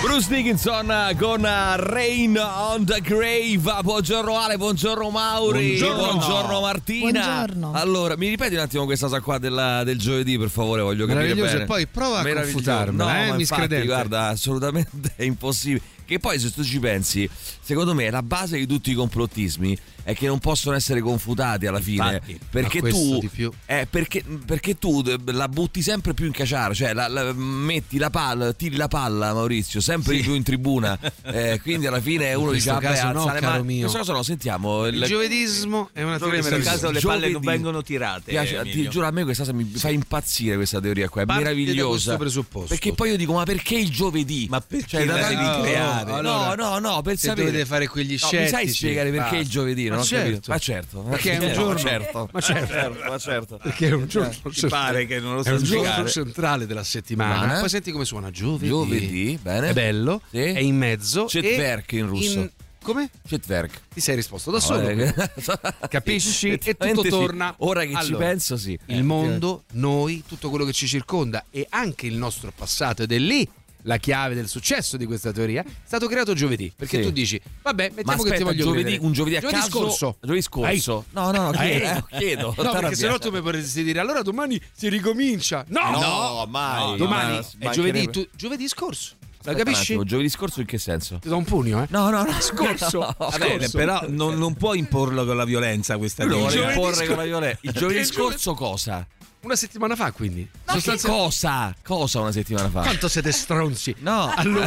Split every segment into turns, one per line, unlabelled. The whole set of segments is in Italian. Bruce Dickinson con Rain on the Grave. uh, Buongiorno Ale, buongiorno Mauri,
Buongiorno.
Martina.
Buongiorno.
Allora, mi ripeti un attimo questa cosa qua della- del giovedì, per favore, voglio capire
Meraviglioso,
bene.
e poi prova a
Meraviglioso.
confutarmela,
No,
eh,
ma infatti,
miscredente.
guarda, assolutamente è impossibile. Che poi se tu ci pensi, secondo me la base di tutti i complottismi è che non possono essere confutati alla fine,
Infatti,
perché
ma questo
tu
di più.
eh, perché, perché tu de- la butti sempre più in caciara, cioè la- la- metti la palla, tiri la palla Maurizio, sempre di più in tribuna. Eh, quindi alla fine uno
questo
dice: Vabbè,
caso no,
alza le
caro
mani.
mio.
In questo caso no, sentiamo.
Il giovedismo è una
In
teoria
questo caso
meravigliosa.
le palle non
Giovedì.
vengono tirate.
piace-
Emilio.
ti giuro, a me questa cosa mi fa impazzire questa teoria qua, è
Parte da
meravigliosa.
questo presupposto.
Perché poi io dico: ma perché il giovedì?
Ma perché
Cioè,
la
da-
devi
no,
creare?
No,
Allora,
no, no, per
se
sapere.
dovete fare quegli
No, mi sai
scettici,
spiegare perché
basta.
il giovedì?
Ma
non ho capito.
certo.
Ma certo,
Perché è un
No,
giorno-
certo.
Ma certo,
ma certo.
perché è un giorno,
Ti pare che non lo
è
so
un giorno
spiegare.
centrale della settimana.
Ma-
Poi senti come suona giovedì.
Giovedì, bene.
È bello,
Sì.
è in mezzo. e-
Chetverk in russo.
Come?
Chetverg.
Ti sei risposto da solo.
Vabbè,
Capisci? E tutto
eh, effettivamente sì.
torna.
Ora che ci
Allora,
penso, sì. Eh,
Il mondo, noi, tutto quello che ci circonda e anche il nostro passato ed è lì la chiave del successo di questa teoria, è stato creato giovedì. Perché
Sì.
tu dici, vabbè,
Ma
mettiamo che ti
aspetta,
voglio
giovedì,
credere.
un giovedì a caso.
scorso.
Giovedì scorso. No, no, no, chiedo. eh, chiedo
No, perché
t'arrabbiata.
sennò tu mi potresti dire allora domani si ricomincia. No,
No,
domani
mai. No,
è
mancherebbe.
giovedì, tu- giovedì scorso. La
Aspetta un
capisci?
attimo, giovedì scorso in che senso?
Ti do un pugno, eh?
No, no, no.
Scorso,
No.
scorso.
Bene, però non, non puoi imporlo con la violenza questa
Lui lo
teoria.
vuole
giovedì
imporre
scor-
con la violenza. Il giovedì
Il giovedì-
scorso cosa?
Una settimana fa, quindi.
Sostanzia- cosa? Cosa una settimana fa?
Quanto siete stronzi.
No.
Allora,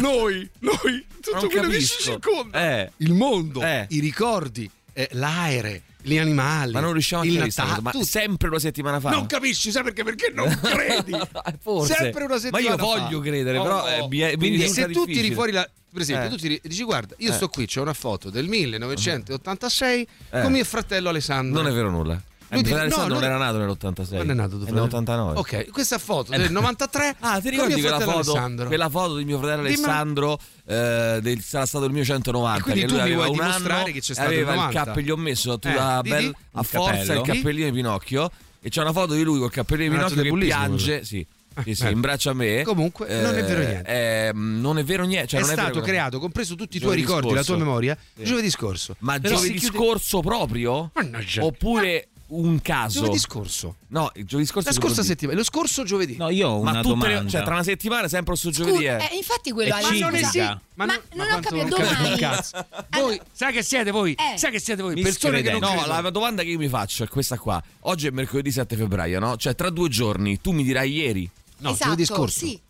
noi, noi, tutto
Non
quello che
capisco.
ci circonda.
Eh.
Il mondo,
Eh.
i ricordi, eh, l'aere, gli animali.
Ma non riusciamo a
il
capire questa
Natale,
cosa, ma
tutto.
sempre una settimana fa.
Non capisci, sai perché? Perché non credi.
Eh, Forse.
Sempre una settimana
Ma io voglio
fa.
credere,
Oh,
però eh,
oh.
mi, mi
Quindi
risulta
se tu tiri
difficile.
fuori la per esempio,
Eh.
tu tiri, dici guarda, io
Eh.
sto qui, c'è una foto del 1986
Eh.
con mio fratello Alessandro.
Non è vero nulla.
Lui
Eh,
dice-
Alessandro
no,
non
lui-
era nato nell'86.
Quando è nato tuo fratello?
Nell'89.
Ok, questa foto
Eh,
del 93
Ah, ti
con
ricordi
mio
quella
fratello
foto,
Alessandro.
quella foto di mio fratello
Dimmi-
Alessandro? eh, del, sarà stato il mio 190.
E quindi
che
tu
lui
mi
aveva
vuoi
un
dimostrare
anno
che c'è
e
stato il
aveva
90.
cappellino messo tu
Eh,
da
di-
bel-
di-
a
il
forza
cappello.
il cappellino di Pinocchio. E c'è una foto di lui col cappellino di
Un atto
Pinocchio che
di bullismo,
piange.
quello.
Sì,
Ah,
sì, sì,
beh.
in braccio a me.
Comunque, non è vero niente.
ehm, non è vero niente. cioè
è
non vero
stato
quello-
creato, compreso tutti i tuoi
Giovedì
ricordi, la tua
scorso.
memoria,
Sì.
giovedì scorso.
Ma
Però
giovedì
si chiude-
scorso proprio?
Mannaggia.
Oppure un caso?
Giovedì scorso.
No, il giovedì scorso.
La scorsa
che vuol dire?
settimana, lo scorso giovedì.
No, io ho
Ma
una
tutte le-
domanda.
cioè, tra una settimana è sempre su
Scusa,
giovedì. eh.
eh, infatti quello
È
Ale,
cinica.
scusa.
Sì,
Ma,
no-
non ho
quanto
capito
non capite un
domani.
cazzo. Voi, sai che siete voi?
Eh.
Sai che siete voi?
Mi
Persone che non
scredete.
No,
credono.
la domanda che io mi faccio è questa qua. Oggi è mercoledì 7 febbraio, no? Cioè, tra due giorni tu mi dirai ieri.
No,
esatto,
giovedì scorso.
Sì.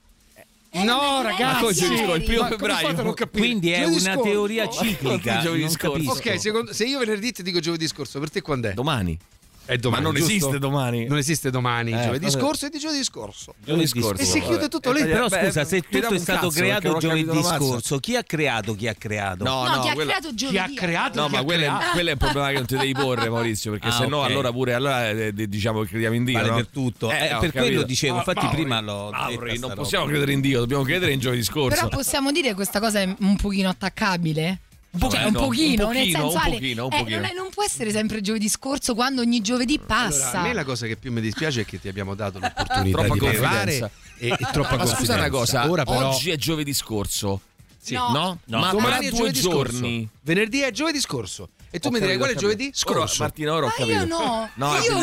No, ragazzi,
Ma giovedì scorso, il primo
Ma come
febbraio.
fate a non capire?
Quindi è
Giovedì
una
scorso.
teoria
Tutti
ciclica.
i giovedì
non
scorsi.
capisco.
Ok, secondo- se io venerdì ti dico giovedì scorso, per te quando è?
Domani.
È domani.
Ma non
giusto?
esiste domani.
Non esiste domani,
Eh,
giovedì
vabbè.
scorso e di giovedì scorso.
Giovedì
E si chiude
Vabbè.
tutto lì.
Eh,
Però
beh,
scusa, se
mi dà
tutto è
un
stato
cazzo, perché
creato
non ho capito
giovedì
la mazza.
scorso, chi ha creato chi ha creato?
No,
No,
no,
chi ha
quella-
creato
Chi
giovedì.
ha creato?
No,
chi
ma
ha
quello è,
creato. Ah,
quello è il problema che non ti devi porre, Maurizio, perché
Ah,
se no
ok.
allora pure allora eh, d- diciamo che crediamo in Dio.
Vale
no?
per tutto.
Eh,
Eh,
ho
per quello
capito.
dicevo,
Ma-
infatti
Mauri,
prima l'ho detta
Mauri,
sta
non
roba.
possiamo credere in Dio, dobbiamo credere in giovedì scorso.
Però possiamo dire che questa cosa è un pochino attaccabile?
Un pochino,
Cioè, un pochino,
un
nel
pochino,
senso
un
Ale,
pochino, un
eh,
pochino.
non, è- non può essere sempre giovedì scorso quando ogni giovedì
Allora,
passa.
a me la cosa che più mi dispiace è che ti abbiamo dato l'opportunità
Troppa
di parlare
confidenza.
e, e troppa
Ma scusa
confidenza.
una cosa,
Ora però
oggi è giovedì scorso.
sì.
No.
No?
No.
Ma
domani
tra
è
due
giovedì
giorni.
scorso. Venerdì è giovedì scorso. E tu
Ho
mi direi
capito,
qual è
ho
giovedì
capito. Ora,
scorso.
Martina, ora ho
Ma
capito.
io no,
No, è
io
bellissimo.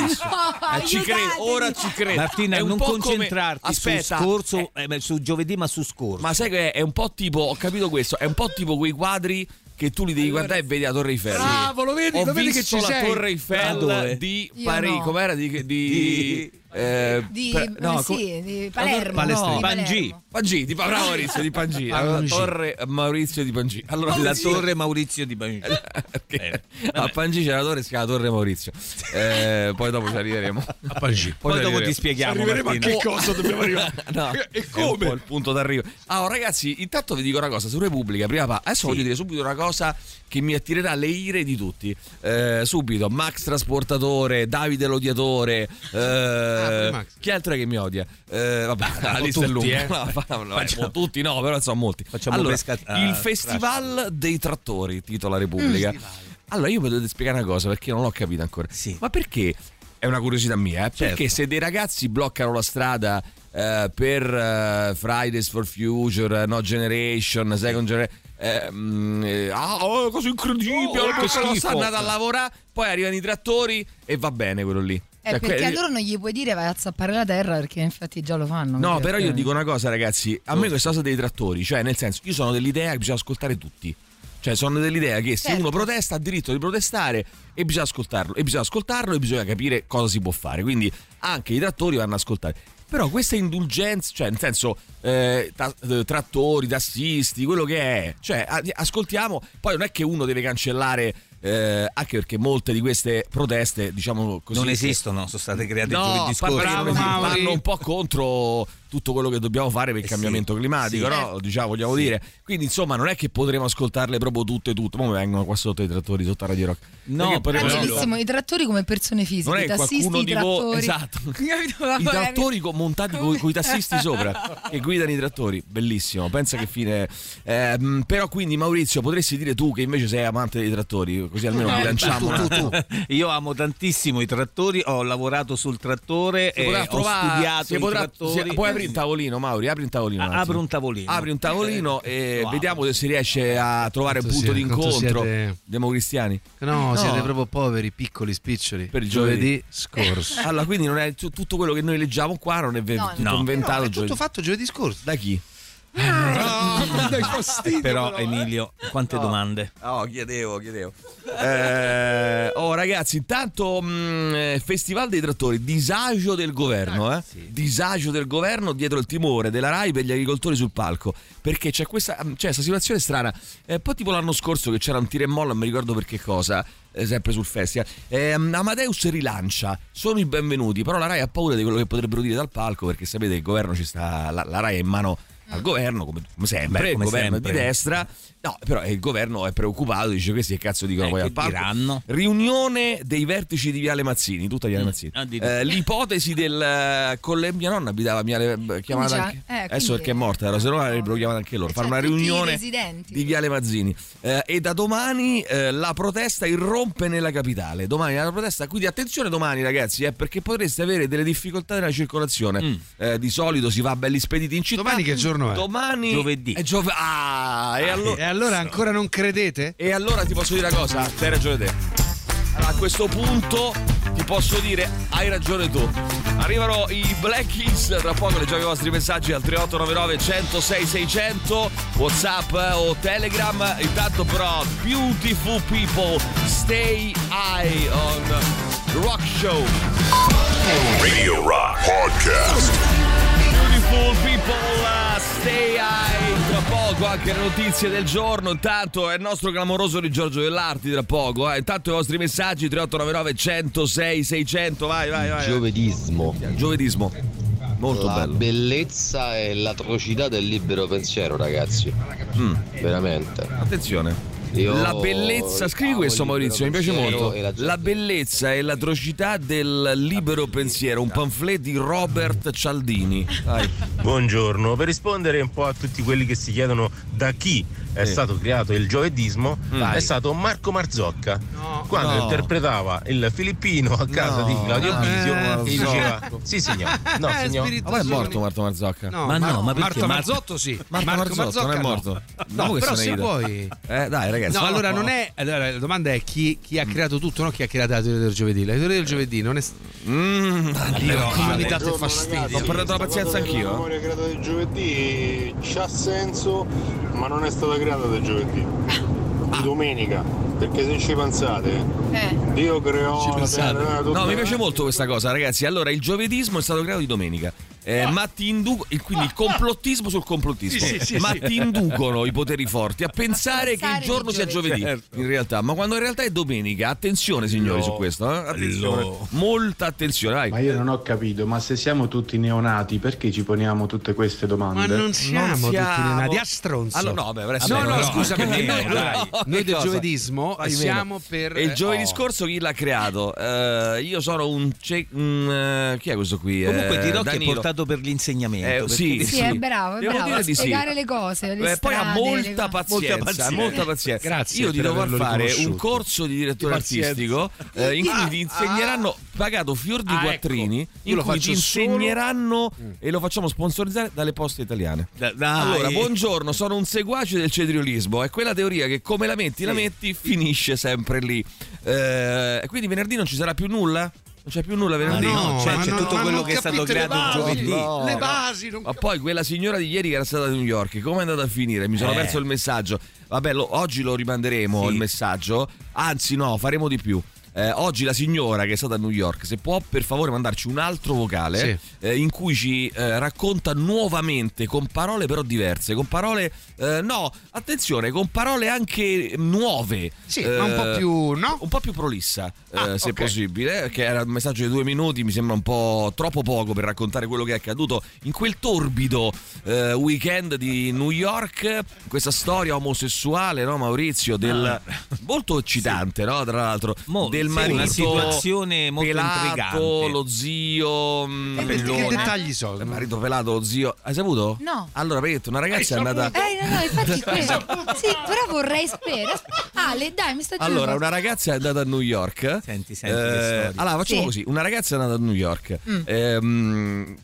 no,
Eh, ci credo,
aiutatemi.
ora ci credo.
Martina,
È un
non
po' come-
concentrarti
Aspetta,
su scorso,
eh,
eh, beh, su giovedì, ma su scorso.
ma sai che è un po' tipo, ho capito questo, è un po' tipo quei quadri che tu li devi guardare e vedi la Torre Eiffel.
Bravo, lo vedi?
Ho
lo vedi che
visto
ci
la
sei?
Torre
Ma dove?
Eiffel di
Io
Parigi,
no.
com'era di, di,
Di-
eh,
di,
pre- no,
sì,
come-
di Palermo,
Palestina.
no, di
Bangì.
Palermo.
Pangì, di bravo Maurizio di Pangì,
Paolo
Allora,
Luigi.
Torre Maurizio di Pangì. Allora
la
sì.
torre Maurizio di
Eh,
Bagno.
Perché a Pangì c'è la torre si chiama Torre Maurizio. Eh, poi dopo ci arriveremo. A Pangì.
Poi dopo ti spieghiamo. Martina.
cosa dobbiamo arrivare. e come? il punto d'arrivo. Ah, ragazzi, intanto vi dico una cosa su Repubblica. Prima pa- adesso voglio dire subito una cosa che mi attirerà le ire di tutti. Eh, subito, Max Trasportatore, Davide Lodiatore, eh,
pure
Eh,
Max.
chi altro è che mi odia? Eh, vabbè, la lista è
tutti,
lunga.
eh.
No, fa- no, eh,
Facciamo-
mo tutti no, però insomma molti.
Facciamo
allora,
pesca- ah,
il Festival dei Trattori, titola Repubblica. Allora, io vi dovete spiegare una cosa perché non l'ho capita ancora.
Sì. Certo.
Ma perché? È una curiosità mia, eh, perché se dei ragazzi bloccano la strada eh, per eh, Fridays for Future, eh, No Generation, Second Generation. eh, mm, eh, ah, oh, cosa incredibile!
Oh,
perché
che
non
schifo.
sta andando a lavorare, poi arrivano i trattori e va bene quello lì.
Eh,
Cioè,
perché
que-
a loro non gli puoi dire vai a zappare la terra perché infatti già lo fanno.
No,
quindi,
però io
ok.
dico una cosa, ragazzi. A me questa cosa dei trattori, cioè, nel senso, io sono dell'idea che bisogna ascoltare tutti. Cioè, sono dell'idea che se
Certo.
uno protesta ha diritto di protestare e bisogna ascoltarlo. E bisogna ascoltarlo e bisogna capire cosa si può fare. Quindi anche i trattori vanno ascoltati. Però questa indulgenza, cioè, nel senso, eh, ta- eh, trattori, tassisti, quello che è. Cioè, a- ascoltiamo. Poi non è che uno deve cancellare. eh, anche perché molte di queste proteste, diciamo così,
non
che-
esistono, sono state create
No,
giovedì
pa-
scorso.
bravo,
Bravo,
Mauri.
Mauri.
vanno un po' contro tutto quello che dobbiamo fare per il
Eh sì,
cambiamento climatico,
sì.
no? Diciamo, vogliamo dire. Quindi, insomma, non è che potremo ascoltarle proprio tutte, tutte. Ma vengono qua sotto i trattori, sotto a Radio Rock.
No,
Perché potremmo-
Facilissimo, i trattori come persone
Non
fisiche,
è
i
che qualcuno
tassisti, i
di voi
trattori.
esatto.
Capito?
I
Vabbè,
trattori co- montati
Come-
con i tassisti sopra che guidano i trattori, bellissimo. Pensa che fine. Ehm, però quindi Maurizio potresti dire tu che invece sei amante dei trattori, così almeno
Eh,
No,
bilanciamo un
tu, tu,
attimo.
tu.
Io amo tantissimo i trattori, ho lavorato sul trattore,
Si
e
potrà
ho
trovare-
studiato
si
i
potrà-
trattori.
si- puoi aprire un tavolino, Mauri, apri un tavolino.
Ah,
attimo.
apro un tavolino.
Apri un tavolino
Lo
e
apro.
vediamo se si riesce a trovare un
Quanto
eh,
punto
siete- quanto
d'incontro.
siete-
Democristiani.
No,
No.
siete proprio poveri, piccoli, spiccioli.
Per il Eh,
giovedì scorso.
Allora, quindi non è tu- tutto quello che noi leggiamo qua non è vero,
No,
tutto
no.
inventato.
È tutto
giovedì.
fatto giovedì scorso.
da chi?
dai fastidio.
Però, Emilio, quante domande?
Oh, eh. chiedevo, chiedevo. Eh, oh, ragazzi, intanto mh, eh, Festival dei Trattori, disagio del governo, eh? Disagio del governo dietro il timore della RAI per gli agricoltori sul palco. Perché c'è questa, mm, c'è questa situazione strana. Eh, poi tipo l'anno scorso che c'era un tiro e molla, non mi ricordo per che cosa, eh, sempre sul festival. Ehm, Amadeus rilancia, sono i benvenuti, però la RAI ha paura di quello che potrebbero dire dal palco perché sapete che il governo ci sta, la, la RAI è in mano al governo come, come sempre,
Beh,
il
come
governo
sempre.
di destra. No, però eh, il governo è preoccupato, dice questi che cazzo dicono
Eh,
poi
che
al palco.
diranno?
Riunione dei vertici di Viale Mazzini, tutta Viale
Mm,
Mazzini.
addirittura.
Eh, l'ipotesi del eh, colle- mia nonna abitava Viale chiamata
già,
anche-
eh,
adesso
quindi-
perché è morta, era, se no l'avrebbero chiamata anche loro.
Eh,
Fare
cioè,
una
tutti i
riunione
residenti.
di Viale Mazzini. Eh, e da domani eh, la protesta irrompe nella capitale. Domani la protesta, quindi attenzione domani ragazzi, eh, perché potreste avere delle difficoltà nella circolazione.
Mm.
Eh, di solito si va belli spediti in città.
Domani che giorno è?
Domani
Giovedì.
è giove- ah, e allora
E allora ancora non credete?
e allora ti posso dire una cosa, hai ragione te. Allora, a questo punto ti posso dire, hai ragione tu. Arrivano i Black Keys, tra poco leggiamo i vostri messaggi al 3899 106 600, Whatsapp eh, o Telegram. Intanto però, beautiful people, stay high on Rock Show.
Radio Rock Podcast.
Beautiful people, uh, stay high. Tra poco anche le notizie del giorno. Intanto è il nostro clamoroso di Giorgio dell'Arti. Tra poco, eh. intanto i vostri messaggi 3899 106 600. Vai, vai, vai.
Giovedismo.
Giovedismo, molto
La
bello.
bellezza e l'atrocità del libero pensiero, ragazzi.
Mm,
Veramente.
Attenzione.
Io
la bellezza, scrivi
amo
questo
il
Maurizio, mi
libero
piace
pensiero
molto.
e la gente.
La bellezza e l'atrocità del libero pensiero, un pamphlet di Robert Cialdini. Vai.
Buongiorno, per rispondere un po' a tutti quelli che si chiedono da chi è
Sì. Mm.
stato creato il giovedismo,
Vai.
è stato Marco Marzocca.
No.
Quando
No.
interpretava il filippino a casa
No.
di Claudio
Ah,
Bisio
eh,
e diceva: Sì, signor, no,
Eh,
signor.
spirito-
Ma poi è morto Marto Marzocca?
No,
Ma
ma
no, ma perché
Marco
Marco-
Marzotto sì.
Marco Marzotto non
Marzocca
è morto.
No,
Ma che
però
se ne
se
ride?
vuoi.
Eh, dai, ragazzi.
No, allora non è. Allora, la domanda è chi, chi ha creato tutto, non chi ha creato la teoria del giovedì. La teoria del giovedì non è.
Mm,
Io come mi
ho
date fastidio.
perduto la pazienza anch'io.
memoria creata del giovedì c'ha senso, ma non è stata creata del giovedì.
Ah.
Di domenica, perché se ci pensate,
Eh,
Dio creò la terra, eh, tutto-
No, mi piace molto questa cosa, ragazzi. Allora, il giovedismo è stato creato di domenica. Eh, ma ti inducono, quindi il complottismo sul complottismo, ma ti inducono i poteri forti a pensare, che
Pensare
il giorno
di
sia
giovedì.
giovedì in realtà, ma quando in realtà è domenica. Attenzione, signori, su questo, eh? Attenzione.
Lo.
molta attenzione. Vai.
Ma io non ho capito, ma se siamo tutti neonati, perché ci poniamo tutte queste
Ma
domande?
non siamo,
Non
tutti
siamo-
neonati a stronzo.
Allora, no, beh, adesso
no, no,
no,
scusami,
anche
noi,
meno,
allora,
dai.
noi
Che
del
cosa?
giovedismo
Fai meno.
siamo per
E il discorso chi l'ha creato? Eh, io sono un, ce- un, eh, chi è questo qui?
Comunque
Eh,
dirò che è
Danilo.
portato per l'insegnamento.
Eh,
perché-
sì,
Sì, è bravo, è
Devo
bravo
dire
a
di sì.
spiegare le cose. Le
Eh, poi ha
strade, le-
molta pazienza, molta pazienza.
pazienza.
Grazie
Io ti
per
devo
averlo
fare un
riconosciuto.
corso di direttore
Pazienza.
artistico eh, in cui ti insegneranno, pagato fior di
Ah, ecco.
quattrini,
Io
in
lo
cui ti
faccio solo-
insegneranno e lo facciamo sponsorizzare dalle poste italiane.
Da- dai.
Allora, buongiorno, sono un seguace del cetriolismo. È quella teoria che come la metti, la metti, finisce sempre lì. Eh, quindi venerdì non ci sarà più nulla? Non c'è più nulla venerdì?
no,
ma
cioè, c'è
no,
tutto
ma
quello
non
che è stato
capite le
creato
basi,
giovedì.
Le basi, non
Ma poi quella signora di ieri che era stata a New York, come è andata a finire? Mi sono
Eh.
perso il messaggio. Vabbè, lo- oggi lo rimanderemo
Sì.
il messaggio. Anzi, no, faremo di più. Eh, oggi la signora che è stata a New York, se può per favore mandarci un altro vocale
Sì.
eh, in cui ci eh, racconta nuovamente, con parole però diverse, con parole... eh, no, attenzione, con parole anche nuove. Eh,
Sì, ma un po' più, no?
Un po' più prolissa,
Ah,
eh, se
ok.
possibile, che era un messaggio di due minuti, mi sembra un po' troppo poco per raccontare quello che è accaduto in quel torbido eh, weekend di New York, questa storia omosessuale, no Maurizio, del, molto eccitante, no, tra l'altro,
Mo-
del
Ah. sì,
marito,
una situazione molto
pelato,
intrigante.
lo zio, mh,
Che
Che
Pellone.
dettagli sono?
il marito pelato, lo zio, hai saputo?
No.
Allora, perché una ragazza è andata...
Eh, no, no, infatti quello. Eh, Sì, però vorrei sapere. Ale, dai, mi sta giù.
Allora, una ragazza è andata a New York. Eh,
Senti, senti che storie.
allora, facciamo
Sì. Mm.
così: una ragazza è andata a New York. ehm,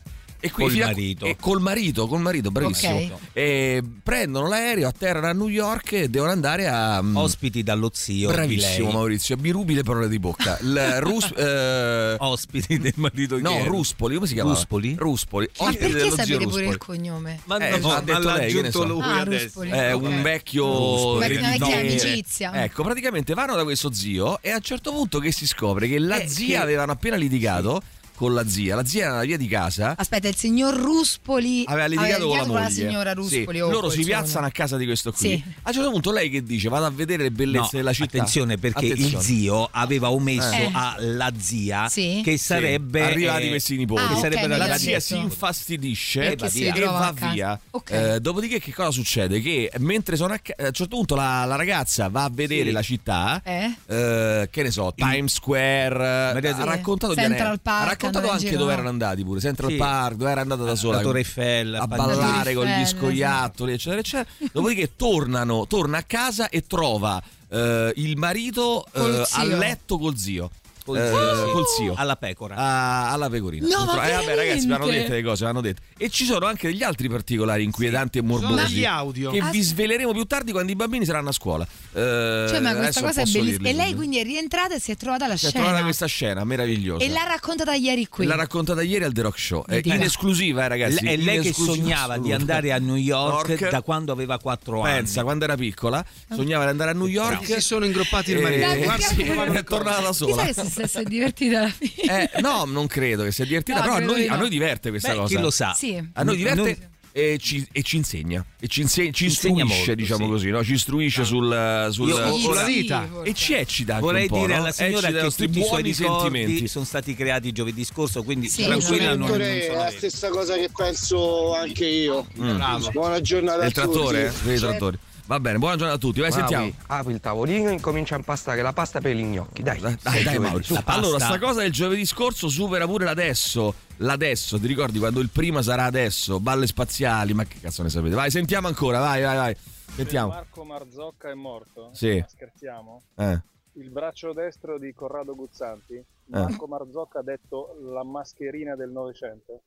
e qui
Col
fino a-
marito.
e col marito, col marito, bravissimo.
Ok.
E prendono l'aereo, atterrano a New York e devono andare a. mm,
Ospiti dallo zio. di
bravissimo,
lei.
Maurizio. Mi rubi le parole di bocca. Il Rus- eh,
Ospiti del marito di
no,
ieri.
Ruspoli, come si chiama?
Ruspoli?
Ruspoli.
Ma
ospite
perché
dello zio
sapete pure
Ruspoli.
il cognome?
Ma
Eh,
no,
l'ha
ma
detto
l'ha
lei, che ne
aggiunto
so.
lui Eh,
Ah,
adesso.
Ruspoli.
È
ok.
un vecchio
Una vecchia
ereditore.
amicizia.
Ecco, praticamente vanno da questo zio e a un certo punto che si scopre che la
Eh,
zia
che-
avevano appena litigato con la zia. La zia era alla via di casa.
Aspetta, il signor Ruspoli
Aveva litigato con la moglie.
signora Ruspoli.
Sì,
o
Loro
col
si
suo-
piazzano a casa di questo qui.
Sì.
A un certo punto lei che dice? Vado a vedere le bellezze
No,
della città.
Attenzione perché il
Attenzione.
zio aveva omesso
Eh.
alla zia
Sì.
che
Sì,
sarebbe
arrivati
eh,
questi nipoti.
Ah,
che
ok,
sarebbe
mi
la,
l'ha
la
L'ha
zia
detto.
si infastidisce
Perché si
e
ritrova
Eh, va
a casa.
via.
Ok.
Eh, dopodiché, che cosa succede? Che mentre sono a, ca- a un certo punto la, la ragazza va a vedere
Sì.
la città,
Eh?
eh, che ne so, Times Square, eh,
Maria-
ha
Sì.
raccontato, gli
Central
anelli. ha
Park,
raccontato
andava in
anche
giro,
dove
no?
erano andati pure. Central
Sì.
Park, dove era andata da sola
la Torre Eiffel,
a
Pantelleria.
ballare con gli
Eiffel, esatto.
scoiattoli, eccetera, eccetera. Dopodiché tornano, torna a casa e trova eh, il marito
Col
eh, a
zio.
letto col zio.
Col
Eh,
zio. Ah,
col zio.
alla pecora.
a- Ah, alla pecorina.
No, ma
Purtroppo- eh, vabbè, ragazzi, vi hanno
veramente?
dette le cose, vi hanno dette. E ci sono anche degli altri particolari inquietanti e morbosi.
degli audio.
Che
Ah,
vi
sì.
sveleremo più tardi quando i bambini saranno a scuola. Eh,
Cioè, ma questa cosa è bellissima. E lei quindi è rientrata e si è trovata la
si è
scena.
trovata Cioè, questa scena meravigliosa.
E l'ha raccontata ieri qui.
L'ha raccontata ieri al The Rock Show. È
Dica.
in esclusiva, eh, ragazzi.
L- è lei
in
che
esclusiva
sognava di
assoluta.
andare a New York,
York.
da quando aveva 4
Pensa,
anni.
quando era piccola, sognava di andare a New York.
Si sono ingroppati il marito.
Dai,
Guarda
sì,
come vanno
è
le cose.
tornata da
Chissà
sola.
che si si è divertita alla fine.
Eh, no, non credo che sia divertita,
No,
però a
credo
noi,
di no.
a noi diverte questa
Beh,
cosa.
chi lo sa?
Sì.
A noi diverte
Noi-
e, ci, e ci insegna. E ci, inse- ci
Insegna
istruisce,
molto,
diciamo
sì. Esatto.
così, no? ci istruisce sul... sul-
Io-
sul-
con la
vita.
e ci eccita anche
Vorrei
un po',
dire
no?
alla signora
Eccita i
che
nostri
Eh, tutti i suoi
buoni
ricordi
sentimenti.
sono stati creati giovedì scorso, quindi
Sì,
tranquilla non, non sono
Dottore, è la
veri.
stessa cosa che penso anche io. Buona giornata
Mm. Del
a
trattore? eh?
tutti.
Vedi i trattori. Va bene, buona giornata a tutti, vai, sentiamo.
Apri il tavolino e incomincia a impastare la pasta per gli gnocchi. Dai.
Dai, dai, Maurizio.
La pasta.
Allora, sta cosa del giovedì scorso supera pure l'adesso. L'adesso, ti ricordi quando il prima sarà adesso? Balle spaziali, ma che cazzo ne sapete? Vai, sentiamo ancora, vai, vai, vai. Sentiamo.
Marco Marzocca è morto?
Sì.
Ma scherziamo?
Eh.
Il braccio destro di Corrado
Eh.
Guzzanti? Marco Marzocca ha detto la mascherina del Novecento?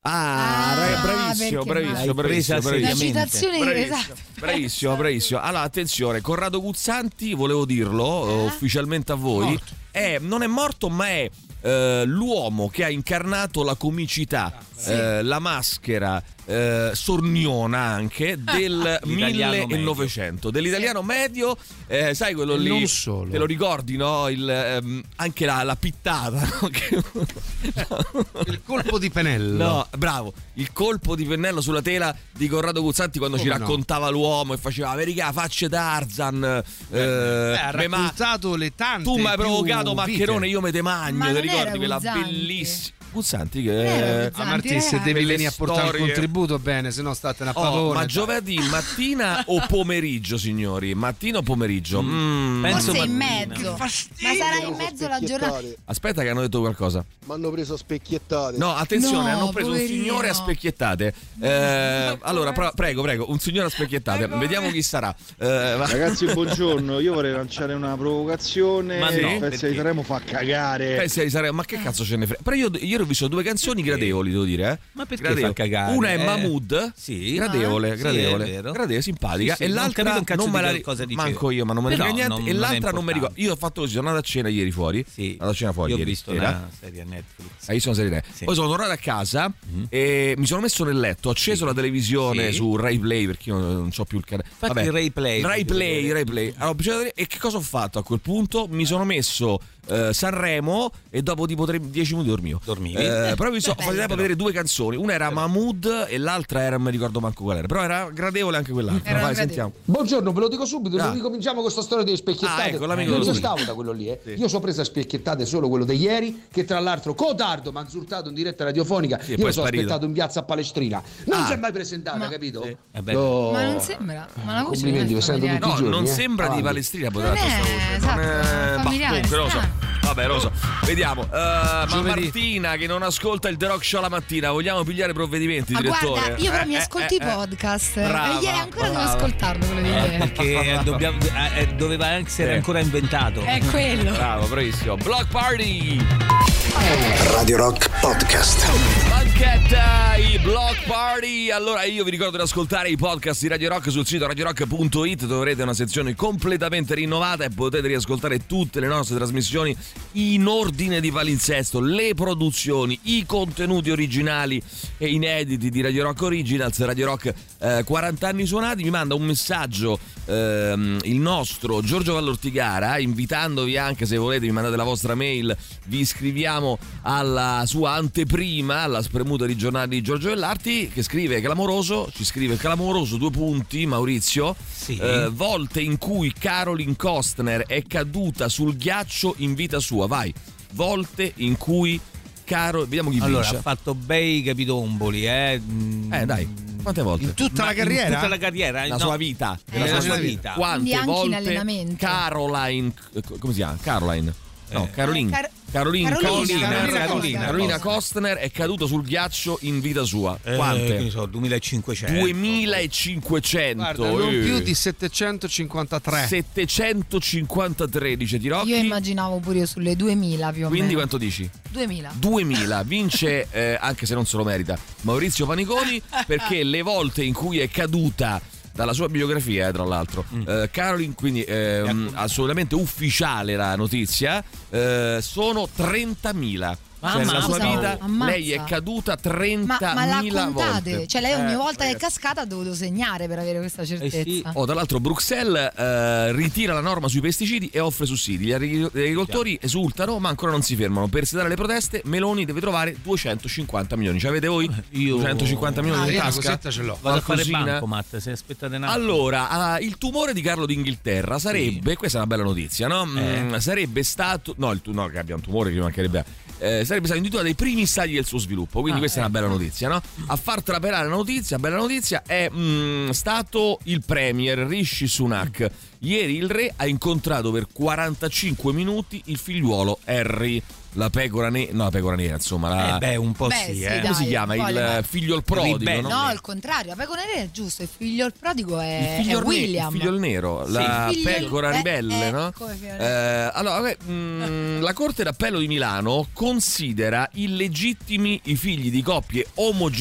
Ah,
Ah,
ra- bravissimo, bravissimo,
perché
mai? L'hai
bravissimo,
presa
La
bravissimo.
seriamente.
citazione
Bravissimo,
esatto.
bravissimo, bravissimo. Allora, attenzione, Corrado Guzzanti, volevo dirlo eh, ufficialmente a voi, è- non è morto ma è eh, l'uomo che ha incarnato la comicità,
Ah,
eh, la maschera eh, sorniona anche
Ah,
del
L'italiano medio.
1900, dell'italiano medio, eh, sai quello lì,
Non solo.
te lo ricordi no? Il, ehm, anche la, la pittata no? Che-
Il colpo di pennello.
No, bravo. Il colpo di pennello sulla tela di Corrado Guzzanti quando ci
Come no?
raccontava l'uomo e faceva America, facce Tarzan. Eh,
Beh, ha
beh, ma
raccontato le tante
tu mi hai
più
provocato Maccherone,
vite.
io me te magno.
Ma
ti
non era
ricordi quella
Guzzanti?
bellissima. Guzzanti che... eh,
Ah, Martì, se devi
Delle
venire a portare un
storie.
contributo, bene, se no state una cioè.
Oh,
pavone.
ma giovedì mattina o pomeriggio, signori? Mattina o pomeriggio? Mm.
Forse in mezzo. Ma sarà in mezzo la giornata.
Aspetta che hanno detto qualcosa.
Mi hanno preso a specchiettate.
No, attenzione, hanno preso un signore a specchiettate. Eh, allora, pro- prego, prego, un signore a specchiettate. Vediamo chi sarà. Eh, va-
Ragazzi, buongiorno. Io vorrei lanciare una provocazione.
Ma no,
il pezzo
perché? Eh,
di Sanremo fa
Eh,
cagare.
Pensa di Sanremo, ma che cazzo ce ne frega? Però io ieri ho visto due canzoni gradevoli, devo dire. Eh?
Ma perché
Gradevoli.
fa cagare?
Una è
Eh.
Mahmood,
Sì.
gradevole,
Ah. Sì,
gradevole,
è vero.
gradevole, simpatica.
Sì, sì,
e
non ho
l'altra
capito un cazzo
non me
di
la
che cosa dicevo.
Manco io, ma non me ne
Però
frega niente.
non-
e
non è
l'altra non mi ricordo. Io ho fatto così, sono andato a cena ieri fuori. Sì. Andato a cena fuori
eh. Io ho
ieri
visto
sera.
una serie a Netflix.
Ah, io sono serie tre. Poi sono tornato a casa e mi sono messo nel letto, ho acceso la televisione
Mhm. Sì.
su Rai Play perché io non ho più il canale.
Infatti Rai Play,
Rai
voglio
Play,
vedere.
Rai Play. Allora, ho bisogno di vedere- e che cosa ho fatto a quel punto? Mi sono messo eh, Sanremo e dopo tipo 10 minuti dormivo.
Dormivi?
Eh, però mi sono fatto
Bello.
tempo a vedere due canzoni. Una era
Certo.
Mahmood e l'altra era, non mi ricordo manco qual era. Però era gradevole anche quell'altra.
Era
Vai,
gradevole.
sentiamo.
Buongiorno, ve lo dico subito,
Ah.
non ricominciamo con sta storia delle specchiettate.
Ah, ecco, l'amico
Io
lui.
non stavo da quello lì, eh. Io sono preso a specchiettate solo quello di ieri, che tra l'altro codardo mi ha insultato in diretta radiofonica.
Sì, e
Io
poi
lo
è
sono
sparito.
aspettato in piazza a Palestrina. Non
Ah. Eh,
si è mai presentata, capito?
beh.
No.
Ma non sembra. Ma la voce
Complimenti,
non è
lo sento
familiare.
tutti i
No,
giorni,
non
eh.
sembra di
Avanti.
Palestrina
Non
potrà
è, esatto,
Eh, bah,
familiare.
comunque, non lo so.
strano.
Vabbè, non lo so. Vediamo. Eh, ma
Giovedì.
Martina che non ascolta il The Rock Show la mattina, vogliamo pigliare provvedimenti,
Ma
direttore?
guarda, io però
Eh,
mi
eh,
ascolto i
eh, eh.
podcast.
Brava,
e ieri ancora
brava.
devo ascoltarlo, quello di
Eh,
ieri.
perché dobbiamo- eh, eh, doveva essere
Sì.
ancora inventato.
È quello.
Bravo, bravissimo. Block Party!
Radio Rock Podcast.
Banchetta, i Block Party! Allora io vi ricordo di ascoltare i podcast di Radio Rock sul sito radiorock.it, troverete una sezione completamente rinnovata e potete riascoltare tutte le nostre trasmissioni in ordine di palinsesto, le produzioni, i contenuti originali e inediti di Radio Rock Originals, Radio Rock eh, 40 anni suonati, mi manda un messaggio ehm, il nostro Giorgio Vallortigara, invitandovi anche se volete vi mandate la vostra mail, vi iscriviamo alla sua anteprima, alla spremuta di giornali di Giorgio Vellarti, che scrive clamoroso, ci scrive clamoroso, due punti, Maurizio,
Sì.
eh, volte in cui Caroline Costner è caduta sul ghiaccio in vita sua, vai, volte in cui Caro, vediamo chi
Allora, ha
vince.
fatto bei capitomboli, eh. Mm.
Eh dai, quante volte?
In tutta la
Ma in
carriera?
tutta la carriera,
la
no.
sua vita,
Nella
della
sua
Eh, sua
vita.
vita. Quante
Quindi anche in
volte
allenamento.
Caroline eh, co- come si chiama? Caroline. No,
Eh.
Caroline.
Car-
Caroline,
Carolina.
Carolina,
Carolina
Carolina,
Costner.
Carolina Costner è caduta sul ghiaccio in vita sua.
Eh, che ne
Quante?
so, 2500.
2500.
Guarda, non
eh.
più di 753.
753 dice Tirocchi.
Io immaginavo pure io sulle 2000 più o
Quindi
meno.
quanto dici?
2000.
2000 vince eh, anche se non se lo merita Maurizio Paniconi perché le volte in cui è caduta dalla sua biografia eh, tra l'altro eh, Caroline quindi eh, mh, assolutamente ufficiale la notizia eh, sono 30.000 cioè
Mamma,
nella sua
scusa,
vita
ammazza.
lei è caduta
Ma,
30.000
ma la contate?
volte
Cioè, lei ogni
Eh,
volta che è
ragazzi.
cascata ha dovuto segnare per avere questa certezza.
Oh, tra l'altro Bruxelles eh,ritira la norma sui pesticidi e offre sussidi. Gli agri- gli agricoltori esultano ma ancora non si fermano. Per sedare le proteste Meloni deve trovare 250 milioni. Ce avete voi?
Io-
250
Ah,
milioni in
io una
tasca?
cosetta ce l'ho.
Vado a fare
Qualcosina.
banco, Matt, se aspettate un attimo.
Allora, ah, il tumore di Carlo d'Inghilterra sarebbe, questa è una bella notizia, no?
Eh.
Mm, Sarebbe stato, no, il tu- no, che abbia un tumore che gli mancherebbe, eh, sarebbe stato individuato dai primi stadi del suo sviluppo,
Ah,
quindi questa è
ecco.
una bella notizia, no? A far trapelare la notizia, bella notizia, è mm, stato il premier Rishi Sunak. Ieri il re ha incontrato per 45 minuti il figliuolo Harry, la pecora nera, no, la pecora nera, insomma, la...
Eh beh, un po'
Beh,
sì,
sì,
eh.
dai.
come si chiama?
un po'
Il
le-
figlio il prodigo,
Ribelle.
no?
No, al contrario, la pecora nera è giusto, il figlio il prodigo è,
il figlio,
è
ne-
William.
il figlio nero,
Sì.
la
Il figlio-
pecora
eh,
ribelle,
eh,
no?
come figlio-
Eh, allora, vabbè, mm, la Corte d'Appello di Milano considera illegittimi i figli di coppie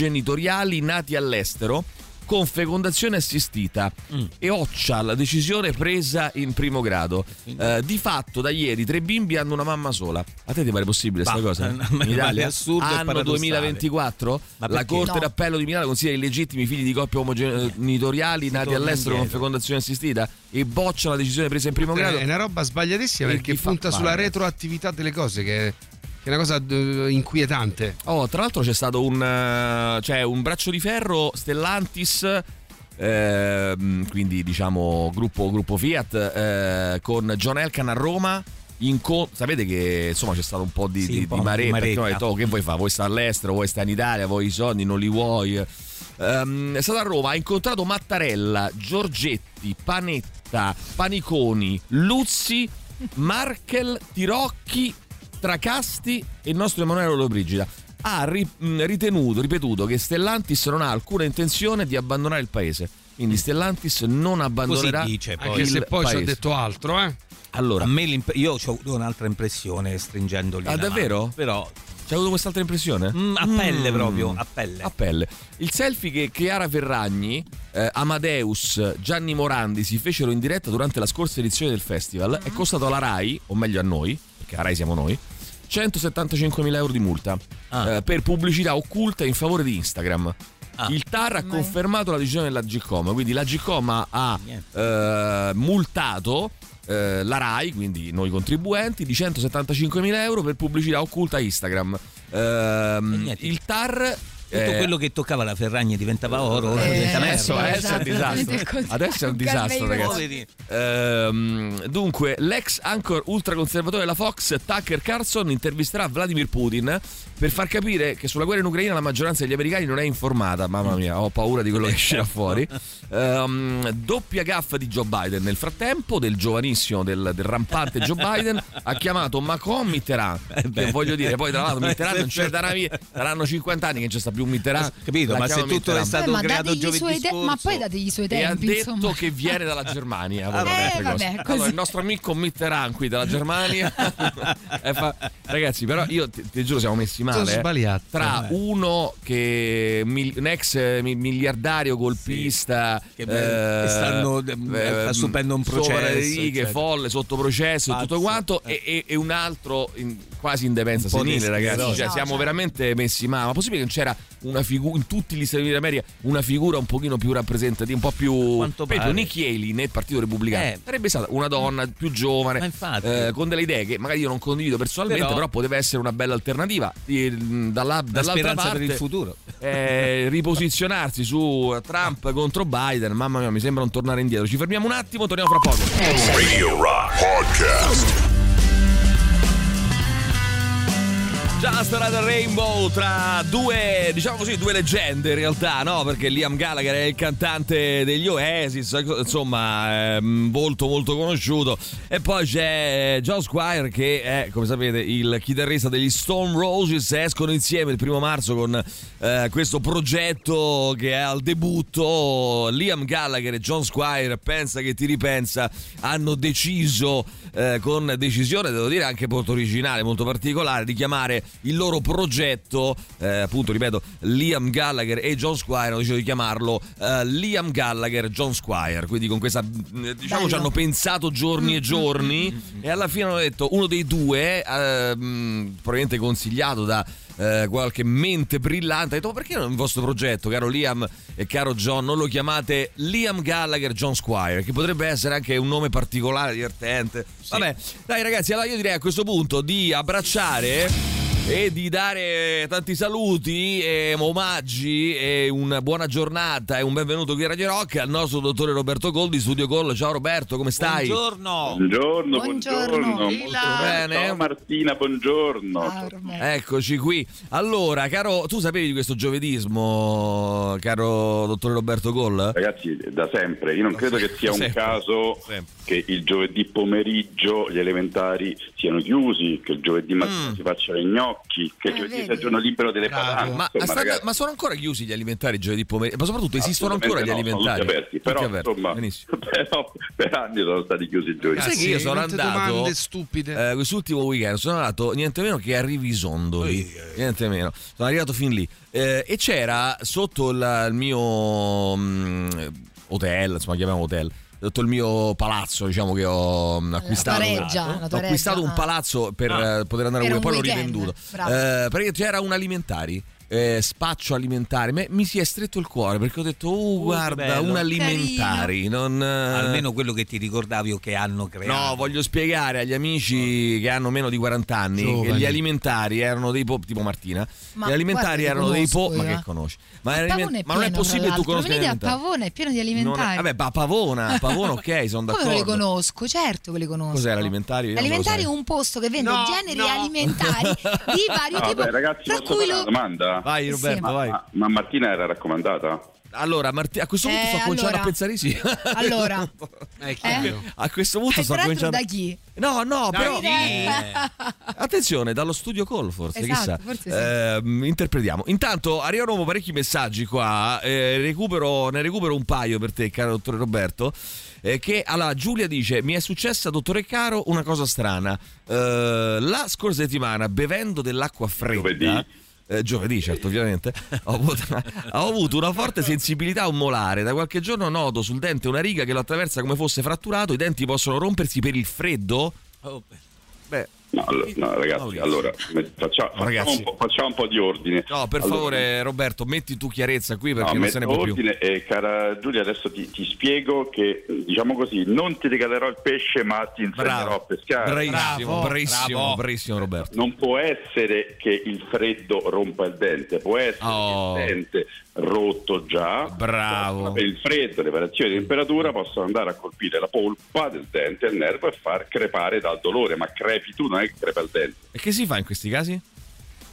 omogenitoriali nati all'estero con fecondazione assistita
Mm.
e occia la decisione presa in primo grado. Eh, di fatto, da ieri tre bimbi hanno una mamma sola. A te ti pare possibile
Bah,
questa
a
cosa?
me
In
pare
Italia?
assurdo e
Anno
paradossale.
2024?
Ma
La
perché?
Corte
No.
d'Appello di Milano considera illegittimi i figli di coppie omogenitoriali nati
torna
all'estero con
indietro.
fecondazione assistita e boccia la decisione presa in primo grado.
È una roba sbagliatissima
E
perché
chi fa
punta sulla
male.
retroattività delle cose, che, che è una cosa eh, inquietante.
Oh, tra l'altro c'è stato un, eh, cioè, un braccio di ferro Stellantis, ehm, quindi diciamo gruppo, gruppo Fiat, eh, con John Elkan a Roma inco- sapete che insomma c'è stato un po' di,
Sì,
di,
un po'
di maretta,
di
perché
maretta.
ho detto, "Oh, che vuoi fare? Vuoi stare all'estero, vuoi stare in Italia, vuoi i soldi, non li vuoi. Ehm, è stato a Roma, ha incontrato Mattarella, Giorgetti, Panetta, Paniconi, Luzzi, Markel, Tirocchi, Tracasti e il nostro Emanuele Lollobrigida. Ha ri- mh, ritenuto, ripetuto, che Stellantis non ha alcuna intenzione di abbandonare il paese. Quindi Stellantis non abbandonerà
Anche
il
se poi ci ho
paese.
detto altro, eh.
Allora,
a me l'imp- io ho avuto un'altra impressione stringendoli.
Ah,
la mano,
davvero?
Però Mm,
C'è avuto quest'altra impressione? Mm.
a pelle proprio, a pelle.
A pelle. Il selfie che Chiara Ferragni, eh, Amadeus, Gianni Morandi si fecero in diretta durante la scorsa edizione del festival è costato alla RAI, o meglio a noi, perché la RAI siamo noi, 175.000 euro di multa
Ah.
eh, per pubblicità occulta in favore di Instagram. Il TAR ha confermato la decisione della GCOM, quindi la GCOM ha eh, multato eh, la RAI, quindi noi contribuenti, di 175.000 euro per pubblicità occulta a Instagram. Ehm, il TAR...
tutto
eh,
quello che toccava la Ferragna diventava oro, Esatto. ora diventa
adesso,
merda.
adesso è un disastro. Adesso è un disastro, ragazzi. Ehm, dunque, l'ex anchor ultraconservatore della Fox, Tucker Carlson, intervisterà Vladimir Putin per far capire che sulla guerra in Ucraina la maggioranza degli americani non è informata. Mamma mia, ho paura di quello che uscirà
Esatto.
fuori. Ehm, doppia gaffa di Joe Biden. Nel frattempo, del giovanissimo, del, del rampante Joe Biden, ha chiamato Macron Mitterrand.
Eh
Che voglio dire, poi tra l'altro, Mitterrand non c'è da una vita. Saranno 50 anni che non c'è sta più Mitterrand.
Capito,
La
ma se
chiama
tutto è
Mitterrand.
stato
Beh, Eh, ma, dategli i suoi te- ma poi dategli i suoi
E ha
tempi,
detto
insomma.
che viene dalla Germania.
Eh,
volevo dire altre
vabbè,
cose.
così.
allora, il nostro amico Mitterrand qui dalla Germania. e fa- Ragazzi, però io ti, ti giuro, siamo messi male.
Sono
eh.
sbagliato.
Tra
Eh.
uno che mil- un ex eh, mi- miliardario golpista
Che beh, che stanno, eh, sta subendo un
sopra le
processo,
righe,
eccetera.
folle, sotto processo e
Pazzo, eh.
tutto quanto, e, e- e un altro in- quasi in demenza
Un po'
senile,
di-
ragazzi.
sì,
Cioè,
no,
siamo
cioè.
veramente messi male. Ma possibile che non c'era una figura in tutti gli Stati Uniti d'America una figura un pochino più rappresentativa, un po' più
Quanto
Ripeto,
pare.
Nikki Haley nel Partito Repubblicano
Eh.
sarebbe stata una donna più giovane,
Ma infatti.
eh, con delle idee che magari io non condivido personalmente, però,
Però-
poteva essere una bella alternativa. Eh, Dalla, dall'altra
speranza
parte,
per il futuro.
eh, riposizionarsi su Trump contro Biden, mamma mia, mi sembra un tornare indietro. Ci fermiamo un attimo, torniamo fra poco.
Radio Rock Podcast.
Just Another Rainbow tra due, diciamo così, due leggende in realtà, no? Perché Liam Gallagher è il cantante degli Oasis, insomma, ehm, volto molto conosciuto. E poi c'è John Squire che è, come sapete, il chitarrista degli Stone Roses. Escono insieme il primo marzo con eh, questo progetto che è al debutto. Liam Gallagher e John Squire, pensa che ti ripensa, hanno deciso eh, con decisione, devo dire anche molto originale, molto particolare, di chiamare il loro progetto, eh, appunto ripeto, Liam Gallagher e John Squire, hanno deciso di chiamarlo eh, Liam Gallagher John Squire, quindi con questa, mh, diciamo
Bello.
ci hanno pensato giorni e giorni e alla fine hanno detto uno dei due, eh, mh, probabilmente consigliato da... eh, qualche mente brillante ha detto "Ma perché non il vostro progetto caro Liam e caro John non lo chiamate Liam Gallagher John Squire che potrebbe essere anche un nome particolare divertente vabbè dai ragazzi allora io direi a questo punto di abbracciare e di dare tanti saluti e omaggi e una buona giornata e un benvenuto qui a Radio Rock al nostro dottore Roberto Col di Studio Call. Ciao Roberto, come stai?
Buongiorno.
Buongiorno,
Buongiorno.
buongiorno.
Ila.
Molto bene.
Bene.
Ciao Martina, buongiorno.
Eccoci qui. Allora, caro, tu sapevi di questo giovedismo, caro dottore Roberto Col?
Ragazzi, da sempre, io non credo che sia un
sempre.
caso che il giovedì pomeriggio gli elementari siano chiusi, che il giovedì
Mm.
mattina si facciano i gnocchi, che il giovedì sia il giorno libero delle patate.
Ma,
insomma,
stanno-
ragazzi,
ma sono ancora chiusi gli alimentari giovedì pomeriggio? Ma soprattutto esistono ancora gli
assolutamente no, sono
alimentari?
tutti aperti, però,
Tutti aperti.
insomma, però per anni sono stati chiusi il giovedì.
Sai che io sono andato eh, quest'ultimo weekend sono andato niente meno che a Rivisondoli, niente meno. Sono arrivato fin lì Eh, e c'era sotto la- il mio mm, hotel, insomma, chiamiamo hotel. Sotto il mio palazzo, diciamo che ho mm, acquistato,
pareggia, la
ho
tua
acquistato
reggia,
un
ah.
palazzo per
Ah.
eh, poter andare a
Per
un
un
poi l'ho
weekend,
rivenduto.
bravo.
Eh, perché c'era un alimentari eh, spaccio alimentare, me- mi si è stretto il cuore perché ho detto, oh, guarda,
bello.
un alimentari. Non, eh.
Almeno quello che ti ricordavi o che hanno creato.
No, voglio spiegare agli amici che hanno meno di 40 anni che
Giovani.
gli alimentari erano dei po- tipo Martina.
Ma
gli alimentari
guarda, li
erano dei po'
conosco
ma
io,
che
eh.
conosci. Ma,
Pavone
era
è
aliment-
pieno,
ma non è
tra
possibile che tu
l'altro.
conosca gli
Venite a
alimentari.
Pavone, è pieno di
Non
alimentari.
è- vabbè, pa- Pavona, Pavona, ok, sono
Come non
d'accordo.
le conosco? Certo che le conosco.
Cos'è l'alimentari? Io non lo
L'alimentari è
so.
un posto che vende
No,
generi
no.
alimentari di vario
Ah,
tipo.
beh, ragazzi,
tra
posso
cui
fare una
lo...
domanda?
Vai Roberto,
Sì.
vai.
Ma, ma Martina era raccomandata?
Allora, Marti- a questo punto
Eh,
sto cominciando
allora.
a pensare di sì.
Allora, eh?
A questo punto
Eh,
sto
tra l'altro
cominciando
da chi?
No, no, però
Eh.
attenzione, dallo studio Call forse,
Esatto,
chissà.
forse sì.
Ehm, interpretiamo. Intanto arrivano parecchi messaggi qua, eh, recupero- ne recupero un paio per te, caro dottore Roberto. eh, che allora Giulia dice: Mi è successa, dottore Caro, una cosa strana. Eh, la scorsa settimana, bevendo dell'acqua fredda. eh, giovedì, certo, ovviamente. Ho avuto, ho avuto una forte sensibilità a un molare. Da qualche giorno noto sul dente una riga che lo attraversa come fosse fratturato. I denti possono rompersi per il freddo? Beh,
No, all- no, ragazzi, allora me- faccia- facciamo,
Ragazzi.
Un po', facciamo un po' di ordine.
No, per
Allora,
favore, Roberto, metti tu chiarezza qui
No,
perché non se ne
metto
può più.
ordine e cara Giulia adesso ti, ti spiego che diciamo così non ti regalerò il pesce ma ti insegnerò
Bravo.
a pescare
Bravissimo, bravissimo, bravissimo Roberto.
non può essere che il freddo rompa il dente può essere che il dente rotto già
Oh. Bravo.
per il freddo le variazioni di temperatura possono andare a colpire la polpa del dente e il nervo e far crepare dal dolore ma crepi tu non è che crepa il dente
E che si fa in questi casi?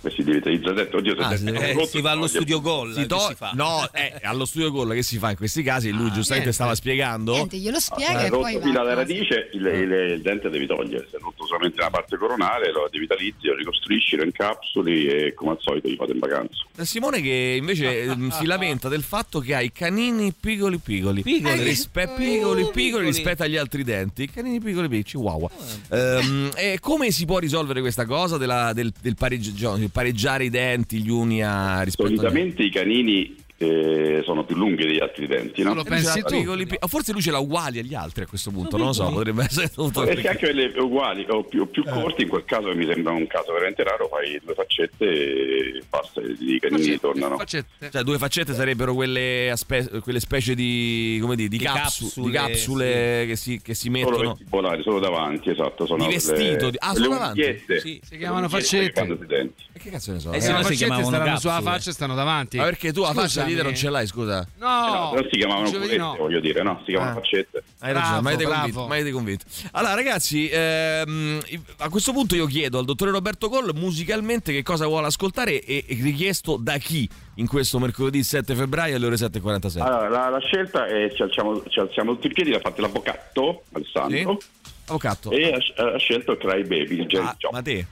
Beh, si devitalizza il dente oddio se
Ah,
il dente
sì.
è
Eh,
rotto,
si va allo
toglie.
studio gol, Si Ah, to- No, eh, allo studio gol che si fa in questi casi? Lui giustamente
niente.
stava spiegando.
Niente, glielo spiega
Eh,
e poi
rotto
va.
fino alla radice
Ah.
il, il- il dente devi togliere se è rotto solamente la parte coronale lo devitalizzi lo ricostruisci lo incapsuli e come al solito li fate in vacanza
Eh, Simone che invece ehm, si lamenta del fatto che ha i canini piccoli piccoli.
Piccoli.
Rispe-
Uh,
piccoli, piccoli
piccoli.
rispetto agli altri denti. I canini piccoli piccoli, chihuahua. Ehm, e come si può risolvere questa cosa della- del, del pareggio- del pareggiare i denti gli uni a rispetto agli altri?
solitamente i canini eh, sono più lunghi degli altri denti no? Esatto.
Eh, già, piccoli, pi- Forse lui ce l'ha uguali agli altri a questo punto,
No,
non lo so,
piccoli.
potrebbe essere tutto
perché anche le uguali o più, o
Eh.
più corti in quel caso che mi sembra un caso veramente raro fai due faccette e basta i canini tornano
Cioè, due faccette sarebbero quelle, aspe- quelle specie di, come dire, di,
Di
capsu-
capsule,
di capsule che, si, che si mettono.
solo vestibolari solo davanti esatto sono
Di vestito, di- ah,
quelle
solo davanti?
unghiette.
Sì,
si chiamano
Quelle unghiette che
faccette.
fanno sui denti.
Che cazzo ne so?
Eh, se no si chiamavano capsule.
Ma perché tu la faccia
Scusami.
dietro non ce l'hai, scusa.
No,
Eh no, però si chiamavano
giovedì
culette,
Cioè, no.
voglio dire, no? Si chiamano
Ah.
faccette.
Hai ragione, ma avete
bravo.
convinto, mi avete convinto. Allora, ragazzi, ehm, a questo punto io chiedo al dottore Roberto Coll musicalmente che cosa vuole ascoltare e, e richiesto da chi in questo mercoledì 7 febbraio alle ore 7.46.
Allora, la, la scelta è ci alziamo, ci alziamo tutti i piedi, l'ha fatta l'avvocato Alessandro
Avvocato.
e ha, ha scelto Cry Baby. il Ah. James Joplin.
Ah, Ma te?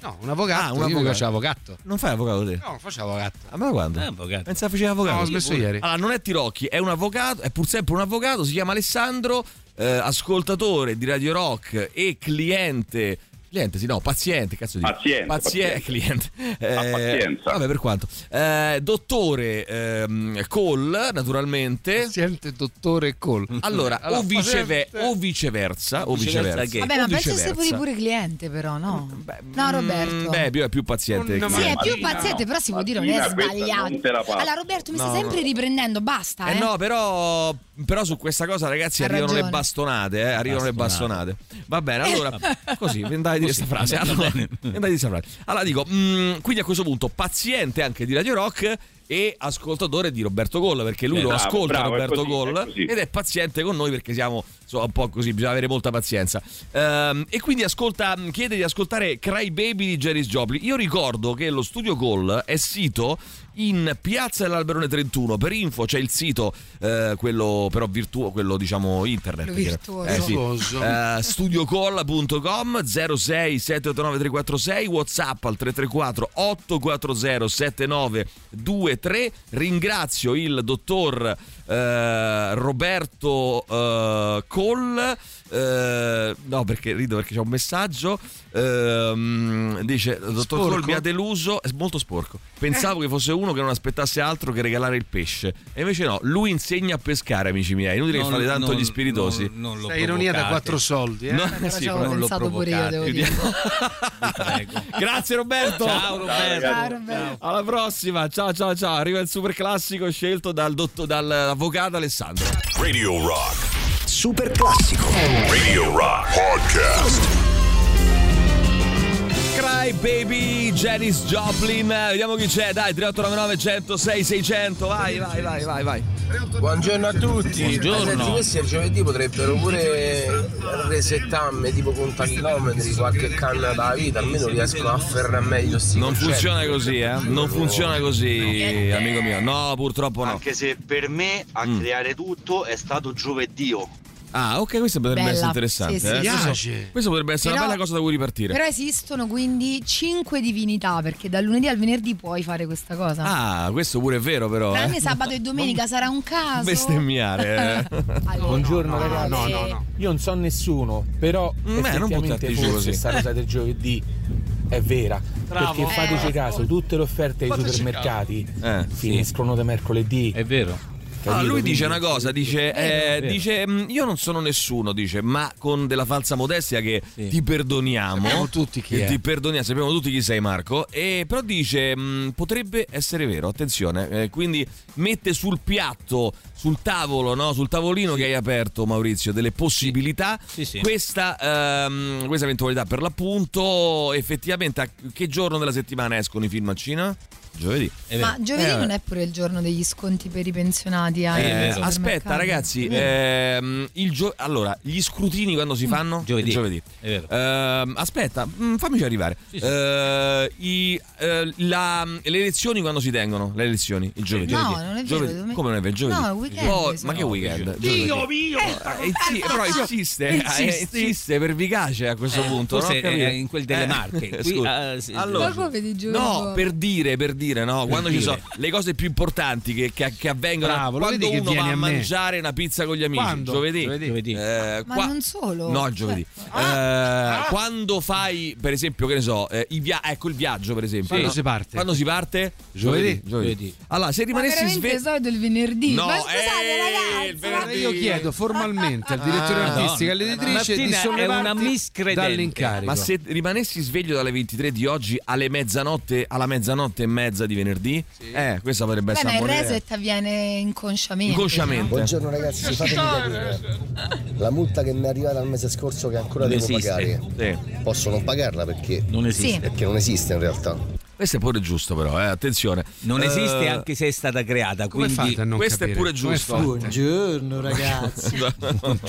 No, un avvocato.
Ah, un
io
avvocato.
faccio avvocato.
Non fai avvocato te?
No, non faccio avvocato.
Ah, ma quando?
Eh, avvocato.
Pensavo faceva avvocato.
No, ho smesso ieri.
Allora, non è Tirocchi, è un avvocato, è pur sempre un avvocato, si chiama Alessandro, eh, ascoltatore di Radio Rock e cliente. Cliente, sì, no, paziente, cazzo di
Paziente,
Pazie-
paziente.
cliente. Eh,
Ah, pazienza.
Vabbè, per quanto. Eh, dottore ehm, Cole, naturalmente.
Paziente dottore Cole.
Allora, o, viceve- o viceversa, o
Viceversa
viceversa.
che?
Vabbè,
o
ma penso
viceversa.
sia pure pure cliente, però, no? No, Roberto.
Mm, Beh, più- è più paziente. che
sì, è
cliente.
più paziente, però si può dire non è
Martina, questa
sbagliato.
non te la passo.
Allora, Roberto, mi
No,
stai sempre
no.
riprendendo, basta. Eh,
Eh no, però, però su questa cosa, ragazzi,
Ha
arrivano le
ragione.
bastonate. Eh, arrivano le bastonate. Va bene, allora, così, andai di questa frase. Allora, andai di questa frase. Allora dico, mm, quindi a questo punto, paziente anche di Radio Rock e ascoltatore di Roberto Goll, perché lui
Eh,
lo
bravo,
ascolta
bravo, è
Roberto
così,
Goll
è così.
ed è paziente con noi perché siamo insomma, un po' così, bisogna avere molta pazienza. Ehm, e quindi ascolta, chiede di ascoltare Cry Baby di Jerry Joplin. Io ricordo che lo studio Goll è sito in Piazza dell'Alberone 31. Per info c'è il sito, eh, quello però virtuoso, quello diciamo internet.
Quello
perché-
virtuoso.
Eh, sì.
Virtuoso.
Eh, studiocolla.com 06 789 346 whatsapp al 334 840 7923 ringrazio il dottor eh, Roberto eh, Coll eh, no no, perché rido perché c'è un messaggio. ehm, dice: Dottor
Sporco.
Colbi ha deluso. È molto sporco. Pensavo che fosse uno che non aspettasse altro che regalare il pesce. E invece no, lui insegna a pescare, amici miei. Inutile che
Non-
fate tanto
non-
gli spiritosi.
non- non lo
Questa Cioè, ironia da
provocate.
quattro soldi, eh?
Cioè, No,
Eh, però
sì, però non lo
pensato pure io,
provocate.
devo dire.
Grazie Roberto.
Ciao, Roberto.
Ciao, Roberto.
Alla prossima. Ciao ciao ciao. Arriva il super classico scelto dal dottor- dall'avvocato Alessandro.
Radio Rock.
Super classico.
Radio Rock Podcast.
Cry Baby, Janis Joplin. Eh, Vediamo chi c'è. Dai, 3899 106 600. Vai, vai, vai, vai, vai.
Buongiorno a tutti.
Buongiorno.
Eh, Se dovessi il giovedì potrebbero pure resettarmi tipo conta chilometri, qualche canna da vita, almeno riescono a afferrare meglio sti
Non
concetti.
funziona così, eh? Non funziona così, amico mio. No, purtroppo no.
Eh. Anche se per me a
Mm.
creare tutto è stato gioveddio.
Ah, ok, questo potrebbe
Bella.
essere interessante.
Sì,
eh.
sì, sì.
Questo,
Piace.
questo potrebbe essere una
Però-
bella cosa da cui ripartire.
Però esistono quindi cinque divinità, perché dal lunedì al venerdì puoi fare questa cosa.
Ah, questo pure è vero, però.
Tranne
eh.
sabato e domenica sarà un caso.
Bestemmiare. eh.
Buongiorno
no,
ragazzi.
no, no, no.
Io non so nessuno, però
Mm, eh, non
effettivamente
buttarti giù
forse
così.
sta cosa del giovedì è vera.
Bravo.
Perché fateci
Eh,
caso, tutte le offerte ai
Fateci
supermercati
Eh, sì.
finiscono da mercoledì. È
vero.
Ah, lui dice una cosa, dice, eh,
vero.
dice, "Mm, io non sono nessuno, dice, ma con della falsa modestia che ti perdoniamo.
Sappiamo tutti chi
Che
è.
Ti perdoniamo, sappiamo tutti chi sei Marco, e, però dice, "Mm, potrebbe essere vero, attenzione, eh, quindi mette sul piatto, sul tavolo, no? sul tavolino che hai aperto Maurizio, delle possibilità,
sì.
Questa, ehm, questa eventualità per l'appunto, effettivamente a che giorno della settimana escono i film a Cina? Giovedì.
Ma giovedì
Eh,
non è pure il giorno degli sconti per i pensionati? ai
eh,
supermercati?
aspetta, ragazzi. ehm, il gio- allora, gli scrutini quando
Mm.
si fanno? Giovedì. Ehm, aspetta, mm, fammici arrivare. Eh, i- eh, la- le elezioni quando si tengono? Le elezioni? Il giovedì.
No,
Giovedì.
non è vero,
Giovedì.
domenica.
Come non è vero? Giovedì.
No, è weekend,
Oh,
sono-
ma che
No,
weekend?
dice-
Giovedì.
mio!
Eh, sì, però insiste, eh,
Insisti.
insiste pervicace a questo
Eh,
punto.
forse
no? Ho
è
capito. Eh,
in quel delle Marche. Qui,
scusa.
eh, sì,
allora,
Dopo vedi giù.
No, per dire, per dire, no? quando ci
dire.
sono le cose più importanti che, che- che avvengono,
Bravo, lo
quando
vedi che
uno
vieni
va a,
a me?
mangiare una pizza con gli amici,
Quando?
giovedì.
Giovedì.
Eh,
Ma
qua-
non solo. Ah!
No, il giovedì. Eh, Quando fai, per esempio, che ne so, eh, i via- ecco il viaggio, per esempio.
Quando
no?
si parte?
Quando si parte?
Giovedì.
Giovedì. Allora, se
Ma
rimanessi
veramente
sveglio...
di solito il venerdì.
No,
Ma scusate,
eh,
ragazzi.
il
ma-
venerdì.
Io chiedo formalmente al direttore
Ah,
artistico e
Madonna.
all'editrice di
Martina è una
sollevarti
miscredente.
dall'incarico.
Ma se rimanessi sveglio dalle 23 di oggi alle mezzanotte, alla mezzanotte e mezza di venerdì, eh, questa potrebbe
Beh,
essere una
ma il
buona idea.
reset avviene inconsciamente.
Inconsciamente.
Buongiorno ragazzi, fatemi capire. La multa che mi è arrivata il mese scorso che ancora
Non
devo
esiste.
pagare. Posso non pagarla perché non
esiste.
Perché non esiste in realtà.
Questo è pure giusto, però, eh, attenzione.
Non
Eh,
esiste anche se è stata creata.
come
Quindi
fate a non Questo è capire? pure Come giusto. fate?
Buongiorno ragazzi.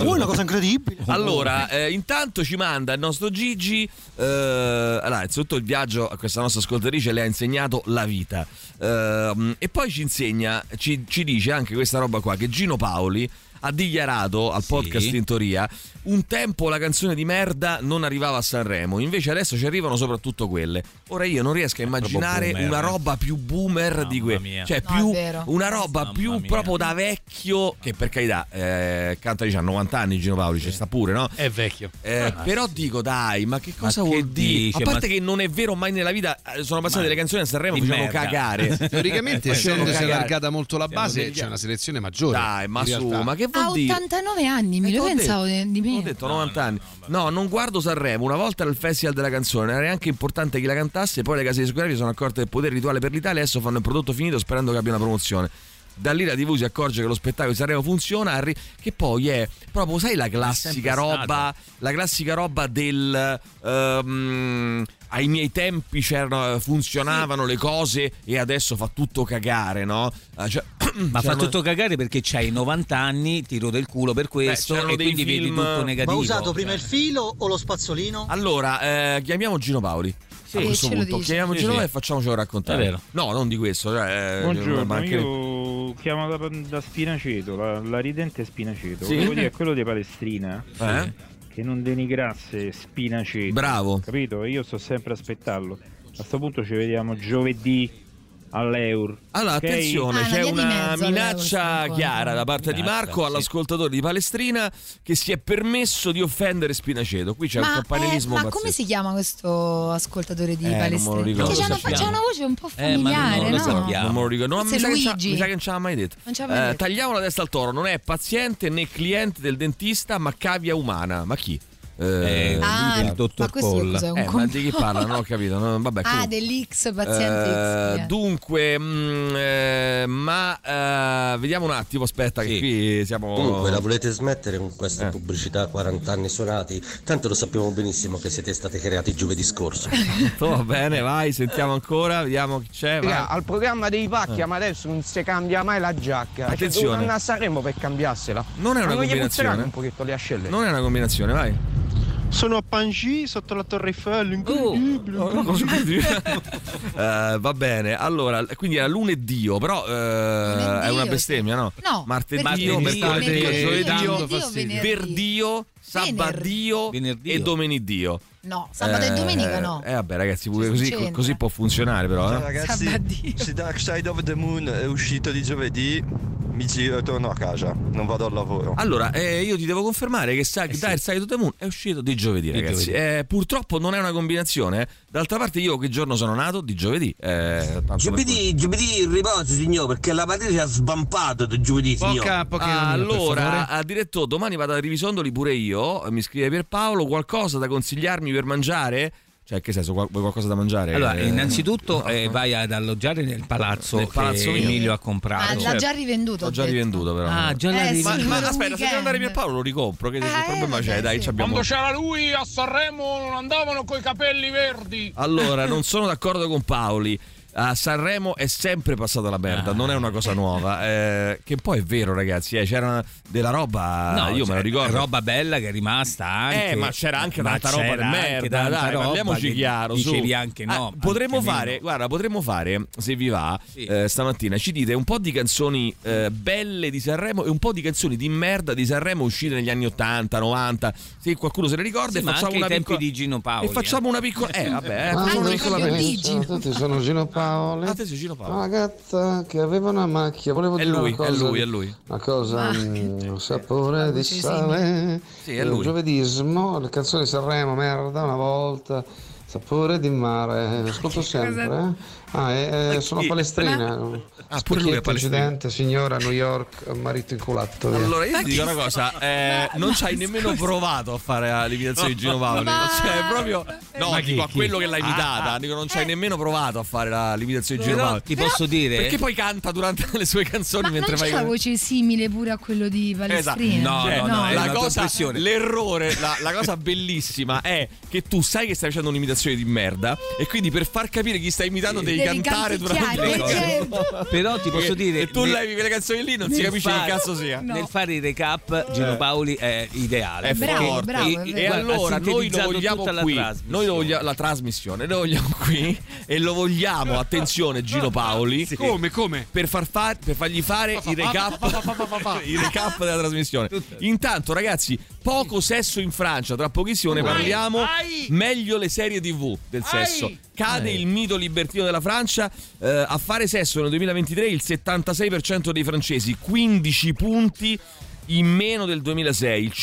Oh, una cosa incredibile.
Allora, eh, intanto ci manda il nostro Gigi. eh, allora, innanzitutto il viaggio a questa nostra ascoltatrice le ha insegnato la vita. Ehm, e poi ci insegna, ci, ci dice anche questa roba qua, che Gino Paoli ha dichiarato al podcast in teoria un tempo la canzone di merda non arrivava a Sanremo invece adesso ci arrivano soprattutto quelle ora io non riesco a immaginare
boomer,
una
eh.
roba più boomer di quelle
mia.
cioè
No,
più
è vero.
una roba
Mamma
più
mia.
proprio da vecchio che per carità eh, canta dice ha 90 anni Gino Paoli ci sta pure no
È vecchio.
eh,
Ah,
però dico, dai, ma che cosa
che
vuol dire?
dice?
A parte
Ma-
che non è vero mai nella vita, eh, sono passate delle canzoni a Sanremo
di
facevano
merda.
cagare.
Teoricamente,
Facevano
scendo si è
cagare.
allargata molto la base, c'è una selezione maggiore.
Dai, ma
in
su,
realtà.
ma che vuol
Ha
dire?
89 anni, mi
ho
lo
detto,
pensavo di di
Ho
meno.
detto 90 anni. No, non guardo Sanremo. Una volta era il festival della canzone, non era neanche importante chi la cantasse. Poi le case discografiche sono accorte del potere rituale per l'Italia. Adesso fanno il prodotto finito sperando che abbia una promozione. Da lì la TV si accorge che lo spettacolo di Sanremo funziona. arri- che poi è proprio, sai, la classica
sempre
roba. La classica roba del. ehm, ai miei tempi c'erano- funzionavano le cose e adesso fa tutto cagare, no? Eh, cioè-
Ma fa
c'erano-
tutto cagare perché c'hai 90 anni, ti rode il culo per questo
c'erano
e
dei
quindi vedi
film-
tutto negativo. Eh.
Ma ho usato prima il filo o lo spazzolino?
Allora, eh, chiamiamo Gino Paoli.
Sì,
a questo
ce lo
punto,
dici.
chiamiamo
Sì,
Gino
sì.
Paoli e facciamocelo raccontare.
È vero.
No, non di questo. cioè, eh, ma
Buongiorno,
anche-
io chiamo da, da Spinaceto, la, la ridente Spinaceto.
Sì.
Volevo dire a quello di Palestrina
Eh?
che non denigrasse Spinaceto.
Bravo.
Capito? Io sto sempre a aspettarlo. A sto punto ci vediamo giovedì all'euro.
Allora,
ok?
Ah,
attenzione, c'è Ah, una minaccia
all'euro,
chiara da parte di
Minaccia,
Marco all'ascoltatore di Palestrina che si è permesso di offendere Spinaceto. Qui c'è un
ma, eh,
campanellismo
ma
pazzesco.
come si chiama questo ascoltatore di
Eh, non me lo
Palestina?
ricordo.
Perché c'ha una,
Sappiamo.
c'ha una voce un po'
Eh, ma
familiare,
non lo
no?
sappiamo. Non me lo ricordo. No,
Forse
mi sa, che non c'ha-
Luigi.
mi sa che non ci ha mai detto.
Non ci ha mai detto.
Eh, Tagliamo la testa al toro. Non è paziente né cliente del dentista, ma cavia umana. Ma chi? Eh,
Ah,
il
ma
dottor
questo
Polla.
cos'è, un
Eh, ma di chi
complotto?
parla? Non ho capito. no, vabbè,
ah,
comunque.
dell'X, paziente
Eh,
X. via.
dunque, mm, eh, ma eh, vediamo un attimo. Aspetta, che qui siamo.
Comunque la volete smettere con
Eh.
questa pubblicità 40 anni suonati? Tanto lo sappiamo benissimo che siete stati creati giovedì scorso.
Eh, Va Oh, bene, vai, sentiamo ancora, vediamo chi c'è. vai.
Raga, al programma dei pacchi,
Eh.
ma adesso non si cambia mai la giacca. Cioè,
Attenzione.
dovevano andare a Sanremo per cambiarsela.
Non è
Ma
una
gli
combinazione.
puzzeranno un pochetto le ascelle.
Non è una combinazione, vai.
Sono a Panji sotto la Torre Eiffel, incredibile.
Oh. Eh, va bene, allora, quindi era lunedì, però eh, è una bestemmia, no?
No,
martedì,
perché-
mercoledì,
mercoledì,
giovedì,
venerdì, venerdì.
verdio, sabadio e domeneddio.
No, sabato e
Eh,
domenica no.
Eh vabbè ragazzi, pure così,
succede.
così può funzionare però.
Ciao
Eh?
ragazzi, se Dark Side of the Moon è uscito di giovedì, mi giro e torno a casa, non vado al lavoro.
Allora, eh, io ti devo confermare che Sa- Dire Side of the Moon è uscito di giovedì, ragazzi. Eh, purtroppo non è una combinazione. eh. D'altra parte, io che giorno sono nato? Di giovedì. eh, tanto per cui-
Giovedì, giovedì riposo signore, perché la patria ha svampato di giovedì signore.
Ah, allora, a diretto, domani vado a Rivisondoli pure io. Mi scrive Pierpaolo, qualcosa da consigliarmi per mangiare? Cioè, che senso, qual- vuoi qualcosa da mangiare?
Allora,
Eh,
innanzitutto eh, vai ad alloggiare nel palazzo,
Nel palazzo
che
mio. Cioè,
Emilio ha comprato.
Ah, l'ha già rivenduto.
L'ho certo. già
ho detto.
rivenduto, però.
Ah, già l'ha Eh, rivenduto.
Ma-
sì,
Ma,
per un
aspetta, se devo andare
weekend.
Pierpaolo lo ricompro. Che
Ah, eh,
che problema c'è? Dai, ci abbiamo.
Quando c'era lui a Sanremo non andavano coi capelli verdi.
Allora, non sono d'accordo con Paoli. A Sanremo è sempre passata la merda,
Ah.
non è una cosa nuova. Eh, che poi è vero, ragazzi, eh, c'era della roba.
No,
io me
cioè,
lo ricordo.
Roba bella che è rimasta anche.
Eh, ma c'era anche
Ma
tanta roba
c'era
di
anche
merda.
tanta
Dai,
roba
parliamoci
che
chiaro. su.
Dicevi anche
Ah,
no.
potremmo
anche
fare,
meno.
guarda, potremmo fare, se vi va, eh, stamattina ci dite un po' di canzoni eh, belle di Sanremo e un po' di canzoni di merda di Sanremo uscite negli anni 80, 90. Se qualcuno se ne ricorda,
Sì,
e
ma
facciamo
anche i
una
tempi
piccola.
di Gino Paoli.
E facciamo una piccola. Eh, vabbè, eh, facciamo una piccola
Tutti sono Gino Paoli.
Ah, te sei Gino Paolo.
Una gatta che aveva una macchia, volevo
È
dire
lui,
una cosa.
è lui, è lui.
Una cosa, un sapore di
sì, sì.
sale.
Sì, è lui.
Un Giovedismo, le canzoni di Sanremo, merda, una volta. Sapore di mare, lo ascolto sempre. eh. Ah, e, eh, sono
chi?
palestrina.
Ah, pure lui è palestrina.
Presidente, signora a New York, marito inculato. via.
Allora, io ti dico una cosa: eh, non ci hai nemmeno provato a fare la l'imitazione di Gino Paoli.
Ma-
Cioè, proprio. No,
Ma chi,
dico a
chi?
quello che l'ha imitata.
Ah, ah.
Dico, non ci hai nemmeno provato a fare la l'imitazione di Gino
Però
Paoli.
ti posso dire-
Perché poi canta durante le sue canzoni
Ma
mentre
non c'è
fai.
la voce simile pure a quello di Cioè,
Esatto.
Palestrina?
No, Cioè, no, no, è
la
una tua
cosa,
impressione.
l'errore, la, la cosa bellissima è che tu sai che stai facendo un'imitazione di merda e quindi per far capire chi stai imitando devi,
Devi
cantare durante le
canticchiare,
cose.
certo. Però ti posso
E-
dire-
e tu
ne-
levi quelle canzoni lì non si
nel
capisce
fare-
che cazzo sia.
Nel fare i recap, Gino
Eh.
Paoli è ideale.
È
perché-
forte.
e-
e, e
guarda,
allora
ha
noi lo
sintetizzato
vogliamo
tutta la
qui.
trasmissione.
noi lo vogliamo la trasmissione, noi lo vogliamo qui e lo vogliamo, attenzione Gino Paoli. Come come? Per, far fa- per fargli fare i recap i recap della trasmissione. Intanto ragazzi, poco sesso in Francia, tra pochissimo ne
Ai,
parliamo.
ai.
Meglio le serie TV del sesso. Cade il mito libertino della Francia eh, a fare sesso nel 2023 il 76% dei francesi, 15 punti in meno del 2006, il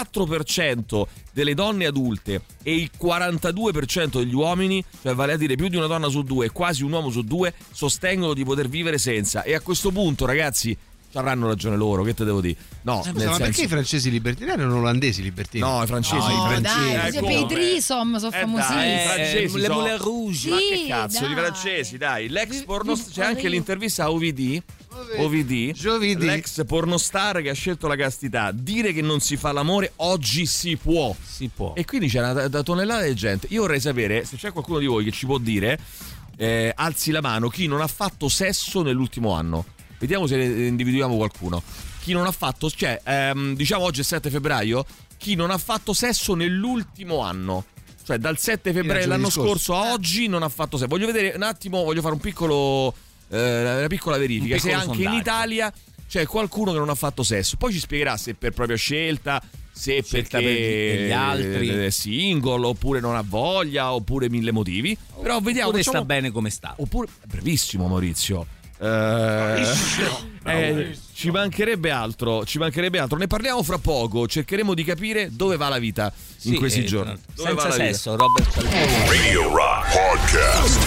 54% delle donne adulte e il 42% degli uomini, cioè vale a dire più di una donna su due, quasi un uomo su due, sostengono di poter vivere senza. E a questo punto, ragazzi, ci avranno ragione loro, che te devo dire? No,
Scusa,
nel
Eh, ma perché
senso-
i francesi libertinari erano olandesi libertinari?
No, i francesi
No,
libertinari.
dai, per
Eh,
esempio i
come?
Trisom Cioè, sono
Eh,
famosissimi.
dai, i francesi
Le
so-
Moulin Rouge.
Ma
Sì,
che cazzo,
dai.
i francesi, dai. L'ex porno c'è
Paris.
anche l'intervista a OVD. OVD, l'ex pornostar che ha scelto la castità, dire che non si fa l'amore oggi si può. Si può. E quindi c'era da, da tonnellata di gente. Io vorrei sapere se c'è qualcuno di voi che ci può dire, eh, alzi la mano, chi non ha fatto sesso nell'ultimo anno. Vediamo se ne individuiamo qualcuno. Chi non ha fatto, cioè, ehm, diciamo oggi è 7 febbraio, chi non ha fatto sesso nell'ultimo anno. Cioè, dal 7 febbraio
giovedì
dell'anno
scorso.
scorso
Eh.
a oggi non ha fatto sesso. Voglio vedere un attimo, voglio fare un piccolo, eh, una piccola verifica.
Un
Se
piccolo
anche in
sondaggio.
Italia c'è qualcuno che non ha fatto sesso. Poi ci spiegherà se per propria scelta, se
Cerca per
perché
gli- per gli altri.
è single oppure non ha voglia oppure mille motivi. Però vediamo.
Oh, Oppure sta
bene come sta. Oppure bravissimo Maurizio. Eh, eh, ci mancherebbe altro, ci mancherebbe altro. Ne parliamo fra poco, cercheremo di capire dove va la vita in
Sì,
questi
eh,
giorni. Dove
senza
va la vita?
sesso, Robert Salvini.
Radio Rock Podcast.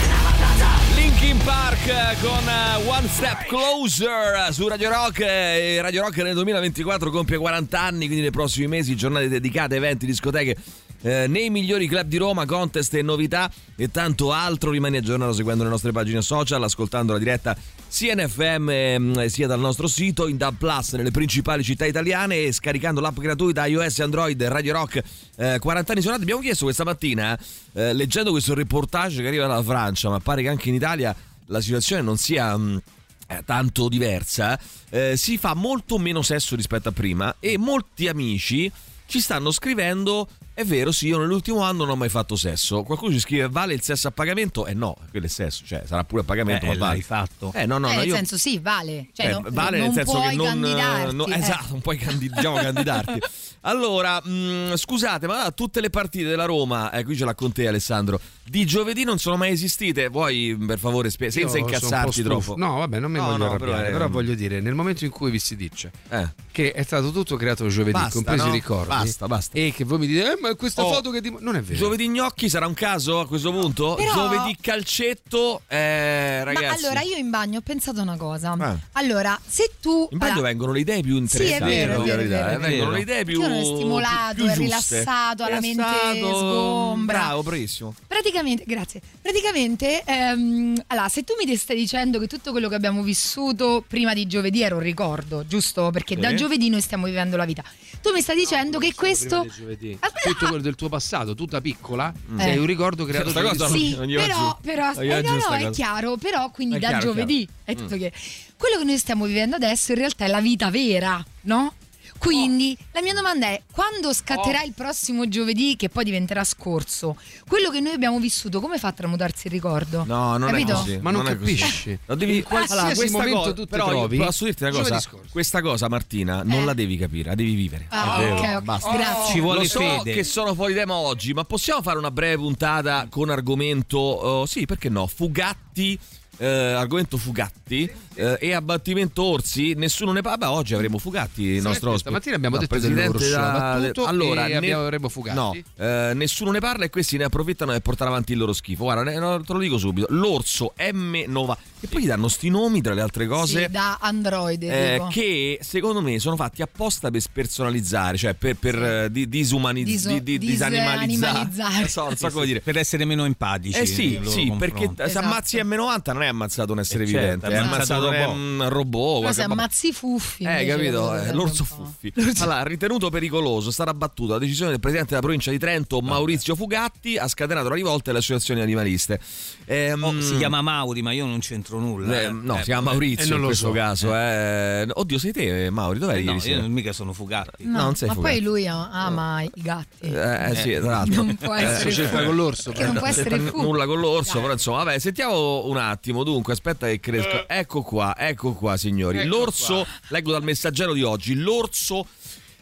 Linkin Park eh, con eh, One Step Closer eh, su Radio Rock eh, e Radio Rock nel 2024 compie 40 anni, quindi nei prossimi mesi giornate dedicate, eventi, discoteche eh, nei migliori club di Roma, contest e novità e tanto altro. Rimani aggiornato seguendo le nostre pagine social, ascoltando la diretta sia in FM ehm, sia dal nostro sito, in DAB Plus nelle principali città italiane e scaricando l'app gratuita iOS e Android Radio Rock eh, 40 anni suonati. Abbiamo chiesto questa mattina, eh, leggendo questo reportage che arriva dalla Francia, ma pare che anche in Italia la situazione non sia... mh, eh, tanto diversa, eh, si fa molto meno sesso rispetto a prima e molti amici ci stanno scrivendo è vero, sì, io nell'ultimo anno non ho mai fatto sesso. Qualcuno ci scrive vale il sesso a pagamento? Eh no, quello è sesso, cioè sarà pure a pagamento,
Eh,
ma vale.
l'hai fatto.
Eh no, no,
Eh,
no,
nel
io
senso sì, vale. Cioè,
eh,
no-
vale
non
nel senso
puoi
che non, eh,
candidarti.
no-
eh.
esatto, non puoi candi- diciamo, candidarti. Allora, mh, scusate, ma tutte le partite della Roma, eh, qui ce l'ha con te Alessandro, di giovedì non sono mai esistite. Vuoi per favore spie- senza
Io sono un po'
incazzarti
stufo.
troppo?
No, vabbè, non mi
No,
voglio
no,
arrabbiare, però,
eh,
voglio dire, nel momento in cui vi si dice
Eh.
che è stato tutto creato giovedì,
Basta,
compresi
no?
i ricordi,
Basta, basta.
e che voi mi dite, eh, ma questa
Oh.
foto che dim-" non è vero.
Giovedì gnocchi sarà un caso a questo punto?
Però-
Giovedì calcetto, eh,
Ma
ragazzi.
allora io in bagno ho pensato una cosa.
Ah.
Allora, se tu.
In bagno
allora,
vengono le idee più
Sì, è
interessanti.
vero,
devo
è vero,
dire la
è
verità, eh,
vero.
Vengono le idee
perché
più.
uno è stimolato,
più
è
giuste.
rilassato, ha la mente
Rilassato,
sgombra.
Bravo, bravissimo.
Praticamente, grazie. Praticamente, ehm, allora, se tu mi stai dicendo che tutto quello che abbiamo vissuto prima di giovedì era un ricordo, giusto? Perché
Sì.
da giovedì noi stiamo vivendo la vita. Tu mi stai dicendo che questo.
Tutto quello del tuo passato, tu da piccola,
Mm.
sei
Eh.
un ricordo creato
Sta
giovedì
cosa
sera.
Sì, però, però
Non gli va
eh, no,
giù
no,
sta
è
cosa.
chiaro, però quindi
È
da
chiaro,
giovedì è tutto che quello che noi stiamo vivendo adesso in realtà è la vita vera, no? Quindi la mia domanda è quando scatterà il prossimo giovedì che poi diventerà scorso? Quello che noi abbiamo vissuto come fa a tramutarsi il ricordo?
No, non
Capito?
è così.
Ma non
è così.
capisci.
Lo devi
In qualsiasi
allora, questa
momento
cosa,
tu te
però io
trovi,
Posso dirti una
giovedì
cosa?
scorso.
Questa cosa, Martina, non la devi capire, la devi vivere.
Ah,
È vero.
ok, ok.
Basta.
Grazie.
Ci vuole
Lo so
fede.
che sono fuori tema oggi, ma possiamo fare una breve puntata con argomento. eh, sì, perché no? Fugatti. eh, argomento Fugatti eh, e abbattimento Orsi, nessuno ne parla. Oggi avremo Fugatti, il nostro ospite.
stamattina abbiamo
No,
detto
presidente
dell'orso
da-
abbattuto
allora,
e
ne-
abbiamo- avremo Fugatti.
No, eh, nessuno ne parla e questi ne approfittano e portano avanti il loro schifo. Guarda, ne- no, te lo dico subito: l'orso M9, e poi gli danno sti nomi tra le altre cose.
Sì, da Android,
Eh,
tipo.
che secondo me sono fatti apposta per spersonalizzare, cioè per, per eh, di- disumanizzare,
Diso-
di- di- disanimalizzare.
disanimalizzare.
Non so, non so come dire.
Per essere meno empatici.
Eh sì,
nei loro
sì, perché
confronti.
se ammazzi
Esatto.
M90 non è ammazzato un essere
Eh certo,
vivente, è
è
ammazzato
ammazzato
un
un
un robot.
Però se
qualche-
ammazzi i fuffi.
eh,
invece,
capito?
quello
eh,
sarebbe
l'orso
un po'.
Fuffi. Allora, ritenuto pericoloso, sarà abbattuto la decisione del presidente della provincia di Trento, Maurizio Fugatti, ha scatenato la rivolta delle associazioni animaliste. Ehm,
Oh, si chiama Mauri, ma io non c'entro nulla.
eh,
eh.
no,
Eh,
si chiama
eh,
Maurizio
eh, non
in
lo
questo
so.
caso. eh. Oddio, sei te, Mauri? Dov'è
Eh,
ieri
no,
sera?
io non- mica sono Fugatti.
No,
No, non sei
ma
fugace.
poi lui ama i gatti.
Eh, eh, sì, tra l'altro.
Non può essere
c'entra
fugace.
con l'orso,
Che non può
c'entra
essere
n-
fu-
nulla con l'orso, però insomma, vabbè, sentiamo un attimo. Dunque, aspetta che cresca. Ecco qua, ecco qua, signori.
Ecco
l'orso,
qua.
leggo dal messaggero di oggi, l'orso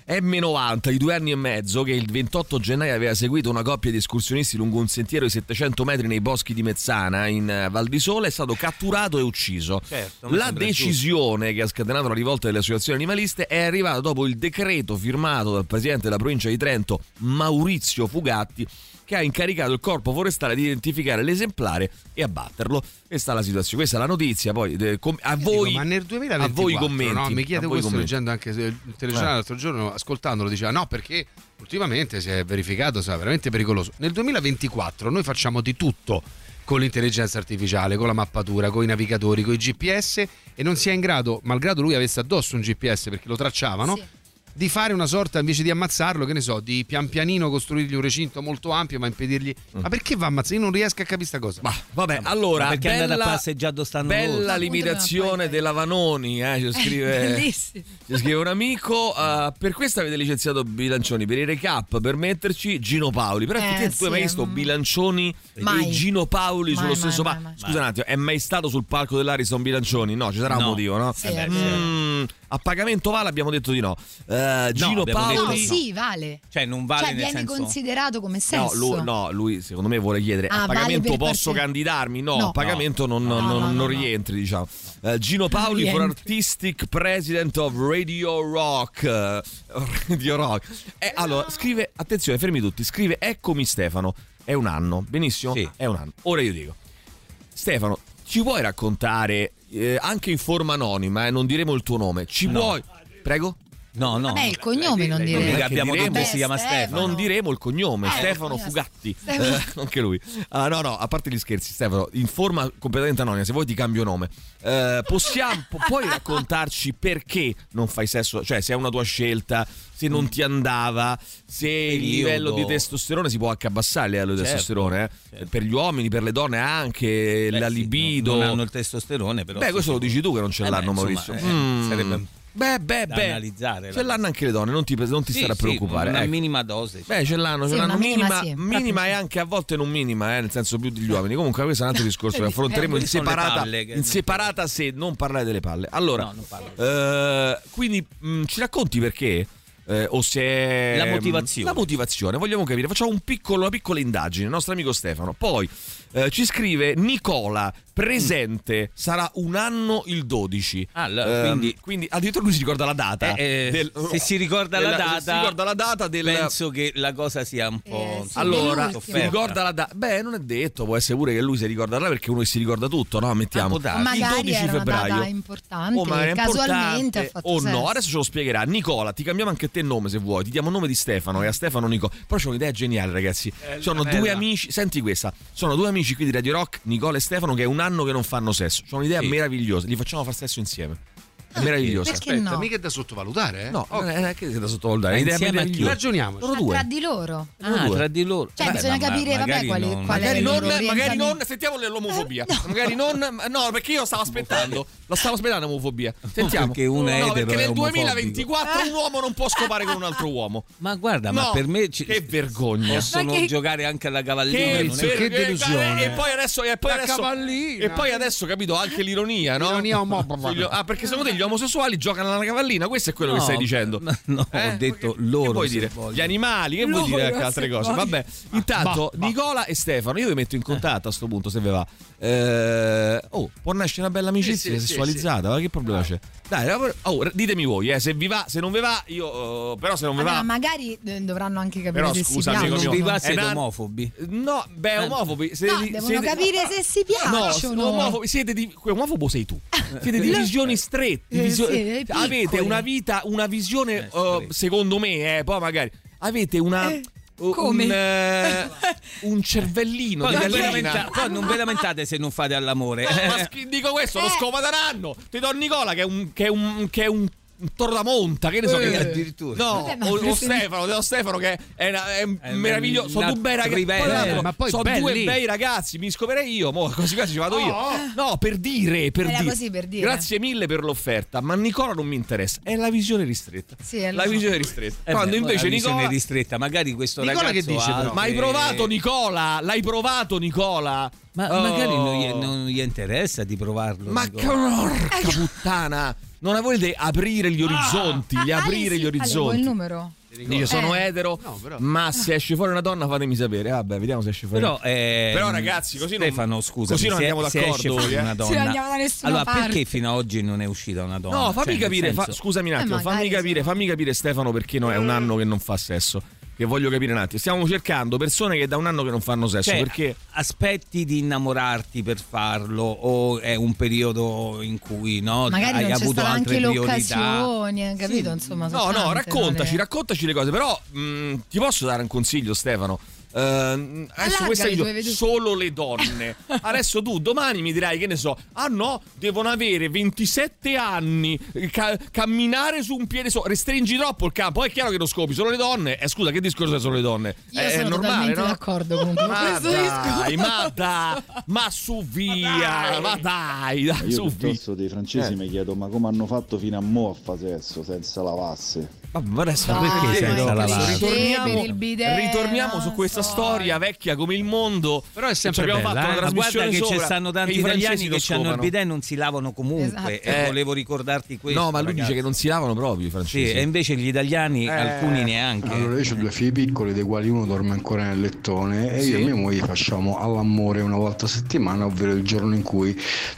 M90 di due anni e mezzo che il 28 gennaio aveva seguito una coppia di escursionisti lungo un sentiero di 700 metri nei boschi di Mezzana in eh, Val di Sole è stato catturato e ucciso.
Certo, mi
La
sembra
decisione che ha scatenato la rivolta delle associazioni animaliste è arrivata dopo il decreto firmato dal presidente della provincia di Trento, Maurizio Fugatti, che ha incaricato il corpo forestale di identificare l'esemplare e abbatterlo. Questa è la situazione, questa è la notizia. Poi eh, com- a, voi,
ma nel 2024,
a voi i commenti.
no? mi
a
chiede
voi i
questo
commenti.
leggendo anche il telegiornale
Eh.
l'altro giorno, ascoltandolo, diceva no perché ultimamente si è verificato, sarà veramente pericoloso. Nel 2024 noi facciamo di tutto con l'intelligenza artificiale, con la mappatura, con i navigatori, con i GPS e non si è in grado, malgrado lui avesse addosso un GPS perché lo tracciavano, di fare una sorta invece di ammazzarlo, che ne so, di pian pianino costruirgli un recinto molto ampio ma impedirgli... Ma perché va ammazzato? Io non riesco a capire questa cosa. Ma
Mm. vabbè, allora,
Ma perché è andata
bella-
a passeggiato stanno
Bella limitazione della Vanoni, eh, ci scrive,
Bellissimo.
ci scrive un amico. eh, per questo avete licenziato Bilancioni, per i recap, per metterci Gino Paoli. Però
Eh,
effettivamente tu hai
sì,
mai visto
mm.
Bilancioni
Mai.
e Gino
Mai,
Paoli sullo
mai,
stesso
mai,
palco?
mai.
Scusa un attimo, è mai stato sul palco dell'Arison Bilancioni? No, ci sarà un
No. Eh
motivo, no?
Sì, è
Mm, A pagamento vale? Abbiamo detto di no. Eh, Gino
abbiamo
Paoli.
detto
No, sì, vale.
Cioè, non vale
cioè,
nel
viene
senso.
considerato come
No
sesso.
lui, no, lui secondo me vuole chiedere
Ah,
a
vale
pagamento
per
posso
partire.
candidarmi? No,
No.
a pagamento non, non-
no,
non-
no,
non
no.
rientri, diciamo. Eh, Gino Paoli for
rientri.
Artistic President of Radio Rock. Eh, Radio Rock. Eh, allora, scrive, attenzione, fermi tutti, scrive Eccomi Stefano, è un anno, benissimo, è un anno. Ora io dico, Stefano, ci puoi raccontare, eh, anche in forma anonima, eh, non diremo il tuo nome, ci puoi... Prego?
No, no.
Vabbè, il
cioè,
cognome non
Non
direi.
diremo-
Vabbè, Stefano.
Non diremo il cognome,
Eh,
Stefano
Stefano.
Fugatti.
Stefano.
Eh, anche lui. Ah, no, no, a parte gli scherzi, Stefano, in forma completamente anonima, se vuoi ti cambio nome. Eh, possiamo, pu- puoi raccontarci perché non fai sesso? Cioè, se è una tua scelta, se non ti andava, se il
Periodo.
livello di testosterone si può anche abbassare il livello di
Certo,
testosterone. eh. Per gli uomini, per le donne anche, la libido.
Non hanno il testosterone, però.
Beh,
sì,
questo lo dici tu che non ce
Eh,
l'hanno,
beh,
Maurizio.
insomma, eh,
Mm.
sarebbe
Beh, beh,
da
beh.
analizzare la
Ce l'hanno anche le donne, non ti, non ti
Sì,
stare a
sì,
preoccupare.
Una
ecco.
minima dose.
Beh, ce l'hanno, ce
Sì,
l'hanno
una minima,
minima,
sì,
minima
proprio
e anche a volte non minima, eh, nel senso più degli uomini. Comunque, questo è un altro discorso che affronteremo in
Eh, Quelle sono le
separata,
palle che-
in separata se non parlare delle palle. Allora,
No, non
eh, quindi mh, ci racconti perché? Eh, o se è-
La motivazione.
la motivazione, vogliamo capire. Facciamo un piccolo- una piccola indagine. Il nostro amico Stefano. Poi eh, ci scrive Nicola, presente, sarà un anno il 12.
allora,
Ehm,
Mm. Ah, quindi-
addirittura lui si ricorda la data.
Eh, eh,
del-
se si ricorda la
della- se
data,
si ricorda la data del-
penso che la cosa sia un
Eh,
Eh,
po'. insomma,
allora, si
sofferta.
ricorda la data. Beh, non è detto, può essere pure che lui si ricorda la data perché uno che si ricorda tutto, no? Mettiamo il
Magari
12
era una data
febbraio.
importante.
Ah, Oh, ma era
casualmente
importante.
ha fatto
Oh
sesso.
no, adesso ce lo spiegherà. Nicola, ti cambiamo anche te il nome se vuoi. Ti diamo il nome di Stefano e a Stefano Nicola. Però c'è un'idea geniale, ragazzi. sono due
bella.
amici, senti questa. Sono due amici qui di Radio Rock, Nicola e Stefano, che è un anno che non fanno sesso. C'è un'idea meravigliosa. Li facciamo far sesso insieme.
Ah,
È meravigliosa.
Aspetta, mica è da sottovalutare, eh?
No, non è non è che è da sottovalutare. È un'idea
Insieme a chi?
meravigliosa.
Ragioniamoci.
Loro
Ah,
due.
Tra di loro.
Loro
Ah,
due.
tra Cioè, bisogna capire, vabbè, quali, qual è
magari
il
non,
loro
magari
orientamento. Eh,
non, sentiamo l'omofobia. Magari non, no, perché io stavo aspettando. Lo stavo aspettando l'omofobia. Sentiamo.
Perché uno è
no, perché
etero e
nel
omofobico.
Eh.
2024 un uomo non può scopare con un altro uomo.
Ma guarda, ma
No,
per me ci-
che vergogna.
Possono
Ma che-
giocare anche alla cavallina.
Che,
non è-
ver- eh, E poi adesso, e poi
La
adesso,
cavallina.
e poi adesso, capito anche l'ironia, no?
L'ironia omofoba.
Sugli- Ah, perché secondo te gli omosessuali giocano alla cavallina? Questo è quello
No,
che stai dicendo. Eh?
No, ho detto loro.
Che vuoi
se
dire?
voglio.
Gli animali, che
Loro,
vuoi dire anche
se
altre cose?
voglio.
Vabbè, intanto Nicola e Stefano, io vi metto in contatto a sto punto se ve va. Eh, oh, può nascere una bella amicizia
Eh Sì, sì, sì, Ah.
sessualizzata, ma che problema c'è? Dai, oh, ditemi voi, eh, se vi va, se non vi va, io eh, però se non vi
Vabbè, ma
va
magari eh, dovranno anche capire
però
se
scusa,
si
amico
piacciono.
mio,
va siete
un-
omofobi?
No, beh, omofobi. Se,
No, devono capire se si piacciono.
No, omofobi, siete di, omofobo sei tu. Siete di visioni strette. di
Eh,
visio-
sì, eh, piccole.
avete una vita, una visione, eh, secondo me, eh, poi magari avete una.
come?
Un, eh, un cervellino
Poi
di
non, ve
gallina.
lamenta- poi non ve lamentate se non fate all'amore.
Eh,
Eh.
Ma schi- dico questo, lo scomoderanno. Ti do Nicola che è un. Che è un, che è un un tornamonta, che ne so
Eh,
che
addirittura.
No,
Vabbè, ma
o, o
preferisci-
Stefano, te lo Stefano che è, una- è un
È
meraviglioso. Sono
una
due bei ragazzi.
trivella.
Poi, tra l'altro,
Ma poi
sono due
belli.
bei ragazzi, mi scoperei io. Mo, così quasi ci vado io. No, per dire, per
Era
dire.
così, per dire.
Grazie mille per l'offerta, ma Nicola non mi interessa. È la visione ristretta.
Sì, è
la
lo so.
visione ristretta.
Eh,
Quando
beh,
invece
la visione
Nicola
ristretta, magari questo
Nicola
ragazzo eh.
che dice,
ha-
però? Ma hai provato, Nicola? L'hai provato, Nicola?
Ma
Oh.
magari non gli, non gli interessa di provarlo.
Ma
Nicola.
che porca puttana! Non volete aprire gli orizzonti, gli aprire gli
Ale, vuoi Ah, il
orizzonti.
numero?
Dice sono
Eh.
etero, ma se esce fuori una donna fatemi sapere. Vabbè, vediamo se esce fuori.
Però, eh,
Però, ragazzi, così non-
Stefano, scusa,
così non
se,
andiamo
se
d'accordo,
esce fuori
eh.
una
Se
donna.
non
Cioè, andiamo da nessuna
allora,
parte.
perché fino ad oggi non è uscita una donna?
No, fammi
Cioè, nel
capire, fa-
senso-
scusami un attimo,
Eh, magari,
fammi capire,
sì. Mm.
fammi capire Stefano perché no, è un anno che non fa sesso. Che voglio capire un attimo. Stiamo cercando persone che da un anno che non fanno sesso,
Cioè,
perché
aspetti di innamorarti per farlo o è un periodo in cui
Oh,
no,
Magari
hai
non c'è
avuto
stata
altre
anche
priorità?
l'occasione, capito? Insomma, sono
No, no,
tante,
raccontaci,
Ale.
raccontaci le cose, però mh, ti posso dare un consiglio Stefano. Ehm, adesso
Allarga
questo è
le
il
tue
gio-
vedute.
solo le donne. Adesso tu domani mi dirai che ne so, ah no, devono avere 27 anni, ca- camminare su un piede solo, restringi troppo il campo, è chiaro che lo scopi solo le donne. Eh, scusa, che discorso è solo le donne?
Io
Eh,
sono
è normale,
totalmente
no?
d'accordo con
Ma
questo
dai,
discorso.
ma dai, ma su via, ma dai,
Ma
dai,
Eh, Io
su via.
piuttosto dei francesi
Eh.
mi chiedo ma come hanno fatto fino a mo' a fa sesso senza lavasse?
Ma adesso
Dai,
perché
ma
senza
è
la
per il
lavanda?
bidet, per il
Ritorniamo,
bidet,
ritorniamo
no?
su questo questa storia vecchia come il mondo.
Però è sempre
Ci abbiamo
bella,
fatto
eh.
una
Ma guarda
trasmissione
che ci
sopra
stanno
e
tanti
i francesi
italiani
lo
che hanno il
scopano.
bidet e non si lavano comunque. E
Esatto.
Eh.
volevo ricordarti questo.
No, ma lui dice
ragazzi.
che non si lavano proprio i francesi. Eh,
Sì, e invece gli italiani, Eh. alcuni neanche.
Allora io ho due figli piccoli dei quali uno dorme ancora nel lettone e io
Sì.
e mia moglie facciamo all'amore una volta a settimana, ovvero il giorno in cui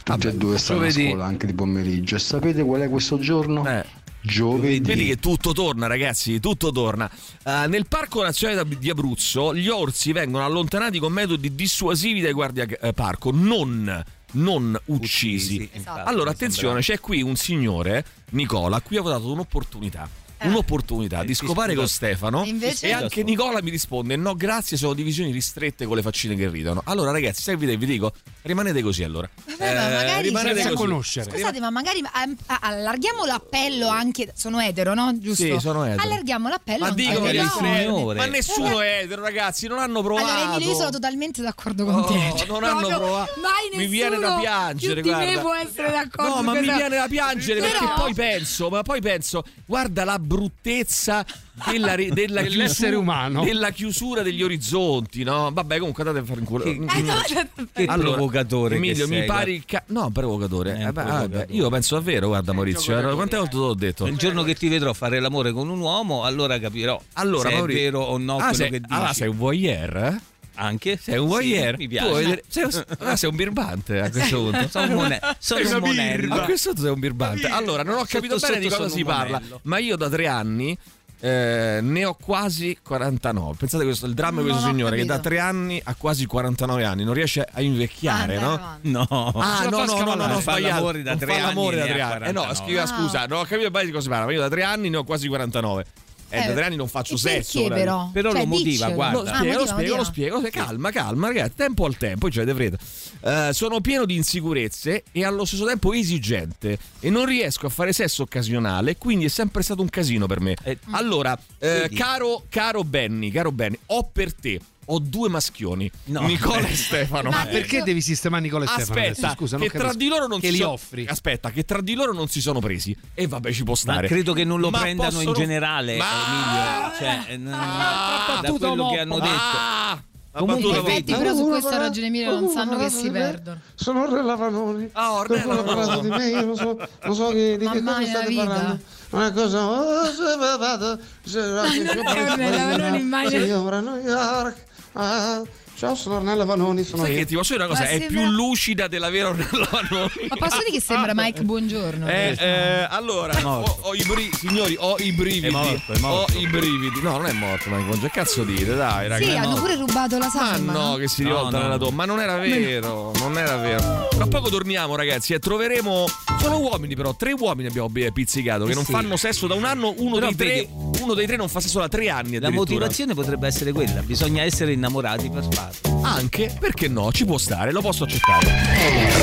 tutti e due stanno
giovedì. Eh.
a scuola anche di pomeriggio. E sapete qual è questo giorno? Giovedì.
Vedi che tutto torna, ragazzi, tutto torna. Eh, nel Parco Nazionale d'Ab- di Abruzzo gli orsi vengono allontanati con metodi dissuasivi dai guardia eh, parco, non, non uccisi.
infatti,
allora,
mi
attenzione, c'è qui un signore, Nicola, a cui avevo dato un'opportunità. Un'opportunità di scopare
scusa.
con Stefano
E invece?
e anche Nicola mi risponde: No, grazie, sono divisioni ristrette con le faccine che ridono. Allora, ragazzi, servite, vi dico, rimanete così allora. Eh,
Vabbè, ma magari-
rimanete così.
Scusate, ma magari am- a- allarghiamo l'appello anche. Sono etero, no? Giusto?
Sì, sono etero.
Allarghiamo l'appello
Ma
anche
dicono
alle
che
donne.
nessuno è etero. Ma nessuno
Vabbè.
è etero, ragazzi, non hanno provato.
Allora, Emilio, io sono totalmente d'accordo con
Oh,
te. Cioè,
non hanno
proprio
provato.
Mai nessuno
Mi viene da piangere,
più di me
guarda.
può essere d'accordo.
No, ma
con
mi
te.
viene da piangere perché
Però-
poi penso, ma poi penso, guarda la bruttezza della, ri- della
Dell'essere
chiusura,
umano.
della chiusura degli orizzonti, no? Vabbè, comunque andate a fare in culo.
Eh, no, cioè- che provocatore che
Emilio, mi
sei,
pari il ca- No, provocatore. Eh, beh, vabbè, io penso davvero, guarda Maurizio, eh, quante volte te l'ho detto?
Il giorno che ti vedrò fare l'amore con un uomo, allora capirò
Allora,
se
Maurizio-
è vero o no
Ah,
quello
sei-
che dici.
allora, sei un voyeur, eh?
Anche?
Sei un voyeur?
Sì, mi
Tu
piace.
vuoi vedere- sei, un- ah, sei un birbante a questo
Sì,
punto.
sono un mone- sono
Sei
un
una
monello.
birba. A questo punto sei un birbante. Allora, non ho
Sotto,
capito
sotto
bene di cosa
sono
si
un
parla,
monello.
ma io da tre anni eh, ne ho quasi 49. Pensate questo, il dramma
Non
di questo
ho
signore che
capito.
da tre anni ha quasi 49 anni, non riesce a invecchiare, no?
No.
Ah,
Se la fa
no, no, no, no,
scavalcare.
no, ho
Fa
sbagliato.
l'amore da
Non
tre
fa l'amore
anni,
da
ne
tre
ha
anni. Eh no,
49.
scriva scusa, non ho capito bene di cosa si parla, ma io da tre anni ne ho quasi 49. Eh,
Eh,
da tre anni non faccio
e perché
sesso. guarda.
però? Però Cioè, lo motiva, diccelo. guarda.
Lo
Ah,
spiego, lo
motiva,
spiego, lo
motiva.
spiego. se- Calma, calma, ragazzi. Tempo al tempo, cioè, Devredo. Eh, sono pieno di insicurezze e allo stesso tempo esigente. E non riesco a fare sesso occasionale, quindi è sempre stato un casino per me. allora, eh,
Vedi?
caro, caro Benny, caro Benny, ho per te. Ho due maschioni, Nicola e Stefano.
Ma Eh, perché devi sistemare Nicola e Stefano?
Aspetta,
adesso? Scusa, non
che tra
capisco.
di loro non
che
si
li
sono-
offri.
Aspetta, che tra di loro non si sono presi. E vabbè, ci può stare.
credo che non lo prendano in
possono-
generale,
Ma...
Cioè, eh, n- da
battuta
quello che hanno
moppa.
detto.
Ah!
In
Comunque,
effetti,
vedi-
però, su questo ragione Emilio non sanno che si perdono.
eh, Sono re lavanoni. Ah,
ormai
Qualcuno ha
lavanoni.
parlato di me, io non so, non so che, di che
Mamma
cosa
mia,
state
la vita.
parlando. Una cosa. oh, se va- vado, se va-
Ma non
se
è
va-
Ornella
va-
Vanoni, immagino.
Signora New York. ah, ciao, sono Ornella Vanoni.
Eh.
Sono
Sai
io.
che ti posso dire una cosa?
Ma
è
sembra-
più lucida della vera Ornella Vanoni.
Ma posso dire che sembra Mike Buongiorno?
Eh, eh, allora, ho, ho i bri- signori, ho i brividi.
È morto, è morto.
Ho i brividi. No, non è morto, ma che cazzo dite? Dai, ragazzi.
sì,
è
hanno
morto.
pure rubato la
Ah
salma.
no, che si rivolta
No, no,
alla
no.
tomba. Ma non era vero, non era vero. Tra poco torniamo, ragazzi, e troveremo. Sono uomini, però, tre uomini abbiamo be- pizzicato che non
Sì.
fanno sesso da un anno, uno
Però
dei, tre,
vedi-
uno dei tre non fa sesso da tre anni.
La
addirittura.
motivazione potrebbe essere quella, bisogna essere innamorati per farlo. Eh,
Anche perché no, ci può stare, lo posso accettare.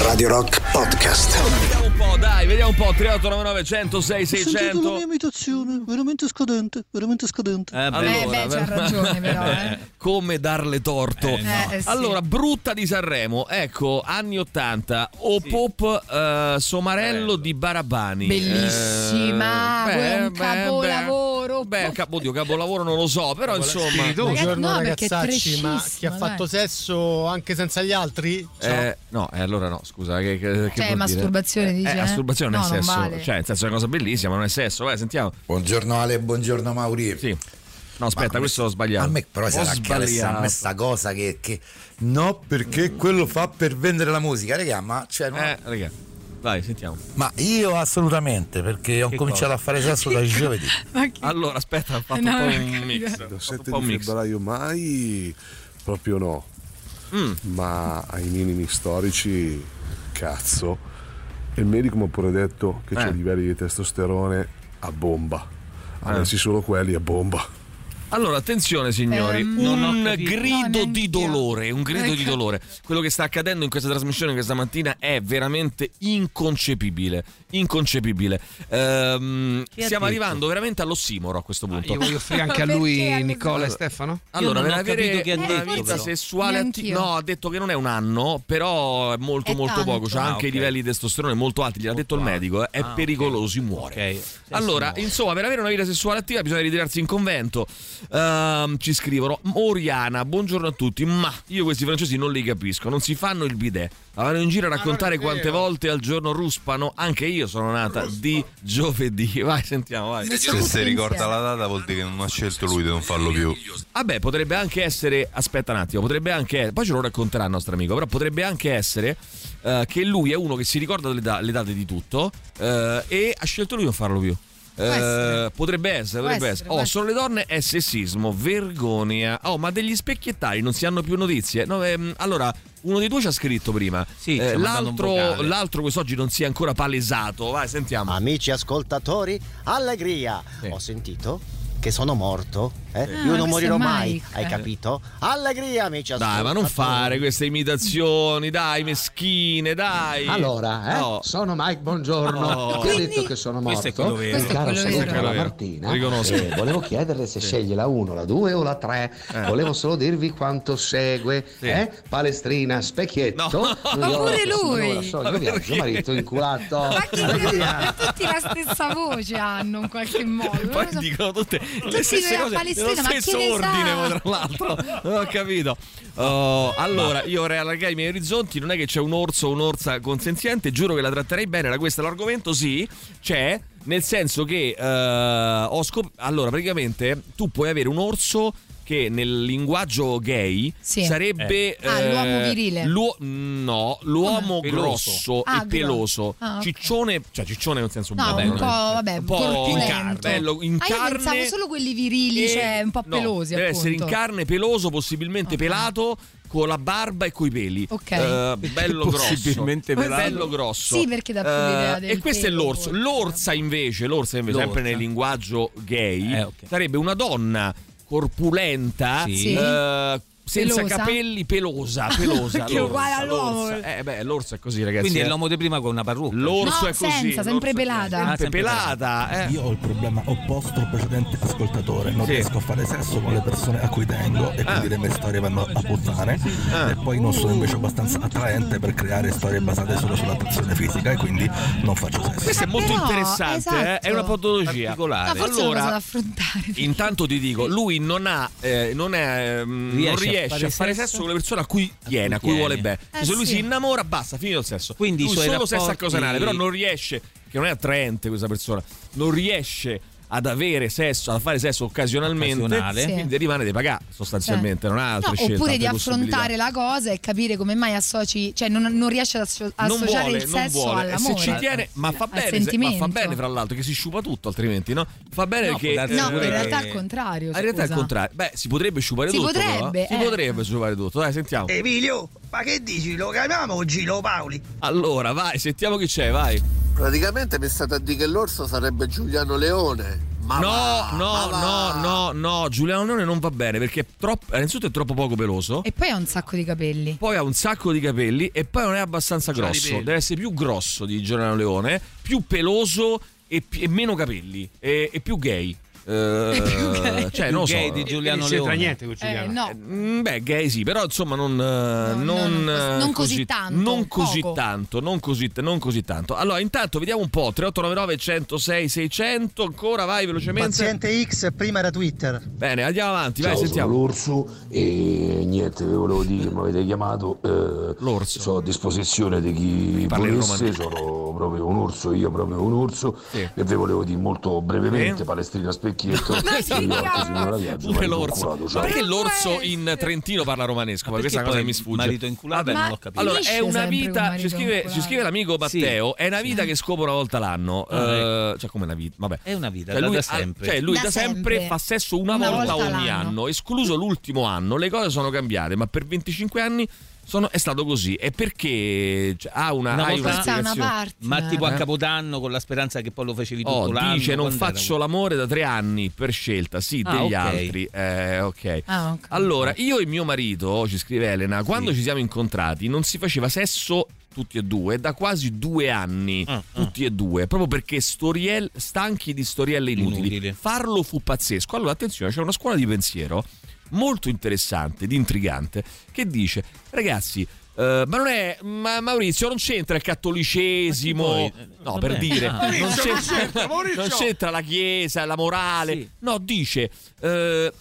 Radio Rock Podcast.
Vediamo un po', dai, vediamo un po'. 3899 106
Ho sentito la
600.
mia imitazione, veramente scadente, veramente scadente.
Eh,
Eh,
Eh,
Come darle torto.
Eh, no. Eh, sì.
Allora, brutta di Sanremo, ecco, anni 80, o pop eh, Somarello di Barabani.
Bellissima,
Eh,
quello è
beh,
un
beh,
capolavoro.
Beh, capo, oddio, capolavoro non lo so, però insomma...
Buongiorno
no, perché è
ragazzacci, ma chi ha
trescissima,
fatto sesso anche senza gli altri?
Eh, no, eh, allora no, scusa. Che, che, che
Cioè,
vuol
masturbazione,
dire? Eh,
dice,
eh,
eh?
masturbazione non
No,
è
non
sesso.
vale.
Cioè, nel senso è una cosa bellissima, ma non è sesso. Vai, sentiamo.
Buongiorno Ale, buongiorno Mauri.
Sì. No, aspetta, questo l'ho sbagliato.
A me però
Ho
si era
sbagliato.
anche questa cosa che, che- No, perché quello fa per vendere la musica, raga, ma cioè non-
Eh, raga, vai, sentiamo.
Ma io assolutamente, perché ho
Che
cominciato
cosa?
a fare sesso da giovedì.
Allora, aspetta, ho fatto
No,
un po'
non
un
capito.
mix.
Da
ho fatto
7
un po' un
di
mix.
febbraio mai proprio no.
Mm.
Ma ai minimi storici, cazzo. E il medico mi ha pure detto che c'è
Eh.
livelli di testosterone a bomba. Avessi solo quelli a bomba.
Allora, attenzione signori,
Ehm, non ho
un
capito. No,
grido
neanch'io.
di dolore, un grido di
Ecco.
dolore. Quello che sta accadendo in questa trasmissione questa mattina è veramente inconcepibile, inconcepibile. Ehm,
Chi ha
stiamo
detto? Ah,
arrivando veramente all'ossimoro a questo punto.
Io voglio offrire anche a lui Nicola e Stefano.
Allora,
Io
per
non ho
avere
capito che ha
una
detto,
vita
però.
sessuale atti-
Neanch'io.
no, ha detto che non è un anno, però è molto
È
molto
tanto.
poco, c'ha
Ah,
anche i
ok.
livelli di testosterone molto alti, gliel'ha detto il medico, eh, è
Ah, ok.
pericoloso, muore. Allora, insomma, per avere una vita sessuale attiva bisogna ritirarsi in convento. Ehm, ci scrivono Oriana, buongiorno a tutti, ma io questi francesi non li capisco, non si fanno il bidet. Vanno in giro a raccontare quante volte al giorno ruspano, anche io sono nata di giovedì. Vai, sentiamo, vai.
Se si ricorda la data vuol dire che non ha scelto lui di non farlo più.
Vabbè, potrebbe anche essere. Aspetta un attimo, potrebbe anche. Poi ce lo racconterà il nostro amico, però potrebbe anche essere eh, che lui è uno che si ricorda le, da- le date di tutto eh, e ha scelto lui di non farlo più. Eh, potrebbe essere,
Può essere,
potrebbe essere.
può
Oh,
essere.
solo le donne è sessismo, vergogna. Oh, ma degli specchiettari non si hanno più notizie. No, ehm, allora, uno dei due ci ha scritto prima. Eh,
ci ha mandato un
l'altro,
vocale.
l'altro quest'oggi non si è ancora palesato. Vai, sentiamo.
Amici ascoltatori, allegria! Ho sentito che sono morto, eh?
Sì.
io
Ah,
non
questo
morirò
è
mai,
Mike.
hai
Eh.
capito? Allegria, amici
Dai,
ascoltatori!
ma non fare queste imitazioni, dai, meschine, dai.
Allora, eh,
Sono Mike, buongiorno.
Oh.
Ti ho
Quindi-
detto che sono morto.
Questo è quello vero.
Il
Questo è
caro
quello
saluto
vero.
alla
Quello vero.
Martina.
Riconosco.
Eh, volevo chiederle se sceglie la 1, la 2 o la 3.
Eh.
Volevo solo dirvi quanto segue. eh? Palestrina, specchietto.
No.
New York,
Ma pure
sono
lui.
Nuova York, viaggio, marito inculato.
Ma tutti la stessa voce hanno in qualche modo.
Poi dicono tutte le
Tutti
stesse
nella
cose,
Palestina,
nello
ma chi
stesso
ne sa?
ordine, poi, tra l'altro. Non ho capito. Oh, allora, io vorrei allargare i miei orizzonti. Non è che c'è un orso o un'orsa consenziente, giuro che la tratterei bene. Era questo l'argomento? Sì, c'è. Nel senso che eh, ho scoperto. Allora, praticamente tu puoi avere un orso che nel linguaggio gay
Sì.
sarebbe
Eh. Ah, l'uomo virile.
l'uo- no, l'uomo
Come?
grosso
Peloso. Ah,
e peloso,
grosso. Ah, ok.
ciccione, cioè ciccione nel senso
No,
vabbè,
un
non
po',
è-
vabbè,
un po'
corpulento.
in carne, bello, in
Ah, io
carne
pensavo solo quelli virili,
e-
cioè un po'
no,
pelosi,
Deve
appunto.
essere in carne, peloso, possibilmente pelato, con la barba e coi peli.
Ok.
Eh, bello grosso.
Possibilmente pelato.
Bello grosso.
Sì, perché dà più
Eh,
l'idea del
E questo è
pelo,
l'orso.
diciamo.
L'orsa invece, l'orsa invece,
L'orsa. Eh,
sempre nel linguaggio gay, sarebbe una donna corpulenta,
Sì.
eh, senza
Pelosa.
capelli, pelosa, pelosa.
Che è uguale
l'orsa,
all'uomo.
l'orsa. Eh beh, l'orso è così, ragazzi.
Quindi è
eh.
l'uomo di prima con una parrucca.
L'orso
No,
è così.
senza,
l'orso è così.
sempre pelata.
Sempre
Ah, sempre
pelata, eh.
Io ho il problema opposto al precedente ascoltatore, non
Sì. Ah.
riesco a fare sesso con le persone a cui tengo e quindi le mie storie vanno a puttane e poi non sono invece abbastanza attraente per creare storie basate solo sull'attrazione fisica e quindi non faccio sesso.
Questo è molto
Ah, Però,
interessante, eh,
esatto.
è una podologia.
No, forse è una cosa da
allora,
affrontare.
intanto ti dico, lui non ha, eh, non, è, mm,
Riesce
non
a
riesce
fare
a fare
sesso?
sesso con le persone a cui tiene, a cui
tiene.
vuole bene.
Eh,
Se lui
sì.
si innamora, basta, finito il sesso.
Quindi i
lui
suoi
solo sesso a
rapporti-
cosa anale, però non riesce, che non è attraente questa persona, non riesce ad avere sesso, a fare sesso occasionalmente,
Occasionale. Sì.
quindi rimane di pagare sostanzialmente, non ha altre
No,
scelte.
oppure di
altre possibilità.
affrontare la cosa e capire come mai associ, cioè non, non riesce ad asso-
non
associare
vuole,
il
non
sesso
vuole. E
all'amore. Eh,
Se ci tiene, ma fa
al
bene, se- ma
sentimento.
fa bene fra l'altro che si sciupa tutto, altrimenti no? Fa bene
No,
che
può darsi No, pure in che- realtà è il
al
contrario,
In realtà è il
scusa.
contrario. Beh, si potrebbe sciupare
Si
tutto.
potrebbe,
però, eh. Si
eh.
potrebbe sciupare tutto. Dai, sentiamo.
Emilio, ma che dici? Lo chiamiamo o Gino Paoli?
Allora, vai, sentiamo chi c'è, vai.
Praticamente mi è stato a dire che l'orso sarebbe Giuliano Leone. Ma
no,
va,
no,
ma
no, no, no, Giuliano Leone non va bene perché è troppo, innanzitutto è troppo poco peloso.
E poi ha un sacco di capelli.
Poi ha un sacco di capelli e poi non è abbastanza
Già di
grosso.
pelo.
Deve essere più grosso di Giuliano Leone, più peloso e, pi- e meno capelli e, e più gay. Eh, cioè, non lo so.
gay di Giuliano Leone.
Eh, no.
Mm, Beh, gay sì, però insomma non, eh, non, eh,
non così tanto,
Non così
poco.
tanto, non così, non così tanto. Allora, intanto vediamo un po', 3899 106 600, ancora vai velocemente.
Paziente X prima era Twitter.
Bene, andiamo avanti, vai,
Ciao, sono
sentiamo.
l'orso e niente, ve volevo dire che mi avete chiamato. l'orso. Sono a disposizione di chi
Parla in
volesse, sono proprio un orso, io proprio un orso e ve volevo dire molto brevemente,
Sì.
palestrina specchietto,
Eh? sì,
io oggi sono alla viaggio,
Pure
marito
l'orso.
inculato,
Ma
ciao.
perché l'orso in trentino parla romanesco? Ma questa è una cosa
poi
che mi sfugge.
marito inculato
Vabbè.
non l'ho capito.
Allora,
Finisce
è una
sempre un
vita.
marito
Ci scrive,
inculato.
ci scrive l'amico Matteo: è una vita che scopre una volta l'anno.
Ah,
Eh, cioè, come una vita? Vabbè.
È una vita,
Cioè,
da-
lui,
da
ha-
sempre.
cioè, lui da,
Da
sempre,
sempre.
fa sesso una,
Una
volta,
volta
ogni
l'anno.
anno, escluso l'ultimo anno. Le cose sono cambiate, ma per 25 anni. sono- è stato così. E perché cioè, ha una,
Una
hai
volta-
Forza, una partner.
Ma tipo a
Eh?
Capodanno con la speranza che poi lo facevi tutto
Oh,
l'anno.
dice non
quando era?
faccio l'amore da tre anni per scelta, sì,
Ah,
degli
ok.
altri. Eh, ok.
Ah, ok.
Allora, io e mio marito, ci scrive Elena, quando ci siamo incontrati non si faceva sesso tutti e due da quasi due anni,
Ah,
tutti e due, proprio perché storiel- stanchi di storielle inutili. Farlo fu pazzesco. Allora, attenzione, c'è una scuola di pensiero molto interessante, ed intrigante, che dice, ragazzi, eh, ma non è ma Maurizio non c'entra il cattolicesimo no per
vabbè.
dire
Ah.
non,
Maurizio,
c'entra,
non c'entra, Maurizio!
non c'entra la chiesa la morale no dice eh,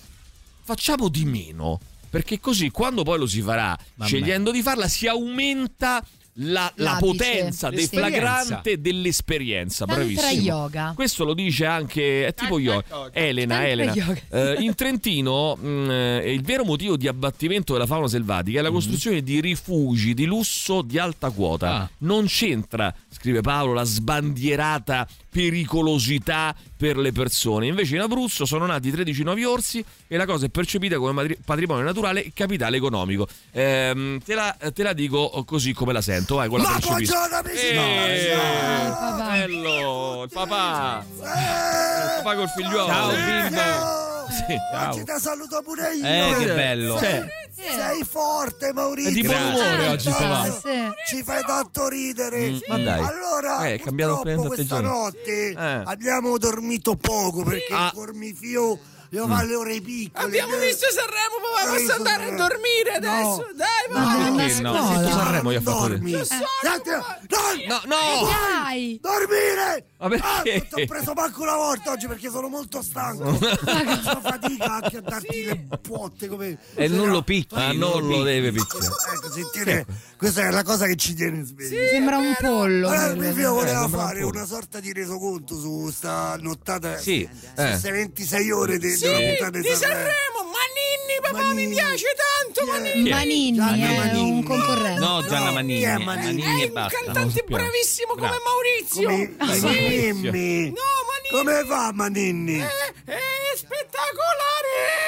facciamo di meno perché così quando poi lo si farà
Mamma
scegliendo di farla si aumenta la, la
L'apice.
potenza deflagrante dell'esperienza
Tantra
bravissimo
yoga.
questo lo dice anche è tipo io
Ecco.
Elena
Tantra
Elena
yoga.
Eh, in Trentino mh, eh, il vero motivo di abbattimento della fauna selvatica
Mhm.
è la costruzione di rifugi di lusso di alta quota.
Ah.
Non c'entra, scrive Paolo, la sbandierata pericolosità per le persone. Invece in Abruzzo sono nati 13 nuovi orsi e la cosa è percepita come matri- patrimonio naturale e capitale economico. Ehm, te, la, te la dico così come la sento, vai con la
Ma
percepisco.
buongiorno, amici! No,
Eh,
no.
papà.
Bello, il papà. Il papà col figliuolo.
Ciao,
bimbo. Sì,
Oggi te saluto pure io.
Eh, che bello.
Sei,
Sì.
sei forte, Maurizio.
È di buon umore oggi, papà.
Cazzo, Ci fai tanto ridere.
Mm, ma dai.
Allora,
Eh, è cambiato
purtroppo
appena
questa
atteggiamento.
notte
Eh. Ah.
abbiamo dormito poco perché il dormifio lo fa
Mm.
alle ore piccole. Eh.
Abbiamo visto Sanremo, papà, posso andare a dormire adesso? Dai,
Ma
mamma.
perché
no?
no?
Sì, Sanremo gli ha fatto
Dormi. Eh,
vedere.
No,
no.
Dai.
Dormire. Ah,
Ma perché?
Ho preso manco una volta oggi perché sono molto stanco. Faccio fatica anche a darti le puotte come...
E non lo picchi,
Ah, non lo deve picchiare.
Ecco, sentire, questa è la cosa che ci tiene in sveglia.
Sembra un pollo.
Allora, il mio figlio
Eh.
voleva
sembra un
fare
pollo.
una sorta di resoconto su sta nottata,
Sì,
su
eh.
ste 26 ore de-
Sì,
della puntata
di
Sanremo.
Sanremo, Manini, papà, mi piace tanto,
Eh.
Manini.
Manini è un concorrente.
No, Gianna Manini.
Ecco. chi è
Manini, e basta.
Un cantante bravissimo come
Bravo.
Maurizio.
Come,
Ah, Sì.
Maninni.
No, Eh. Manini.
Come fa Maninni?
Eh,
È, è spettacolare.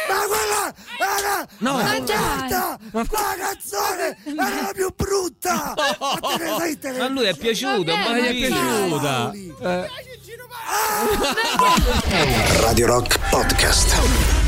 Ma quella
eh,
era
No.
la
Ma
carta, la canzone era la più brutta. Ma te ne sei Cioè, te ne-
Oh, Ma a lui è piaciuta,
Vabbè,
ma
ma
gli è
dai.
piaciuta.
Radio Rock Podcast.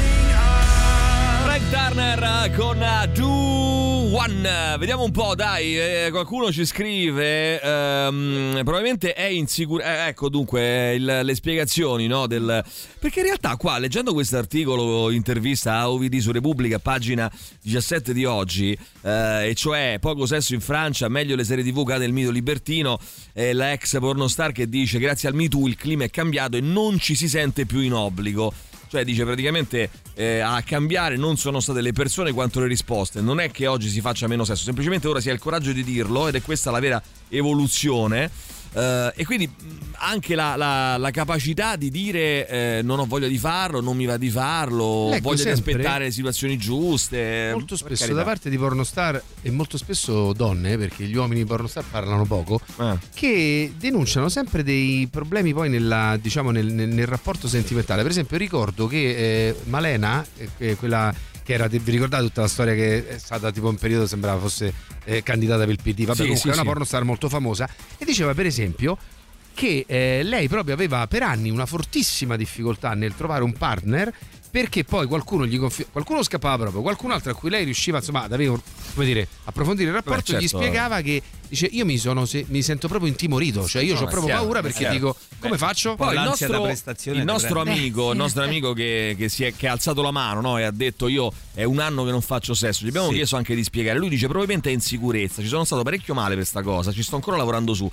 Frank Turner con eh, Do One. Eh, Vediamo un po', dai, eh, qualcuno ci scrive. ehm, probabilmente è insicuro. ecco dunque eh, il- le spiegazioni, no? Del... Perché in realtà, qua leggendo questo articolo, intervista a Ovidi su Repubblica, pagina 17 di oggi, eh, e cioè poco sesso in Francia, meglio le serie TV cade il mito libertino. eh, la ex pornostar che dice: Grazie al Me Too il clima è cambiato e non ci si sente più in obbligo. Cioè dice praticamente eh, a cambiare non sono state le persone quanto le risposte. Non è che oggi si faccia meno sesso, semplicemente ora si ha il coraggio di dirlo ed è questa la vera evoluzione. Eh, e quindi mh, anche la, la- la capacità di dire eh, non ho voglia di farlo, non mi va di farlo,
Leggo
voglio di
Ecco, sempre-
aspettare le situazioni giuste.
molto
Per
spesso
carità.
da parte di pornostar e molto spesso donne, perché gli uomini pornostar parlano poco,
Eh.
che denunciano sempre dei problemi poi nella- diciamo, nel, nel- nel rapporto sentimentale. Per esempio ricordo che eh, Malena, eh, eh, quella che era, vi ricordate tutta la storia che è stata tipo un periodo sembrava fosse eh, candidata per il PD, vabbè
Sì,
comunque
sì,
è una
sì.
pornostar molto famosa, e diceva per esempio che eh, lei proprio aveva per anni una fortissima difficoltà nel trovare un partner perché poi qualcuno gli confi- qualcuno scappava proprio, qualcun altro a cui lei riusciva insomma ad avere, un- come dire, approfondire il rapporto
Beh,
gli
certo.
spiegava che dice io mi sono se- mi sento proprio intimorito, cioè io
No,
ho
è
proprio
chiaro,
paura
è
perché
chiaro.
dico come
Beh,
faccio?
Poi il nostro, il nostro amico, il nostro amico che, che si è, che ha alzato la mano no, e ha detto io è un anno che non faccio sesso, gli abbiamo
Sì.
chiesto anche di spiegare, lui dice probabilmente è insicurezza, ci sono stato parecchio male per sta cosa, ci sto ancora lavorando su,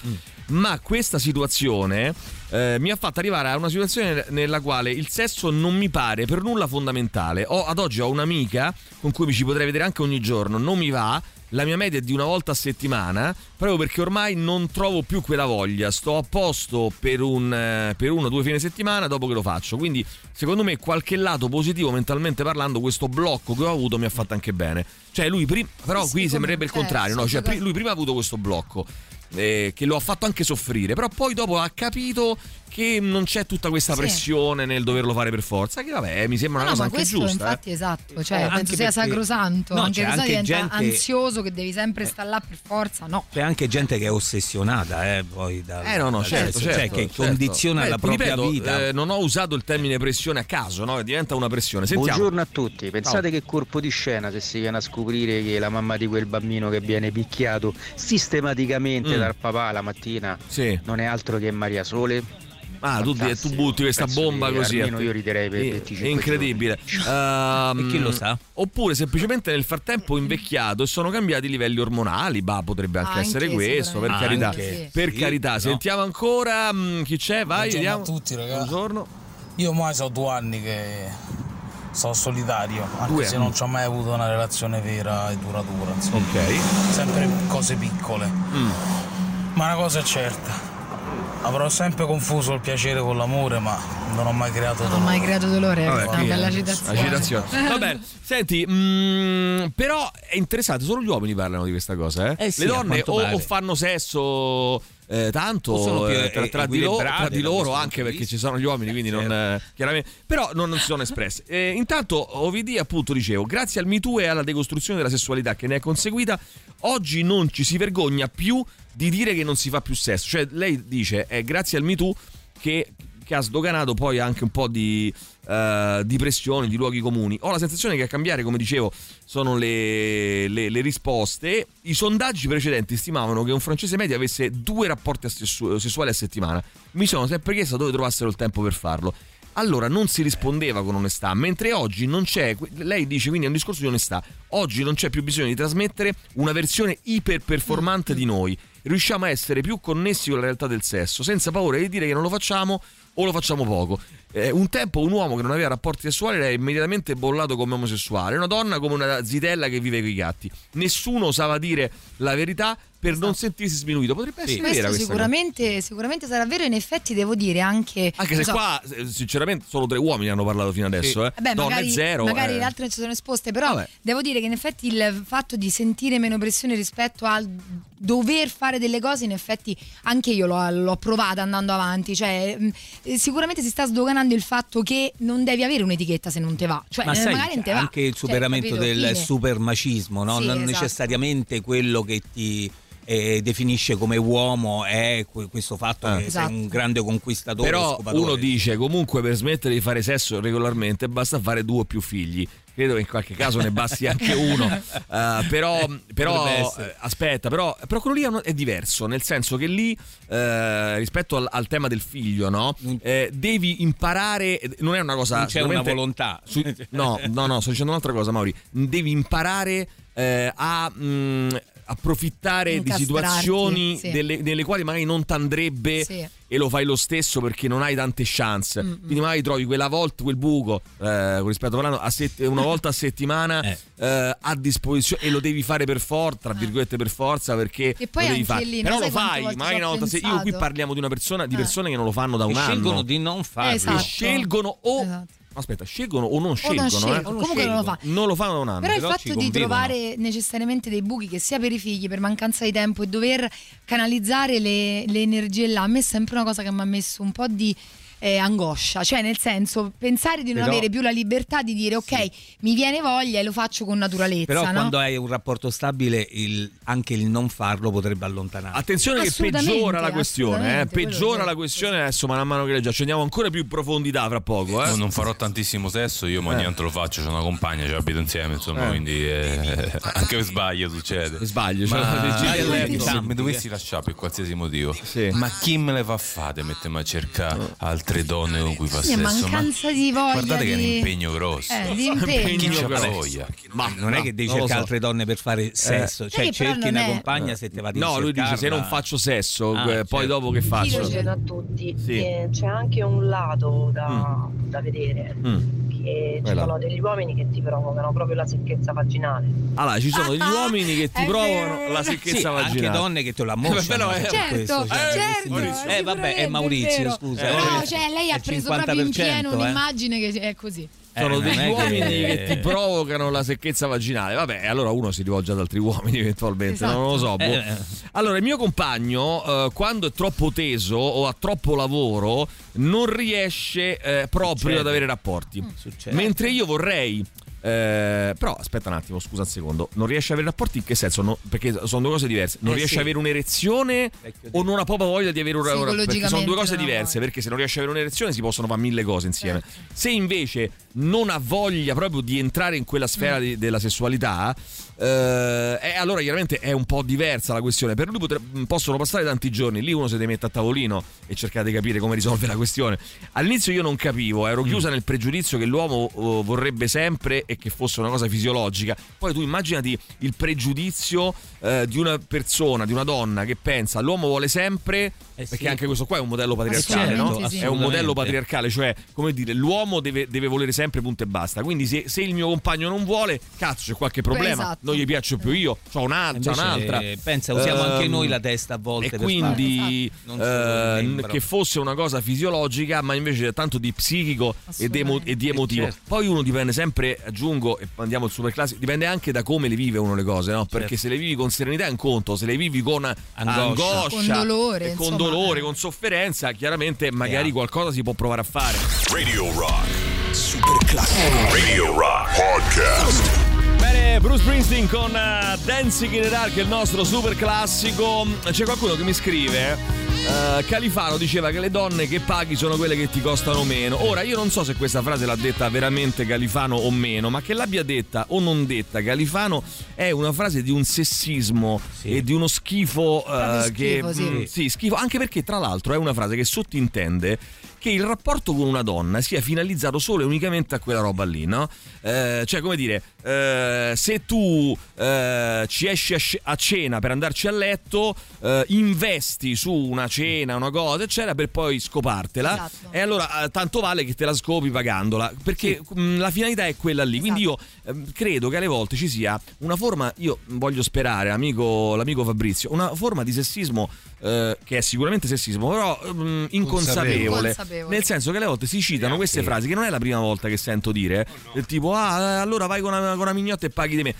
ma questa situazione eh, mi ha fatto arrivare a una situazione nella quale il sesso non mi pare per nulla fondamentale, Ho- ad oggi ho un'amica con cui mi ci potrei vedere anche ogni giorno, non mi va, la mia media è di una volta a settimana, proprio perché ormai non trovo più quella voglia. Sto a posto per, un, eh, per uno o due fine settimana dopo che lo faccio. Quindi, secondo me, qualche lato positivo mentalmente parlando, questo blocco che ho avuto mi ha fatto anche bene. Cioè, lui prima. Però
Sì,
qui
come-
sembrerebbe il
eh,
contrario,
sì,
no? Cioè,
cosa-
pri- lui prima ha avuto questo blocco. eh, che lo ha fatto anche soffrire, però poi dopo ha capito che non c'è tutta questa
Sì.
pressione nel doverlo fare per forza. Che vabbè, mi sembra
No,
una cosa
no, ma
anche
questo
giusta. eh.
infatti è esatto, cioè
Eh, anche
penso sia
perché-
sacrosanto,
no,
anche
c'è
se
anche
diventa
gente-
ansioso che devi sempre stare là per forza, no.
C'è anche gente che è ossessionata, eh, poi da,
Eh no, no,
da-
certo,
cioè,
certo,
che
certo.
condiziona
Beh,
la
ti
propria
ripeto,
vita.
eh, non ho usato il termine pressione a caso, no? Diventa una pressione. Sentiamo.
Buongiorno a tutti, pensate che colpo di scena se si viene a scoprire che la mamma di quel bambino che viene picchiato sistematicamente
Mm.
dal papà la mattina non è altro che Maria Sole?
Ah, tu, di- tu butti questa
Penso
bomba
che
così.
almeno
a te.
io riderei per
Eh,
25
Incredibile. Ehm,
E chi lo sa?
Oppure semplicemente nel frattempo invecchiato e sono cambiati i livelli ormonali. Bah, potrebbe anche,
Anche,
essere questo, per
sicuramente.
carità.
Anche.
Per
Sì,
carità,
no.
sentiamo ancora mm, chi c'è, vai,
Buongiorno
vediamo.
a tutti, ragazzi.
Buongiorno.
Io ormai sono due anni che sono solitario, anche
Due
se
anni.
non ho mai avuto una relazione vera e dura dura, insomma.
Ok. Mm.
Sempre cose piccole. Ma una cosa è certa, avrò sempre confuso il piacere con l'amore, ma non ho mai creato
Non ho mai creato dolore,
Vabbè,
questa è una
qui,
bella
eh,
citazione.
la citazione. Va bene, senti, mm, però è interessante, solo gli uomini parlano di questa cosa. Eh?
Eh sì,
Le
a
donne
quanto
o,
pare.
o fanno sesso eh, tanto
O sono più,
eh, tra,
eh,
tra di loro,
equilibrate
tra di
da
loro
questo
anche perché ci sono gli uomini, quindi non, eh, chiaramente, però non, non si sono espresse. Eh, intanto Ovidia appunto dicevo, grazie al Me Too e alla decostruzione della sessualità che ne è conseguita, oggi non ci si vergogna più di dire che non si fa più sesso. Cioè lei dice, è grazie al Me Too che che ha sdoganato poi anche un po' di, eh, di pressioni, di luoghi comuni. Ho la sensazione che a cambiare, come dicevo, sono le, le- le risposte. I sondaggi precedenti stimavano che un francese medio avesse due rapporti asessu- sessuali a settimana. Mi sono sempre chiesto dove trovassero il tempo per farlo. Allora non si rispondeva con onestà, mentre oggi non c'è, lei dice quindi è un discorso di onestà, oggi non c'è più bisogno di trasmettere una versione iperperformante di noi, riusciamo a essere più connessi con la realtà del sesso, senza paura di dire che non lo facciamo o lo facciamo poco. Eh, un tempo un uomo che non aveva rapporti sessuali era immediatamente bollato come omosessuale, una donna come una zitella che vive con i gatti. Nessuno osava dire la verità per non sentirsi sminuito. Potrebbe essere vera questa
Questo
cosa.
sicuramente, sicuramente sarà vero, in effetti devo dire anche...
Anche
non
se
so,
qua, eh, sinceramente, solo tre uomini hanno parlato fino adesso. Eh.
Vabbè,
Donne
magari,
zero.
magari
eh.
le altre non ci sono esposte, però
Vabbè.
devo dire che in effetti il fatto di sentire meno pressione rispetto al dover fare delle cose, in effetti anche io l'ho, l'ho provata andando avanti. Cioè, mh, eh, sicuramente si sta sdoganando il fatto che non devi avere un'etichetta se non te va. Cioè,
Ma
eh,
sai,
magari non te va.
anche il
Cioè,
superamento
capito?
del
Fine.
supermacismo, no?
Sì,
non
esatto.
necessariamente quello che ti eh, definisce come uomo è que- questo fatto che
Esatto.
sei un grande conquistatore.
Però
scopadore.
uno dice comunque per smettere di fare sesso regolarmente basta fare due o più figli. Credo che in qualche caso ne basti anche uno. Eh, però però,
Potrebbe essere.
eh, aspetta, però, però quello lì è, un- è diverso, nel senso che lì eh, rispetto al, al tema del figlio, no? Eh, devi imparare, non è una cosa...
Non c'è una
sicuramente-
volontà.
su- no, no, no, sto dicendo un'altra cosa, Mauri. Devi imparare eh, a... mm, approfittare di
Incastrarti,
situazioni
sì.
delle, nelle quali magari non t'andrebbe
Sì.
e lo fai lo stesso perché non hai tante chance.
Mm, mm.
Quindi magari trovi quella volta, quel buco, eh, con rispetto parlando, a sett- una volta a settimana eh, a disposizione e lo devi fare per forza, tra virgolette per forza, perché
Ah. E poi
lo devi
anche
fare.
lì,
Però
non sai
lo
quante
fai,
volte
magari
ci
una
ho
volta a settimana. Io qui
pensato. Eh.
parliamo di, una persona, di persone che non lo fanno da
Che
un anno.
scelgono di non farlo.
Esatto.
Che scelgono o... Aspetta, scelgono o non scelgono.
scelgono,
eh.
comunque non lo fa.
Non lo fanno da un anno.
Però il fatto
ci
di
convivono.
trovare necessariamente dei buchi che sia per i figli, per mancanza di tempo e dover canalizzare le, le energie là, a me è sempre una cosa che mi ha messo un po' di eh, angoscia, cioè nel senso pensare di non
Però-
avere più la libertà di dire ok, mi viene voglia e lo faccio con naturalezza,
Però
no?
quando hai un rapporto stabile, il- anche il non farlo potrebbe allontanare.
Attenzione che
Assolutamente,
peggiora la questione, eh.
assolutamente, quello
peggiora la questione adesso man mano che leggiamo, ci andiamo ancora più in profondità fra poco. Eh.
Non farò tantissimo sesso, io ma
Eh.
niente lo faccio, c'ho una compagna, ci abito insieme, insomma,
Eh.
quindi eh, anche per sbaglio succede.
Sbaglio,
ma
cioè, le giri
io
al
dico,
letto.
se mi dovessi lasciare per qualsiasi motivo, ma chi me le fa fate? Mettemi a
Oh.
cercare altre donne con cui fa
Sì, è
sesso. Ma
mancanza di voglia
guardate che è un
di-
impegno grosso.
Eh, di impegno.
Chi c'ha
grosso.
voglia?
Ma
non è che devi
non lo
cercare
so.
altre donne per
Eh.
fare sesso, cioè
Perché però
cerchi
non
una
è-
compagna se te va di
No, lui dice se
cercarla.
non faccio sesso,
Ah,
eh, poi
certo.
dopo che faccio?
Buongiorno a tutti.
Sì.
Eh, c'è anche un lato da, da vedere.
Mm.
Che ci
Quella.
sono degli uomini che ti provocano proprio la secchezza vaginale.
Allora, ci sono
Ah,
Ah,
degli uomini che ti provano la secchezza
Sì, anche
vaginale. Eh,
donne che te la mostrano.
Però è-
Certo, questo, cioè, certo, bellissimo. Eh, vabbè, è Maurizio,
vero.
scusa.
No,
Eh,
cioè lei ha
è
preso proprio
50%,
in pieno
eh.
un'immagine che è così.
Sono
non è
degli
che-
uomini che ti provocano la secchezza vaginale. Vabbè, allora uno si rivolge ad altri uomini eventualmente,
Esatto.
non lo so. boh.
Eh.
Allora, il mio compagno, eh, quando è troppo teso o ha troppo lavoro, non riesce eh, proprio
Succede. Mm.
ad avere rapporti.
Succede.
Mentre io vorrei. Eh, però aspetta un attimo, scusa un secondo, non riesci ad avere rapporti in che senso? No, perché sono due cose diverse. Non
Eh,
riesci
sì.
ad avere un'erezione o non ha proprio voglia di avere un
Sì,
rapporto? Perché sono due
psicologicamente
cose
non ha
diverse, perché se non riesci ad avere un'erezione si possono fare mille cose insieme. Se invece non ha voglia proprio di entrare in quella sfera di- della sessualità, eh, eh, allora chiaramente è un po' diversa la questione. Per lui potre- possono passare tanti giorni, lì uno si deve mettere a tavolino e cercare di capire come risolvere la questione. All'inizio io non capivo, ero chiusa nel pregiudizio che l'uomo oh, vorrebbe sempre e che fosse una cosa fisiologica. Poi tu immaginati il pregiudizio eh, di una persona, di una donna che pensa l'uomo vuole sempre, perché anche questo qua è un modello patriarcale,
certo,
no?
sì, sì.
È un modello
Assolutamente.
patriarcale, cioè come dire, l'uomo deve, deve volere sempre punto e basta. Quindi se, se il mio compagno non vuole, cazzo c'è qualche problema,
Esatto.
non gli piaccio più io, c'ho un'altra, c'ho
Invece,
un'altra. Ehm,
eh, pensa, usiamo anche noi la testa a volte
E
per
quindi
farlo. Esatto. Non solo il
ehm,
membro.
che fosse una cosa fisiologica, ma invece tanto di psichico e di, emo- e di emotivo.
certo.
Poi uno dipende sempre, aggiungo, e andiamo al super classico, dipende anche da come le vive uno le cose, no? Perché
Certo.
se le vivi con serenità è un conto, se le vivi con angoscia,
Con dolore,
e con
insomma.
dolore,
eh.
con sofferenza, chiaramente magari qualcosa si può provare a fare.
Radio Rock. Super classico. Radio Rock Podcast.
Bene, Bruce Springsteen con eh, Dancing in the Dark, il nostro super classico. C'è qualcuno che mi scrive. eh, Califano diceva che le donne che paghi sono quelle che ti costano meno. Ora, io non so se questa frase l'ha detta veramente Califano o meno, ma che l'abbia detta o non detta Califano è una frase di un sessismo e di uno schifo, eh, che.
schifo, sì.
mm, sì, schifo. Anche perché, tra l'altro, è una frase che sottintende che il rapporto con una donna sia finalizzato solo e unicamente a quella roba lì, no? Eh, cioè, come dire, eh, se tu eh, ci esci a, sc- a cena per andarci a letto, eh, investi su una cena, una cosa, eccetera, per poi scopartela. E allora eh, tanto vale che te la scopi pagandola, perché mh, la finalità è quella lì. Quindi io ehm, credo che alle volte ci sia una forma, io voglio sperare, amico, l'amico Fabrizio, una forma di sessismo eh, che è sicuramente sessismo, però ehm, inconsapevole.
Inconsapevole.
Nel senso che alle volte si citano queste frasi che non è la prima volta che sento dire, del tipo ah, eh, allora vai con una, con una mignotta e paghi di me.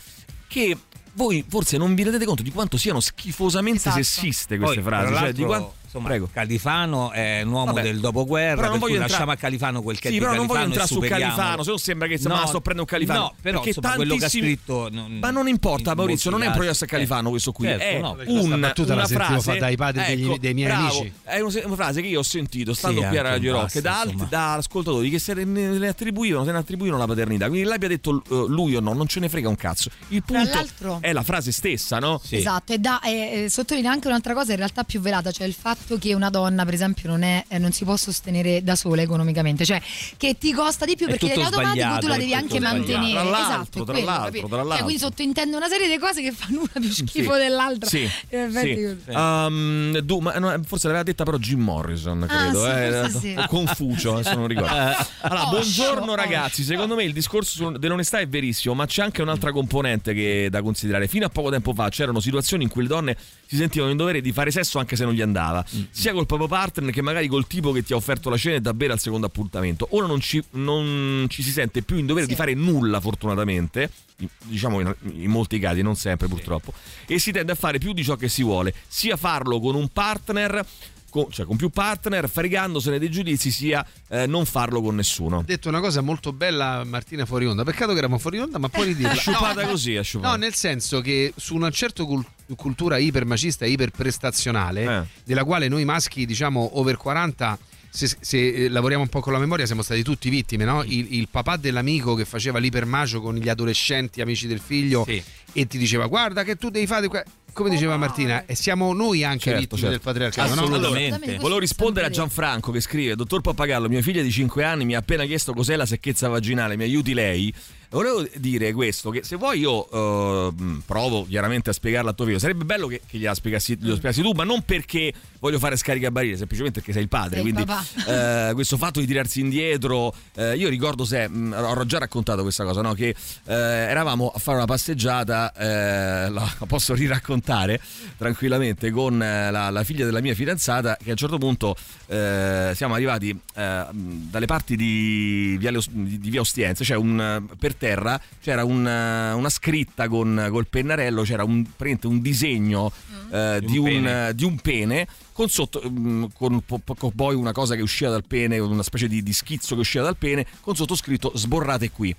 Che voi forse non vi rendete conto di quanto siano schifosamente sessiste queste
Poi,
frasi,
tra
cioè di
l'altro,
quanto
insomma, Califano è un uomo
Vabbè.
del dopoguerra,
Però
per
non
cui
voglio entra-
lasciamo a Califano quel che è
Sì,
di
però non voglio
Califano e
entrare su
superiamo-
Califano, se no sembra che
No,
ma sto prendendo Califano.
No, però
Perché
insomma, quello che ha
tantissimi-
scritto non-
Ma non importa,
in
Maurizio, non
molti
è
casi.
un processo a Califano
Eh,
questo qui,
certo,
è
no.
Questa
un,
battuta
una
la sentivo
frase
fa dai padri degli-
ecco,
dei miei
bravo,
amici.
È una, una frase che io ho sentito stando
Sì,
qui a
anche
Radio
un
Rock da,
basta,
alt-
insomma.
da ascoltatori che se ne, ne attribuivano, se ne attribuivano la paternità. Quindi l'abbia detto eh, lui o no, non ce ne frega un cazzo. Il
Tra
punto
l'altro-
è la frase stessa, no?
Esatto, e, da- e- e sottolinea anche un'altra cosa in realtà più velata, cioè il fatto che una donna, per esempio, non, è, eh, non si può sostenere da sola economicamente, cioè che ti costa di più
È
perché
tutto
in automatico tu
sbagliato,
la
è
devi
tutto
anche
sbagliato.
mantenere.
Tra l'altro,
esatto, è
tra
quello,
l'altro,
capito?
tra
Cioè,
l'altro.
quindi sottintende una serie di cose che fanno una più schifo Eh,
Sì.
dell'altra.
Sì.
In effetti,
Sì.
così.
Um, du- ma, no, forse l'aveva detta però Jim Morrison,
Ah,
credo.
sì,
eh.
forse sì. Oh,
O Confucio, eh, se non ricordo. Allora,
Osho,
buongiorno ragazzi. Secondo me il discorso sul- dell'onestà è verissimo, ma c'è anche un'altra componente che è da considerare. Fino a poco tempo fa c'erano situazioni in cui le donne si sentivano in dovere di fare sesso anche se non gli andava, sia col proprio partner che magari col tipo che ti ha offerto la cena e da bere al secondo appuntamento. Ora non ci, non ci si sente più in dovere di fare nulla, fortunatamente. in- Diciamo in, in molti casi, non sempre purtroppo, e si tende a fare più di ciò che si vuole, sia farlo con un partner, con- cioè con più partner, fregandosene dei giudizi, sia eh, non farlo con nessuno.
detto una cosa molto bella Martina fuori onda. Peccato che eravamo fuori onda, ma puoi ridirla.
Asciupata
No.
così, asciupata.
No, nel senso che su una certa cul- cultura ipermacista, iperprestazionale,
Eh.
della quale noi maschi, diciamo, over 40, se, se, eh, lavoriamo un po' con la memoria, siamo stati tutti vittime, no? Il, il papà dell'amico che faceva l'ipermacio con gli adolescenti, amici del figlio, e ti diceva guarda che tu devi fare... que-". Come diceva Martina, e siamo noi anche
Certo,
vittime del patriarcato. no?
Allora, volevo rispondere a Gianfranco che scrive: Dottor Pappagallo, mia figlia di 5 anni mi ha appena chiesto cos'è la secchezza vaginale, mi aiuti lei? Volevo dire questo: che se vuoi io eh, mh, provo chiaramente a spiegarla a tuo figlio, sarebbe bello che, che gliela spiegassi, glielo spiegassi tu, ma non perché voglio fare scaricabarile, semplicemente perché sei il padre.
Sei il
quindi
papà.
eh, questo fatto di tirarsi indietro, eh, io ricordo se mh, ho già raccontato questa cosa, no? che eh, eravamo a fare una passeggiata, eh, la posso riraccontare tranquillamente, con eh, la, la figlia della mia fidanzata che a un certo punto eh, siamo arrivati eh, mh, dalle parti di Viale Os- di- di via Ostiense, cioè un, eh, per terra c'era un, eh, una scritta con, col pennarello, c'era un, praticamente un disegno eh, di, un, eh, di un pene con sotto mm, con po- po- con poi una cosa che usciva dal pene, una specie di, di schizzo che usciva dal pene, con sottoscritto sborrate qui.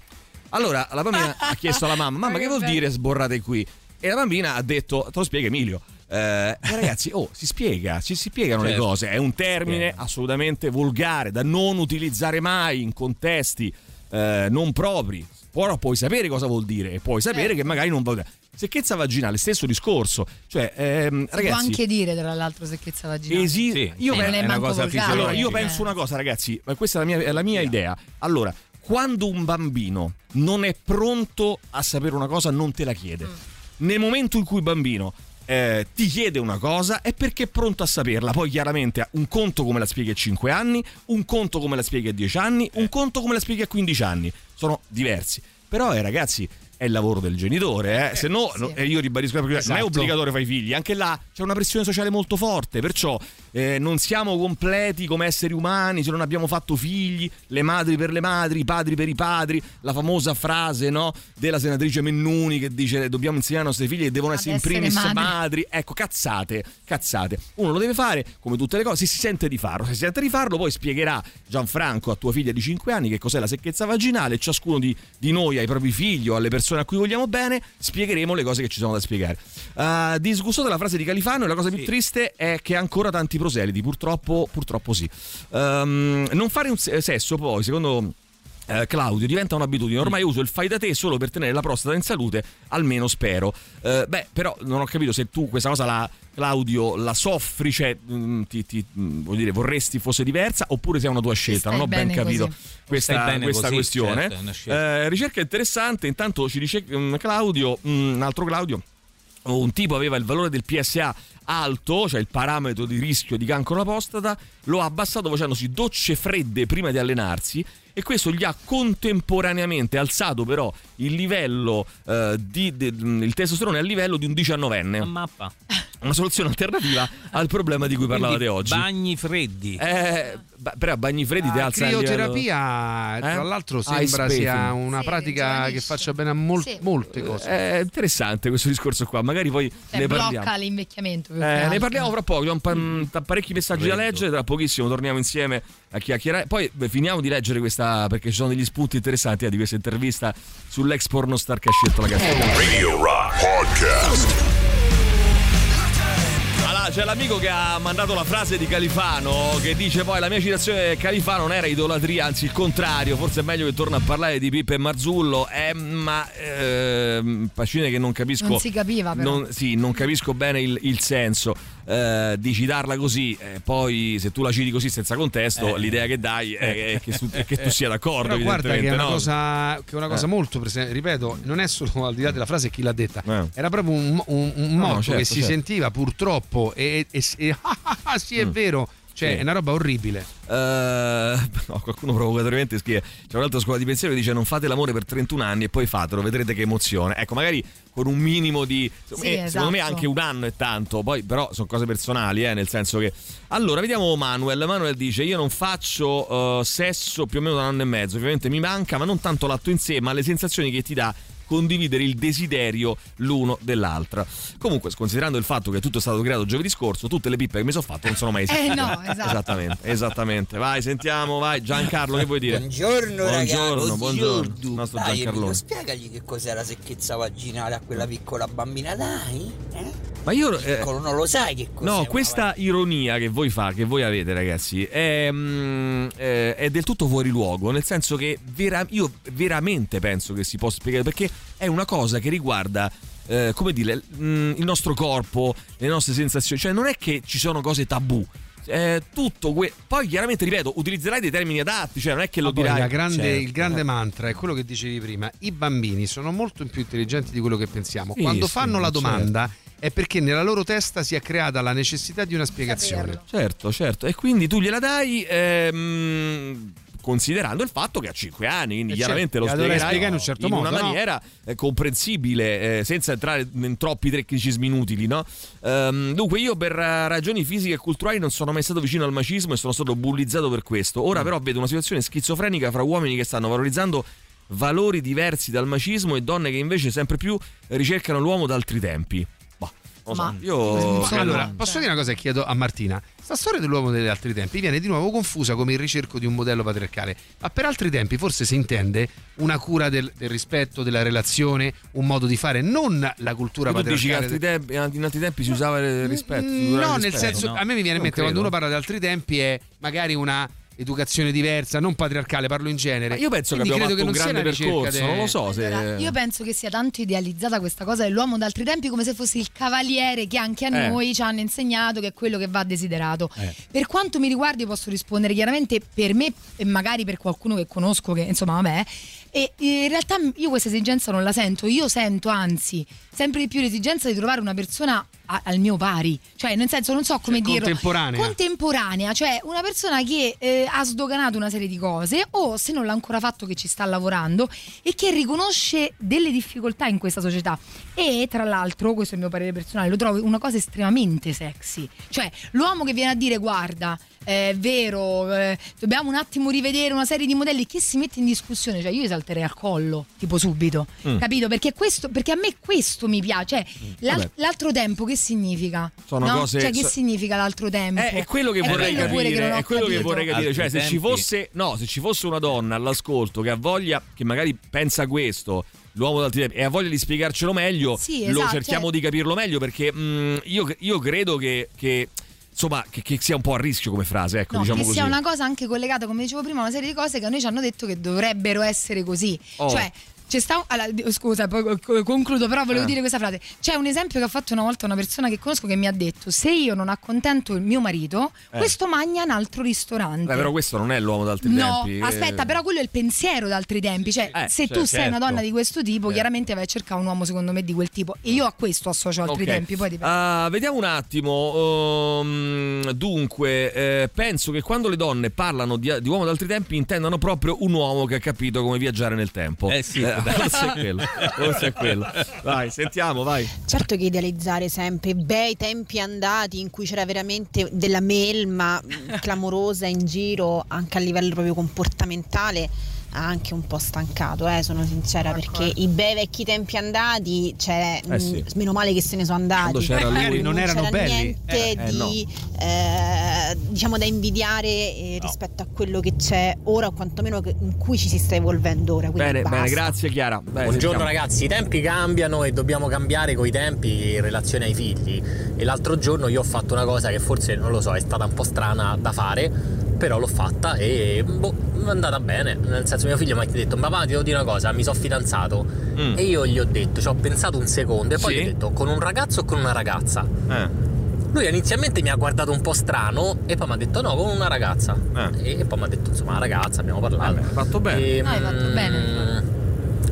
Allora la bambina ha chiesto alla mamma, mamma che vuol dire sborrate qui? E la bambina ha detto, te lo spiega Emilio. Eh, eh, ragazzi, oh, si spiega, ci si spiegano le
Certo.
cose. È un termine assolutamente volgare da non utilizzare mai in contesti eh, non propri. Però puoi sapere cosa vuol dire e puoi sapere
Certo.
che magari non vuol dire. Secchezza vaginale, stesso discorso. Cioè, ehm,
Si può
ragazzi,
anche dire, tra l'altro, secchezza vaginale.
Esiste.
Io non è, manco volgare.
Allora, io penso una cosa, ragazzi, ma questa è la mia, è la mia idea. Allora, quando un bambino non è pronto a sapere una cosa, non te la
Mm.
chiede. Nel momento in cui il bambino eh, ti chiede una cosa, è perché è pronto a saperla. Poi, chiaramente, un conto come la spieghi a 5 anni, un conto come la spieghi a 10 anni, un conto come la spieghi a 15 anni. Sono diversi. Però, eh, ragazzi. È il lavoro del genitore, eh. se no, no- e io ribadisco la prima- non è
Esatto.
obbligatorio fare i figli, anche là c'è una pressione sociale molto forte, perciò eh, non siamo completi come esseri umani se non abbiamo fatto figli, le madri per le madri, i padri per i padri, la famosa frase no, della senatrice Mennuni che dice dobbiamo insegnare ai nostri figli che devono essere in
essere
primis
madri."
madri, ecco cazzate, cazzate, uno lo deve fare come tutte le cose, se si sente di farlo, se si sente di farlo poi spiegherà Gianfranco a tua figlia di 5 anni che cos'è la secchezza vaginale, ciascuno di, di noi ai propri figli o alle persone a cui vogliamo bene spiegheremo le cose che ci sono da spiegare. Eh, disgustosa la frase di Califano e la cosa più triste è che ancora tanti proseliti, purtroppo, purtroppo sì. Ehm, non fare un se- sesso poi, secondo... eh, Claudio diventa un'abitudine, ormai uso il fai da te solo per tenere la prostata in salute, almeno spero. Eh, beh, però non ho capito se tu questa cosa la Claudio la soffri, cioè mm, ti- ti- mm, voglio dire, vorresti fosse diversa oppure se è una tua scelta,
stai
non ho ben
bene
capito
così. Stai
questa,
bene
questa
così,
questione.
certo, è una scelta.
Eh, ricerca interessante, intanto ci dice mm, Claudio, mm, un altro Claudio, un tipo aveva il valore del PSA alto, cioè il parametro di rischio di cancro alla prostata, lo ha abbassato facendosi docce fredde prima di allenarsi e questo gli ha contemporaneamente alzato però il livello eh, di, de- mm, il testosterone al livello di un 19enne. Una
mappa.
Una soluzione alternativa al problema di cui parlavate
Quindi
oggi.
Bagni freddi.
Eh, ba- però bagni freddi ti
La
alza il livello-
crioterapia, tra
Eh?
l'altro,
Ah,
sembra
ice
sia
bathing.
una pratica che faccia bene a mol- molte cose.
Eh, È interessante questo discorso qua, magari poi
Cioè,
ne
blocca Mm.
parliamo.
l'invecchiamento. più
Eh,
che altro.
ne parliamo fra poco, abbiamo pa- mh, ta- parecchi messaggi da leggere, tra pochissimo torniamo insieme a chiacchierare. Poi beh, finiamo di leggere questa, perché ci sono degli spunti interessanti eh, di questa intervista sull'ex porno star che ha scelto la canzone.
Radio Rock Podcast.
Allora, c'è l'amico che ha mandato la frase di Califano che dice poi la mia citazione di Califano non era idolatria, anzi il contrario, forse è meglio che torna a parlare di Pippa e Marzullo, eh, ma ehm, Pacine che non capisco...
Non si capiva, però.
Non, sì, non capisco bene il, il senso eh, di citarla così, eh, poi se tu la citi così senza contesto,
Eh.
l'idea che dai è, è che, tu, è che tu sia d'accordo.
Però guarda che è
evidentemente,
una
no?
cosa, che è una cosa
Eh.
molto presente, ripeto, non è solo al di là della frase chi l'ha detta, era proprio un, un, un
Eh. No,
motto
certo,
che si
certo.
sentiva purtroppo e, e- e- ah, sì è
Mm.
vero, cioè
Sì.
è una roba orribile.
Eh, no, qualcuno provocatoriamente scrive c'è un'altra scuola di pensiero che dice non fate l'amore per 31 anni e poi fatelo vedrete che emozione ecco magari con un minimo di secondo,
Sì,
me, secondo me
esatto.
anche un anno è tanto poi però sono cose personali eh, nel senso che allora vediamo Manuel Manuel dice io non faccio eh, sesso più o meno da un anno e mezzo ovviamente mi manca ma non tanto l'atto in sé ma le sensazioni che ti dà condividere il desiderio l'uno dell'altra comunque considerando il fatto che tutto è stato creato giovedì scorso tutte le pippe che mi sono fatte non sono mai esistite
Eh, no, esatto.
esattamente esattamente vai sentiamo vai Giancarlo che vuoi dire
Buongiorno, ragazzi.
buongiorno buongiorno il nostro
Dai, Emilio,
Giancarlone
spiegagli che cos'è la secchezza vaginale a quella piccola bambina, dai.
ma io eh,
Piccolo, non lo sai che cos'è.
No, questa ironia che voi fa, che voi avete, ragazzi, è, mm, eh, è del tutto fuori luogo. Nel senso che vera- io veramente penso che si possa spiegare perché è una cosa che riguarda. eh, come dire, mm, il nostro corpo, le nostre sensazioni, cioè non è che ci sono cose tabù, Eh, tutto que- poi chiaramente ripeto, utilizzerai dei termini adatti, cioè non è che
Ma
lo
poi
dirai.
la grande-
Certo.
Il grande mantra è quello che dicevi prima: i bambini sono molto più intelligenti di quello che pensiamo.
Sì,
Quando
sì,
fanno la
certo.
domanda è perché nella loro testa si è creata la necessità di una spiegazione.
Certo, certo. E quindi tu gliela dai ehm, considerando il fatto che ha 5 anni, quindi
Eh,
chiaramente
certo,
lo
la dovrai spiegare
spiegherai
in un certo
una
modo, no?
maniera eh, comprensibile, eh, senza entrare in troppi tecnicismi inutili, no? Ehm, dunque io per eh, ragioni fisiche e culturali non sono mai stato vicino al macismo e sono stato bullizzato per questo.
Mm.
Ora però vedo una situazione schizofrenica fra uomini che stanno valorizzando valori diversi dal macismo e donne che invece sempre più ricercano l'uomo da altri tempi. Bah.
Lo so.
Ma-
Io.
Allora, posso dire una cosa che chiedo a Martina? Sta storia dell'uomo degli altri tempi viene di nuovo confusa come il ricerco di un modello patriarcale, ma per altri tempi forse si intende una cura del, del rispetto, della relazione, un modo di fare, non la cultura
tu dici che
patriarcale. Mm,
altri tempi- in altri tempi si usava il rispetto? si usava il
No, nel
rispetto,
senso,
no?
a me mi viene in
Non
mente quando
credo.
uno parla di altri tempi è magari una educazione diversa, non patriarcale, parlo in genere.
Ma io penso che
Quindi
abbiamo
credo che
fatto un
non
grande
sia una ricerca
percorso,
de-
non lo so se.
Eh.
Io penso che sia tanto idealizzata questa cosa dell'uomo d'altri tempi come se fosse il cavaliere che anche a
Eh.
noi ci hanno insegnato che è quello che va desiderato.
Eh.
Per quanto mi riguarda io posso rispondere chiaramente per me e magari per qualcuno che conosco che insomma vabbè eh. e in realtà io questa esigenza non la sento, io sento anzi sempre di più l'esigenza di trovare una persona a- al mio pari, cioè nel senso non so come
Cioè,
dirlo
contemporanea.
contemporanea, cioè una persona che eh, ha sdoganato una serie di cose o se non l'ha ancora fatto che ci sta lavorando e che riconosce delle difficoltà in questa società e tra l'altro, questo è il mio parere personale, lo trovo una cosa estremamente sexy, cioè l'uomo che viene a dire guarda è vero, eh, dobbiamo un attimo rivedere una serie di modelli che si mette in discussione, cioè io gli salterei al collo, tipo subito,
Mm.
capito? Perché, questo, perché a me questo mi piace, Cioè, l'al-
Vabbè.
l'altro tempo che significa?
Sono
No?
cose-
Cioè che
so-
significa l'altro tempo? Ecco.
Eh, è quello che vorrei
quello pure
capire,
che non ho
è quello che
capito.
vorrei capire, cioè
Altri
se ci
tempi.
fosse no, se ci fosse una donna all'ascolto che ha voglia che magari pensa questo L'uomo d'altri tempi e ha voglia di spiegarcelo meglio,
Sì,
lo
esatto,
cerchiamo
cioè-
di capirlo meglio perché mm, io, io credo che, che, insomma che, che sia un po' a rischio come frase, ecco,
No,
diciamo
che
così.
sia una cosa anche collegata, come dicevo prima, a una serie di cose che a noi ci hanno detto che dovrebbero essere così.
Oh.
Cioè, c'è sta un- allora, di- scusa, poi co- concludo, però volevo
Eh.
dire questa frase. C'è un esempio che ha fatto una volta una persona che conosco che mi ha detto: Se io non accontento il mio marito,
Eh.
questo magna un altro
Eh,
ristorante.
però questo non è l'uomo d'altri
No,
tempi. eh.
aspetta, però quello è il pensiero d'altri tempi. Cioè,
Eh,
se
cioè,
tu sei una
certo.
donna di questo tipo, chiaramente vai a cercare un uomo, secondo me, di quel tipo. E io a questo associo altri
Ok.
tempi. Poi dipende.
Ah, vediamo un attimo. ehm, dunque, eh, penso che quando le donne parlano di, di uomo d'altri tempi intendano proprio un uomo che ha capito come viaggiare nel tempo. Eh sì, forse è quello. Forse è quello. Vai, sentiamo, vai.
Certo che idealizzare sempre bei tempi andati in cui c'era veramente della melma mh, clamorosa in giro anche a livello proprio comportamentale ha anche un po' stancato, eh, sono sincera, perché i bei vecchi tempi andati, cioè,
Eh sì.
mh, meno male che se ne sono andati.
Quando c'era lui. Magari non erano
c'era
belli.
niente
Eh, eh,
di, eh, diciamo, da invidiare eh, rispetto a quello che c'è ora o quantomeno che- in cui ci si sta evolvendo ora. quindi
Bene, bene,
basta.
grazie Chiara. Beh,
Buongiorno
sentiamo.
ragazzi, i tempi cambiano e dobbiamo cambiare coi tempi in relazione ai figli. E l'altro giorno io ho fatto una cosa che forse non lo so, è stata un po' strana da fare, però l'ho fatta e boh, è andata bene. Nel senso mio figlio mi ha detto "Papà, ti devo dire una cosa, mi sono fidanzato".
Mm.
E io gli ho detto, ci ho pensato un secondo e poi
Sì.
gli ho detto "Con un ragazzo o con una ragazza?".
Eh.
Lui inizialmente mi ha guardato un po' strano e poi mi ha detto no, con una ragazza. E, e poi mi ha detto insomma, una ragazza, abbiamo parlato.
Eh. fatto
bene.
No, hai fatto bene.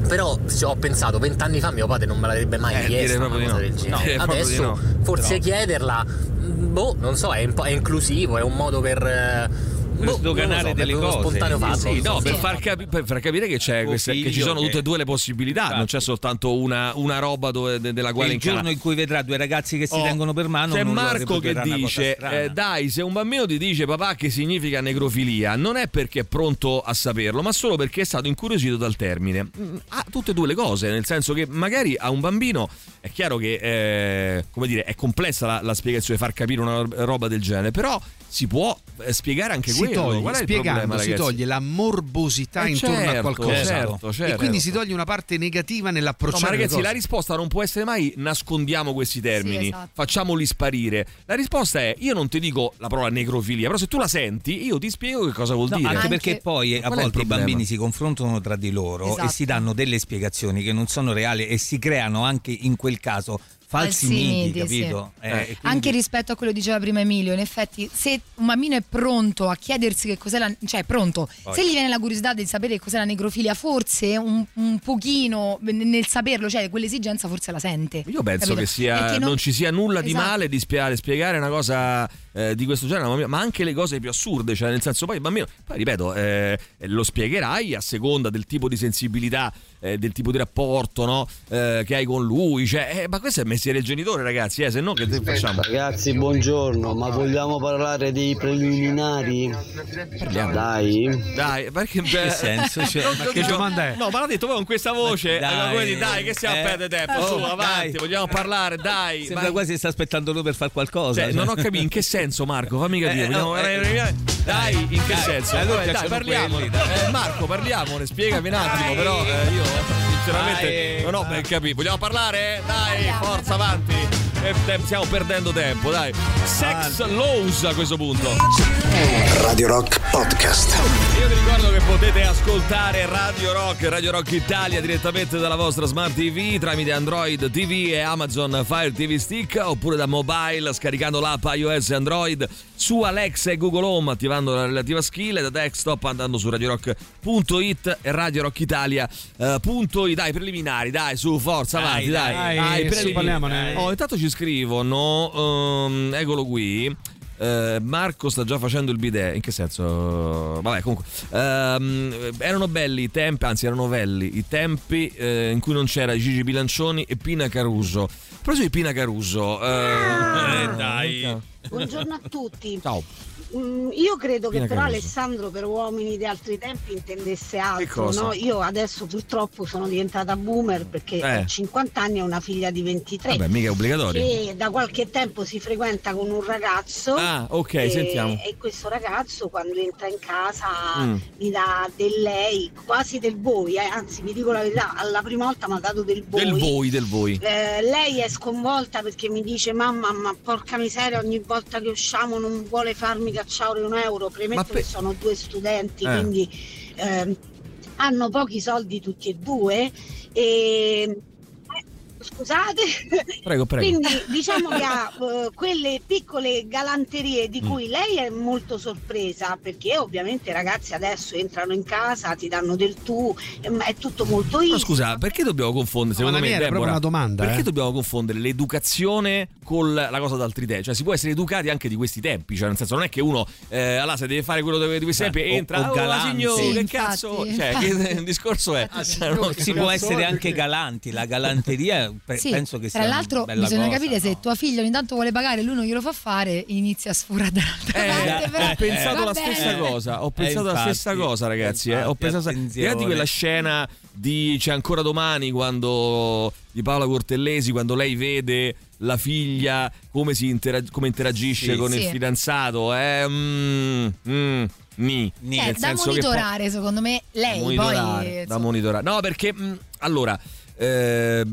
Però se ho pensato, vent'anni fa mio padre non me l'avrebbe mai
Eh, direi
chiesto una
proprio
cosa
di
del
no.
genere.
Direi proprio di
Adesso
no.
forse
Però-
chiederla, mh, boh, non so, è, un po'- è inclusivo, è un modo per... eh, boh, non lo
sdoganare
so,
delle
per uno
cose.
spontaneo
Sì,
farlo.
sì,
non
No,
so.
per far, capi- per far capire che, c'è questa- che ci
figlio
sono
che- Esatto.
tutte e due le possibilità, non c'è soltanto una, una roba dove- de- della quale
il giorno in cui vedrà due ragazzi che si
Oh,
tengono per mano
C'è
non lo
Marco che
reputerà una cosa
dice:
strana.
eh, Dai, se un bambino ti dice papà che significa necrofilia, non è perché è pronto a saperlo, ma solo perché è stato incuriosito dal termine. Mm, Ha tutte e due le cose, nel senso che magari a un bambino è chiaro che eh, come dire, è complessa la, la spiegazione, far capire una roba del genere, però si può eh, spiegare anche
si
quello.
toglie,
Qual è il
spiegando,
problema,
si
ragazzi?
toglie la morbosità
Eh,
intorno a
certo,
qualcosa
certo, certo.
e quindi si toglie una parte negativa
No,
nell'approcciare
ma
le
ragazzi,
cose.
la risposta non può essere mai nascondiamo questi termini,
Sì, esatto.
facciamoli sparire. La risposta è: io non ti dico la parola necrofilia, però se tu la senti, io ti spiego che cosa vuol
No,
dire.
anche perché poi a
Qual è il
volte i
problema?
bambini si confrontano tra di loro
Esatto.
e si danno delle spiegazioni che non sono reali e si creano anche in quel caso falsi
Falsi
miti,
miti,
capito?
sì.
Eh, e quindi-
Anche rispetto a quello che diceva prima Emilio, in effetti, se un bambino è pronto a chiedersi che cos'è la. cioè, è pronto,
Poi.
se gli viene la curiosità di sapere che cos'è la necrofilia, forse un, un pochino n- nel saperlo, cioè quell'esigenza forse la sente.
Io penso
capito?
che sia,
Perché
non... ci sia nulla di
Esatto.
male di spiegare, spiegare una cosa eh, di questo genere, ma- ma anche le cose più assurde, cioè nel senso poi il bambino, poi ripeto, eh, lo spiegherai a seconda del tipo di sensibilità, eh, del tipo di rapporto no? Eh, che hai con lui, cioè, eh, ma questo è, mes- siete il genitore, ragazzi, eh, se no che facciamo?
Ragazzi, buongiorno, ma vogliamo parlare dei preliminari? Dai.
Dai, ma che,
Che senso, cioè,
Non-
ma
non-
che domanda è?
No, ma l'ha detto poi con questa voce.
Ma dai,
allora, quindi, dai, che stiamo
eh.
a perdere tempo?
Oh,
su,
dai.
avanti, vogliamo parlare, dai.
Sembra
vai.
quasi che sta aspettando lui per fare qualcosa.
Cioè, non ho capito in che senso, Marco, fammi capire.
Eh,
vogliamo-
eh,
eh, dai, in che senso?
a lui
Vabbè, dai,
piacciono
parliamo. Eh,
quelli,
Marco, parliamone, spiegami un attimo, però eh, io sinceramente non ho ben capito. Vogliamo parlare? Dai, forza avanti. Eh, te- Stiamo perdendo tempo, dai. Sex Lows a questo punto.
Radio Rock Podcast.
Io vi ricordo che potete ascoltare Radio Rock, Radio Rock Italia direttamente dalla vostra Smart TV tramite Android TV e Amazon Fire TV Stick oppure da mobile scaricando l'app iOS e Android su Alexa e Google Home attivando la relativa skill e da desktop andando su radiorock.it e radiorockitalia.it eh, dai preliminari dai su forza
Dai,
avanti dai
dai,
dai,
eh,
su,
preliminari.
parliamone.
Oh, intanto ci scrivono ehm, eccolo qui eh, Marco sta già facendo il bidet. In che senso? Vabbè, comunque. Ehm, erano belli i tempi, anzi, erano belli i tempi eh, in cui non c'era Gigi Bilancioni e Pina Caruso. Però di Pina Caruso. eh, dai.
Buongiorno a tutti.
Ciao.
Mm, Io credo che
Fine
però
Caruso.
Alessandro per uomini di altri tempi intendesse altro.
cosa?
No? Io adesso purtroppo sono diventata boomer perché
Eh.
a 50 anni ho una figlia di 23.
Vabbè, mica è obbligatorio.
Che da qualche tempo si frequenta con un ragazzo.
Ah, ok,
e,
sentiamo.
E questo ragazzo quando entra in casa
Mm.
mi dà del lei, quasi del voi. eh, Anzi, vi dico la verità, alla prima volta mi ha dato del voi.
Del voi, del voi.
Eh, lei è sconvolta perché mi dice mamma ma porca miseria ogni volta che usciamo non vuole farmi cacciare un euro premetto
Ma pe-
che sono due studenti
Eh.
quindi ehm, hanno pochi soldi tutti e due e eh, Scusate,
Prego, prego.
quindi diciamo che ha eh, quelle piccole galanterie di cui lei è molto sorpresa perché ovviamente i ragazzi adesso entrano in casa, ti danno del tu, eh, ma è tutto molto
Ma
intimo.
scusa, perché dobbiamo confondere?
No, ma
Secondo
la
me
mia era
Deborah,
proprio una domanda,
Perché
eh.
dobbiamo confondere l'educazione con la cosa d'altri tempi? Cioè, si può essere educati anche di questi tempi. Cioè, nel senso, non è che uno eh, allora se deve fare quello di di
Cioè,
questi tempi,
o- o
entra "Oh, la
galanti."
signora,
Sì,
che
infatti,
cazzo. Cioè,
infatti.
che il discorso è. Cioè, non-
si può essere anche galanti, la galanteria pe-
Sì,
penso che sia
tra l'altro
una bella
bisogna
cosa.
capire se tua figlia ogni tanto vuole pagare e lui non glielo fa fare inizia a sforare dall'altra parte però-
ho pensato
va
la
bene.
stessa cosa. Ho
Eh,
pensato la
infatti,
stessa cosa, ragazzi. eh. Ho
infatti,
pensato
attenzione.
Ricordati quella scena di C'è ancora domani quando di Paola Cortellesi quando lei vede la figlia come, si interag- come interagisce
Sì.
con il
Sì.
fidanzato. Eh, mm, mm, ni.
Cioè,
Nel
da
senso che poi-
monitorare secondo me
da
lei
monitorare,
poi
da monitorare. No, perché mh, allora. eh,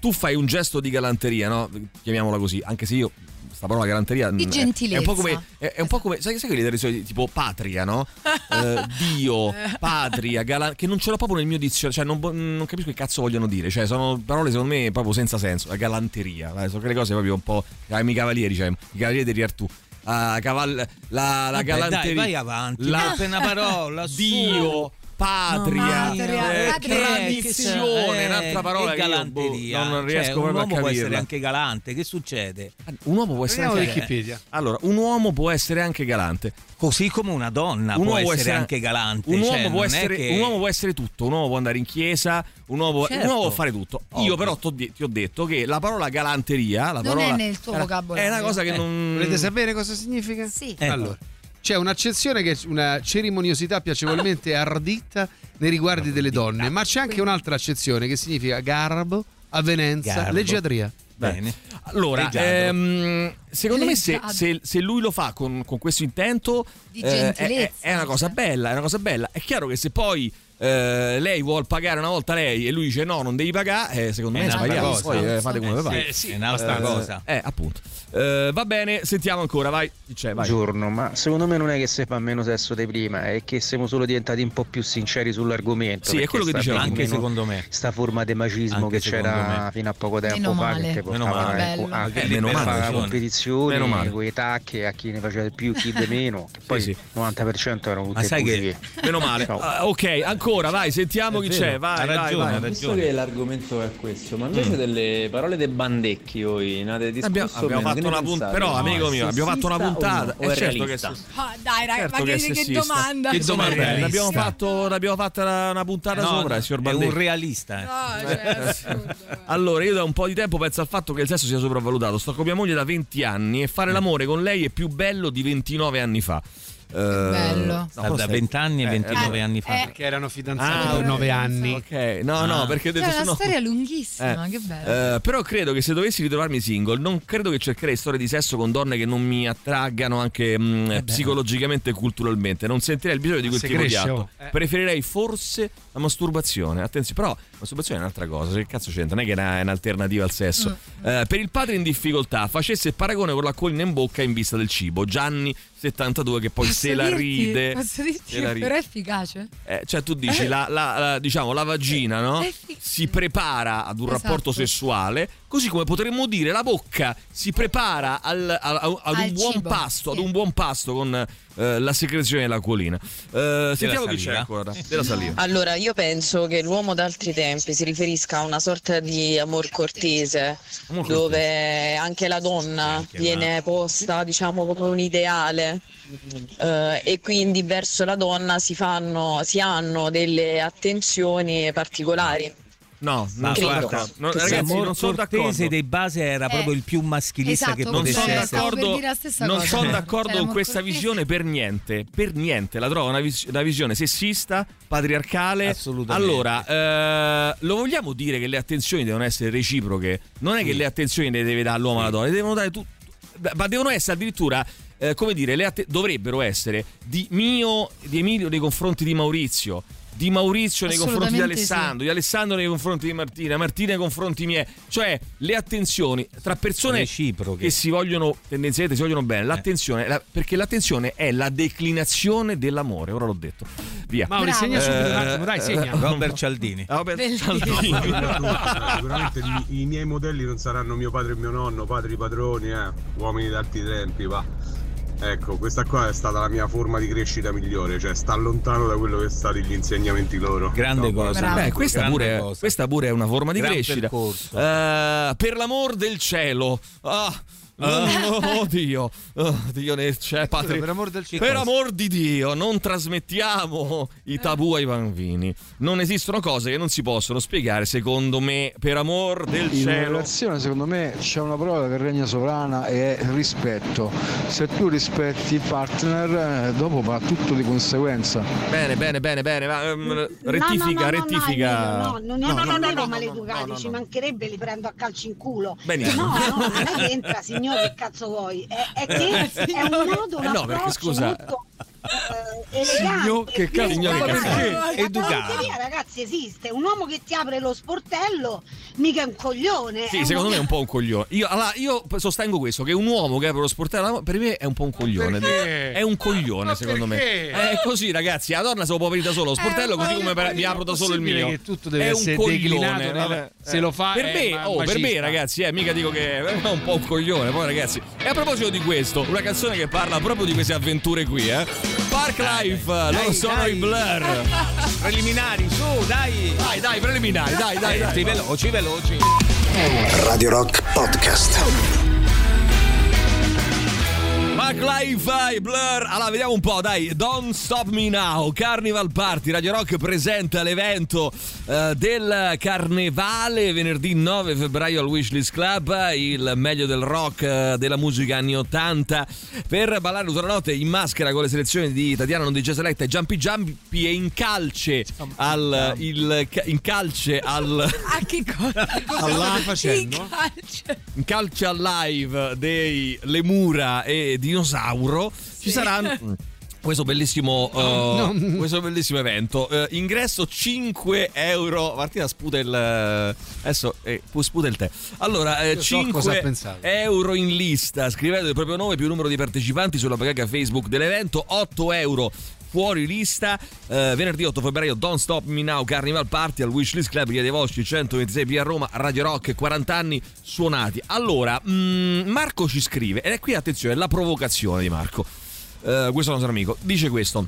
tu fai un gesto di galanteria, no? Chiamiamola così, anche se io. Sta parola galanteria.
Di
mh, è- È,
gentilezza.
un po' come. È, è un po' come. Sai, sai quelli delle solite, tipo patria, no? Eh, Dio, patria, galanteria. Che non ce l'ho proprio nel mio dizionario. Cioè, non, vo- non capisco che cazzo vogliono dire. Cioè, sono parole secondo me proprio senza senso. La galanteria. eh, Sono quelle cose proprio un po'. Come i cavalieri, cioè, i cavalieri di Artù. Ah, caval- la, la
Vabbè,
galanteria.
dai, vai avanti, Ah.
La
per una parola, su.
Dio, patria,
No, patria,
eh,
patria,
tradizione,
eh,
un'altra parola
che
che io,
galanteria.
boh, non
Cioè, un
riesco proprio a
uomo può essere
capirla.
anche galante, che succede?
Un umo può essere
Andiamo
anche
a Wikipedia.
Allora, un uomo può essere anche galante.
Così come una donna
Un
può
uomo
essere, anche galante.
Un
cioè,
uomo, può
non è
essere,
che-
un uomo può essere tutto, un uomo può andare in chiesa, un uomo,
Certo.
un uomo può fare tutto. Io però t'ho de- ti ho detto che la parola galanteria, la
non
parola
è nel tuo
è una-
vocabolario
È una cosa che
Eh.
non
Volete sapere cosa significa?
sì
Ecco.
Allora, Ecco. c'è un'accezione che è una cerimoniosità piacevolmente ardita nei riguardi delle donne, ma c'è anche un'altra accezione che significa garbo, avvenenza,
Garbo.
leggiadria.
Bene. Allora,
Leggiadro.
ehm, secondo me se,
Leggiadro.
se- se lui lo fa con, con questo intento eh,
Di
è, è-
gentilezza,
è una cosa bella, è una cosa bella. È chiaro che se poi eh, lei vuol pagare una volta lei e lui dice no, non devi pagare, eh, secondo
È
me è
un'altra
sbagliato.
cosa.
Poi eh, fate come vi
Eh, sì,
pare.
sì, è un'altra
Eh,
cosa.
Eh, appunto. Eh, va bene, sentiamo ancora, vai. Chi c'è, vai.
Buongiorno, ma secondo me non è che si fa meno sesso di prima, è che siamo solo diventati un po' più sinceri sull'argomento.
Sì, è
perché
quello che
sta
dicevo,
più o
anche
meno
secondo me.
Sta forma di macismo
Anche
che
secondo
c'era
me.
fino a poco
Meno
tempo fa
male.
che te
Meno
portava
male.
ecco, anche
Eh,
lì
meno
per
male.
fare la
Meno male.
competizione, con i tacchi a chi ne faceva di più, chi di meno, che poi il 90% erano tutte
Ma sai che-
bugie.
Meno male.
Ciao.
Ah, ok, ancora. ancora, vai, sentiamo chi c'è. Vai, vai, vai.
Visto che l'argomento è questo, ma invece
Mm.
delle parole de Bandecchi voi ne avete discusso
Abbiamo-
meno,
abbiamo
che
fatto
ne
una pun-
pensate?
però,
No,
amico
è
mio, abbiamo fatto una
sessista o
puntata.
no? O
Eh,
è
certo che è
realista?
Ah,
Eh,
dai, raga,
Certo
ma
che è
che, che
sessista.
domanda.
Che domanda è? L'abbiamo, fatto, l'abbiamo fatta una puntata
No,
sopra,
no,
signor
è
Bandecchi.
un realista, eh.
No,
cioè, è
allora, io da un po' di tempo penso al fatto che il sesso sia sopravvalutato. Sto con mia moglie da 20 anni e fare l'amore con lei è più bello di 29 anni fa. Eh,
bello.
Da 20 anni e 29 anni fa.
Eh, Perché erano fidanzati
Ah,
per
ok.
9 anni.
Ok, no, no, perché ho
Cioè,
detto
è una
no.
storia lunghissima,
Eh.
che bello.
Eh, però credo che se dovessi ritrovarmi single, non credo che cercherei storie di sesso con donne che non mi attraggano anche mh,
Eh
psicologicamente e culturalmente. Non sentirei il bisogno di
Ma
quel
se
tipo
cresce,
di atto.
oh. Eh.
Preferirei forse la masturbazione. Attenzione, però la masturbazione è un'altra cosa. Che cazzo c'entra? Non è che è una- è un'alternativa al sesso.
Mm.
Eh, per il padre in difficoltà, facesse il paragone con la collina in bocca in vista del cibo. Gianni 72 che poi
Posso
se la
dirti-
ride.
Posso dirti
se la
che
ride.
però è efficace?
Eh, cioè, tu dici, la, la- la- diciamo, la vagina no?
Eh sì.
si prepara ad un
Esatto.
rapporto sessuale, così come potremmo dire la bocca si prepara al- a- a- ad,
Al
un buon
cibo,
pasto, ad
sì.
un buon pasto con eh, la secrezione dell'acquolina. Eh, sentiamo chi c'è
saliva.
ancora. Della saliva.
Allora, io penso che l'uomo d'altri tempi si riferisca a una sorta di amor cortese,
Amor cortese.
dove anche la donna viene posta, diciamo, come un ideale. eh, e quindi verso la donna si fanno, si hanno delle attenzioni particolari.
No,
Ma
non sono
guarda,
d'accordo. No,
che
ragazzi,
l'amor
non sono
cortese
d'accordo.
dei base era proprio il più maschilista
esatto,
che
non
potesse
sono
essere.
d'accordo. per dire la stessa
non
cosa.
sono
Eh.
d'accordo
Cioè,
con
l'amor
questa
cortese-
visione per niente, per niente, la trovo una, vis- una visione sessista, patriarcale.
Assolutamente.
Allora, eh, lo vogliamo dire che le attenzioni devono essere reciproche? Non è che le attenzioni le deve dare l'uomo alla donna, le devono dare tu- ma devono essere addirittura eh, come dire, le atte- dovrebbero essere di mio di Emilio nei confronti di Maurizio. Di Maurizio nei confronti di
Assolutamente sì.
Alessandro, di Alessandro nei confronti di Martina, Martina nei confronti miei, cioè le attenzioni tra persone
Reciproche.
che si vogliono tendenzialmente si vogliono bene. L'attenzione, la- perché l'attenzione è la declinazione dell'amore. Ora l'ho detto. Via. Eh,
Mauri, segna subito un attimo, dai, segna.
Robert Cialdini.
Robert
Sicuramente i, i miei modelli non saranno mio padre e mio nonno, padri padroni, eh, uomini d'altri tempi, va. Ecco, questa qua è stata la mia forma di crescita migliore, cioè sta lontano da quello che sono stati gli insegnamenti loro.
Grande
cosa.
Beh, questa, pure, questa pure è una forma di
Gran
crescita.
percorso.
Eh, per l'amor del cielo. Ah.
Ah.
Oh, Dio, oh, Dio ne c'è patria.
per amor del cielo.
Per amor di Dio, non trasmettiamo i tabù ai bambini. Non esistono cose che non si possono spiegare, secondo me, per amor del
In una
cielo.
relazione secondo me c'è una parola che regna sovrana e è rispetto. Se tu rispetti il partner eh, dopo va tutto di conseguenza.
Bene, bene, bene, bene. ma, ehm, rettifica,
no, no,
rettifica.
no,
No, non
No,
no,
no, no,
no,
no, no,
maleducati,
no, no,
ci
no.
mancherebbe, li prendo a calci in culo.
Benissimo.
No, no, non è che entra, signore, che cazzo vuoi? È, è
Eh,
che è un modo, un
Eh no, perché
approccio
scusa.
molto, eh, elegante.
Signor- che cazzo-
più
signore, che
elegante.
cazzo-
La
Perché? Educato.
galanteria, ragazzi, esiste. Un uomo che ti apre lo sportello, mica è un coglione.
Sì, secondo me è un po' un coglione. Io, allora, io sostengo questo: che un uomo che apre lo sportello alla- per me è un po' un coglione.
perché?
È un coglione, secondo
perché? Eh,
me. È così, ragazzi. La donna se lo può aprire da solo lo sportello, così come per- mi apro da solo il
possibile
mio.
che tutto deve
è un
essere declinato
coglione.
nel-
vabbè.
se lo fa
per
è
me,
ma-
oh, per me,
macista.
ragazzi, eh, mica dico che è un po' un coglione. Poi, ragazzi, e a proposito di questo, una canzone che parla proprio di queste avventure qui, eh. Park
Ah,
Life, loro
Dai,
sono
dai.
i Blur.
Preliminari, su, dai.
Dai, dai, preliminari, dai, dai, dai.
Sì, veloci, veloci.
Radio Rock Podcast.
Mark Life ai Blur. Allora, vediamo un po', dai. Don't Stop Me Now. Carnival Party. Radio Rock presenta l'evento eh, del carnevale venerdì 9 febbraio al Wishlist Club. eh, Il meglio del rock, eh, della musica anni 80. Per ballare tutta la notte in maschera con le selezioni di Tatiana Non DJ Select e Jumpy Jumpy. E in calce al. Il, in calce al.
A che cosa?
Alla- facendo?
In calcio.
in calcio al live dei Lemura e Dinosauro ci saranno mm, questo bellissimo, eh, questo bellissimo evento Eh, ingresso 5 euro Martina sputa il eh, adesso eh, pu- sputa il tè allora eh,
Io so cosa
5
pensavo.
euro in lista scrivete il proprio nome più numero di partecipanti sulla pagina Facebook dell'evento 8 euro Fuori lista, Eh, venerdì 8 febbraio Don't Stop Me Now Carnival Party al Wishlist Club Via dei Vosci 126 via Roma Radio Rock 40 anni suonati. Allora, mh, Marco ci scrive, ed è qui attenzione, la provocazione di Marco. Eh, questo è il nostro amico, dice questo.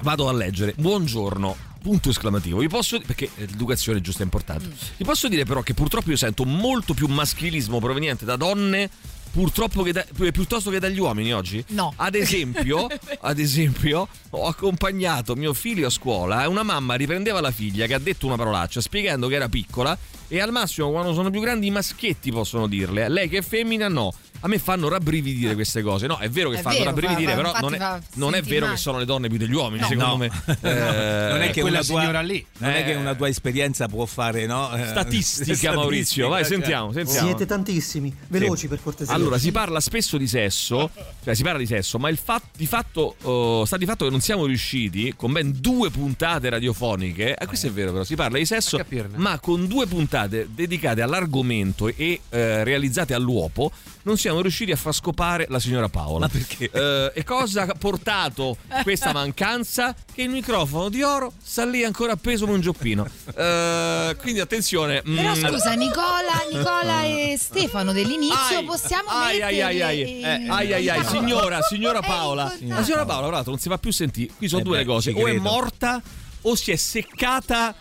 Vado a leggere. Buongiorno. punto esclamativo. Vi posso perché l'educazione giusta è importante.
Mm.
Vi posso dire però che purtroppo io sento molto più maschilismo proveniente da donne purtroppo che da- piuttosto che dagli uomini oggi.
No.
Ad esempio, ad esempio, ho accompagnato mio figlio a scuola e una mamma riprendeva la figlia che ha detto una parolaccia spiegando che era piccola e al massimo quando sono più grandi i maschietti possono dirle. Lei che è femmina no. A me fanno rabbrividire queste cose. No, è vero che
È
fanno
vero,
rabbrividire,
fa- fa-
però non è,
infatti fa
non è
sentire
vero
male.
che sono le donne più degli uomini, secondo
No.
me. Eh,
No. non è che una tua, non è che una tua esperienza può fare, no? Eh,
Statistica, Maurizio, vai,
cioè.
sentiamo, sentiamo.
Siete tantissimi, veloci
Sì.
per cortesia.
Allora, si parla spesso di sesso, cioè si parla di sesso, ma il fat- di fatto, eh, sta di fatto che non siamo riusciti, con ben due puntate radiofoniche, eh, questo è vero però, si parla di sesso, ma con due puntate dedicate all'argomento e eh, realizzate all'uopo, non siamo riusciti a far scopare la signora Paola. Ma perché? e cosa ha portato questa mancanza? Che il microfono di oro sta lì ancora appeso come un gioppino. Eh, quindi attenzione.
Però
mm,
scusa, Nicola, Nicola e Stefano dell'inizio possiamo
Ai ai ai ai,
metterli
Eh,
in-
ai, ai, ai.
in-
signora, signora Paola.
importante.
La signora Paola, tra l'altro, non si fa più sentire. Qui sono
Eh
due
beh,
le cose:
ci
o è
credo.
morta o si è seccata.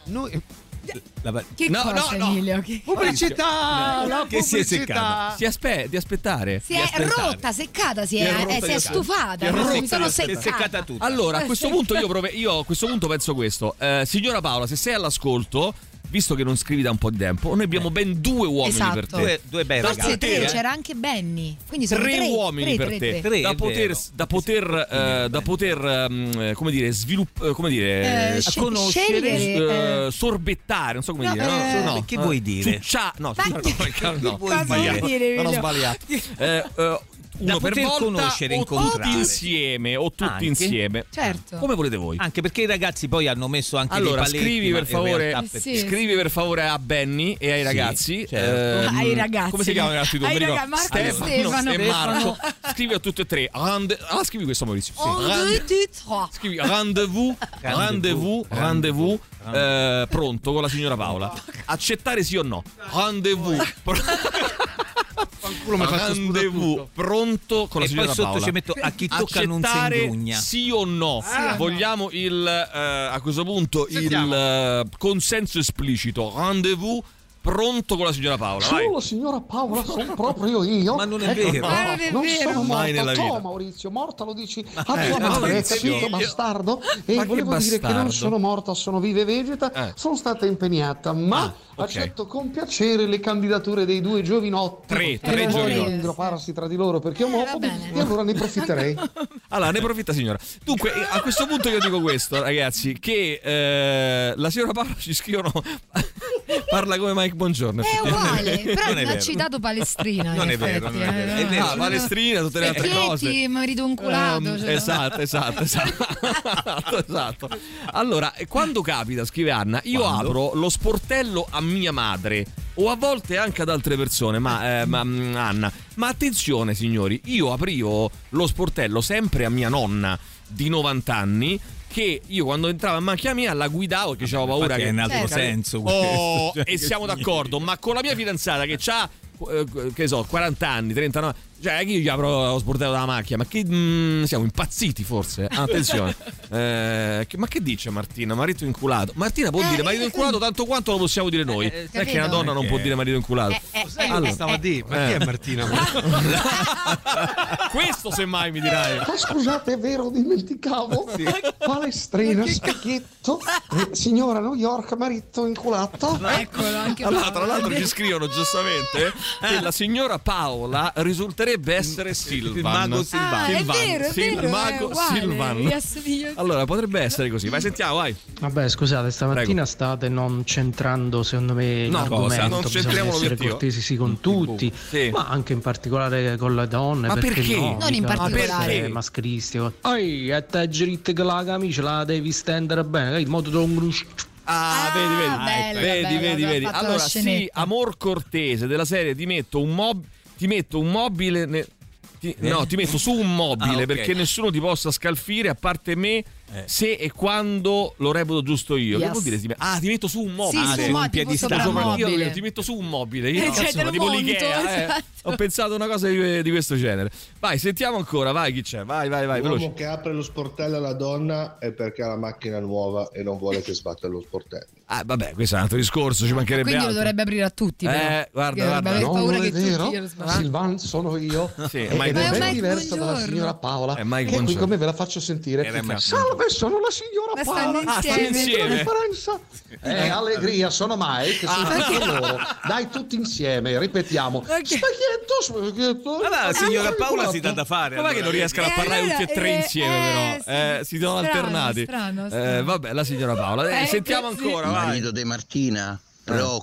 Che
no,
cosa,
no, no.
Emilio? Che-
Pubblicità,
No.
la pubblicità. Si aspe- di aspettare.
Si
Di
è
aspettare.
rotta, seccata, si
Ti
è,
è rotta
eh, si è
di-
stufata.
ti è rotta
Mi sono
di-
seccata. Eh,
Allora, a questo punto io, prove- io a questo punto penso questo. Eh, signora Paola, se sei all'ascolto, visto che non scrivi da un po' di tempo, noi abbiamo ben due uomini
Eh. Esatto.
per te.
Due-
bei
Forse tre, c'era anche Benny. Quindi sono
tre, uomini
tre,
per
tre,
te
tre.
da poter, da poter, eh, da poter ehm, eh, come dire sviluppare come dire
Eh,
eh,
sce-
conoscere
scegliere,
eh, sorbettare non so come
No,
dire no?
eh,
No,
che
eh,
vuoi dire?
succia- no,
Ma-
no, no, no,
vuoi
ho sbagliato.
dire,
Non ho
Emilio?
sbagliato Eh, eh, uno
Da
per
poter
volta
conoscere,
o
incontrare.
tutti insieme o tutti
Anche.
insieme
Certo.
come volete voi
Anche perché i ragazzi poi hanno messo anche
allora
dei paletti,
scrivi
ma
per
in
favore
realtà per-
scrivi per favore a Benny e ai
Sì,
ragazzi
certo.
ehm,
Ai ragazzi.
come si chiamano i ragazzi due?
Ai
Mi
raga-
ricordo.
Marco e Stefano.
e Marco
Stefano.
scrivi a tutte e tre Rende- ah scrivi questo Maurizio sì.
Un,
Rende-
due, tre, tre.
Scrivi rendezvous, rendezvous, rendezvous, eh, pronto con la signora Paola. Accettare sì o no? Rendezvous.
mi faccio scusa
Rendezvous, pronto con
E poi
la signora
sotto
Paola.
ci metto, a chi tocca non si
Accettare
ingrugna.
Sì o no?
Sì o no.
Vogliamo il eh, a questo punto il eh, consenso esplicito. Rendezvous, pronto con la signora Paola. Vai. Ecco.
Solo Oh, signora Paola sono proprio io. Eh, Ma
non è vero. Ma non è vero.
sono
Mai
morta.
nella vita.
No, Maurizio, morta lo dici a
eh,
tua madre,
Maurizio.
zitto bastardo. E
Ma che
volevo dire che non
bastardo. Eh.
sono morta, sono viva e vegeta. Sono stata impegnata, ma
Ah, ok.
accetto con piacere le candidature dei due giovinotti.
Tre, tre
che vogliono
giovinotti.
ingropparsi tra di loro perché omofobi e allora ne approfitterei.
Allora, ne approfitta signora. Dunque, eh, a questo punto io dico questo, ragazzi, che eh, la signora Paola ci scrivono parla come Mike Buongiorno.
È uguale, però
Non è
non ha
vero.
citato Palestrina.
Non
in
è vero,
effetti,
non è vero.
eh. cioè,
È vero. Ah, Palestrina, tutte le altre
Perché
cose.
ti- marito
Um,
inculato. cioè, no?
esatto, esatto, esatto, esatto, esatto. Allora, eh, quando capita, scrive Anna, io apro lo sportello a mia madre o a volte anche ad altre persone, ma, eh, ma, mm, Anna, ma attenzione signori, io aprivo lo sportello sempre a mia nonna di 90 anni che io quando entravo in macchina mia la guidavo perché avevo paura
infatti
che
è un altro
Certo.
senso questo,
Oh,
cioè,
e
che
siamo
significa?
d'accordo, ma con la mia fidanzata che ha che so, 40 anni, 39, cioè che io gli apro lo sportello della macchina, ma che mm, siamo impazziti forse? Attenzione. Eh, che- ma che dice Martina? Marito inculato. Martina può dire marito inculato tanto quanto lo possiamo dire noi. non è che
capito.
una donna non può
Eh,
dire marito inculato.
eh, Sai che mi stavo a dire? Ma chi è
Martina? Questo semmai mi dirai.
Ma scusate, è vero, dimenticavo. Palestrina, specchietto, eh, signora New York, marito inculata.
Eccolo, anche
Allora, tra l'altro ci scrivono giustamente che la signora Paola risulterebbe essere Silvan. Il
mago Silvan.
Ah, è vero, è vero,
Il mago
è uguale,
Silvan.
li assomiglia-
Allora, potrebbe essere così. Vai, sentiamo, vai.
Vabbè, scusate, stamattina state non centrando, secondo me,
No, cosa?
l'argomento.
Non
Bisogna
centriamo
essere
l'obiettivo.
cortesi sì con tutti, ma anche in particolare con le donne. Ma perché? no? Non in Mica eh, particolare. essere Perché? Mascristico. Oi, a te giritte che la camicia la devi stendere bene, che il modo non gruscio.
Ah, vedi, vedi, vedi,
bella, bella,
vedi,
abbiamo
vedi.
fatto la
Allora, sì,
scenetta.
amor cortese della serie, ti metto un, mob- ti metto un mobile. ne- ti-
Eh?
No, ti metto su un mobile
Ah, ok. Eh.
perché nessuno ti possa scalfire a parte me se e quando lo reputo giusto io. Che
Yes.
vuol dire? ti met- Ah, ti metto su un mobile.
Sì, su un mobile, tipo soprammobile.
Io ti metto su un mobile. Io
Eh,
cazzo,
cioè, te
ma
lo
tipo
monto,
l'Ikea. eh.
esatto.
Ho pensato una cosa di, di questo genere. Vai, sentiamo ancora. Vai, chi c'è? Vai, vai, vai.
L'uomo
Veloce.
che apre lo sportello alla donna è perché ha la macchina nuova e non vuole che sbatta lo sportello.
Ah, vabbè, questo è un altro discorso. Ci mancherebbe
Quindi lo
altro.
dovrebbe aprire a tutti.
Eh,
però.
guarda,
Perché
guarda.
dovrebbe aver
No,
paura
non è
che tutti
vero.
glielo sbagliano.
Silvan sono io
Sì,
E- ed
è Mike
è
Buongiorno.
ben diversa Certo, dalla signora Paola
È Mike
che qui
Eh, Buongiorno.
come ve la faccio sentire
Era Mike
salve sono la signora
Ma
Paola
stanno Ah, stanno insieme.
Come
insieme.
farà in sa- eh, allegria sono Mike sono
Ah.
tutti loro dai tutti insieme ripetiamo spaghetto spaghetto
la signora Paola si dà da fare.
Com'è che non riescano
Eh,
a parlare tutti e tre insieme, però? Eh, si sono
strano,
alternati.
strano,
Eh,
strano.
vabbè, la signora Paola. Eh,
Eh,
sentiamo
sì.
ancora.
Il
Vai.
marito
di Martina,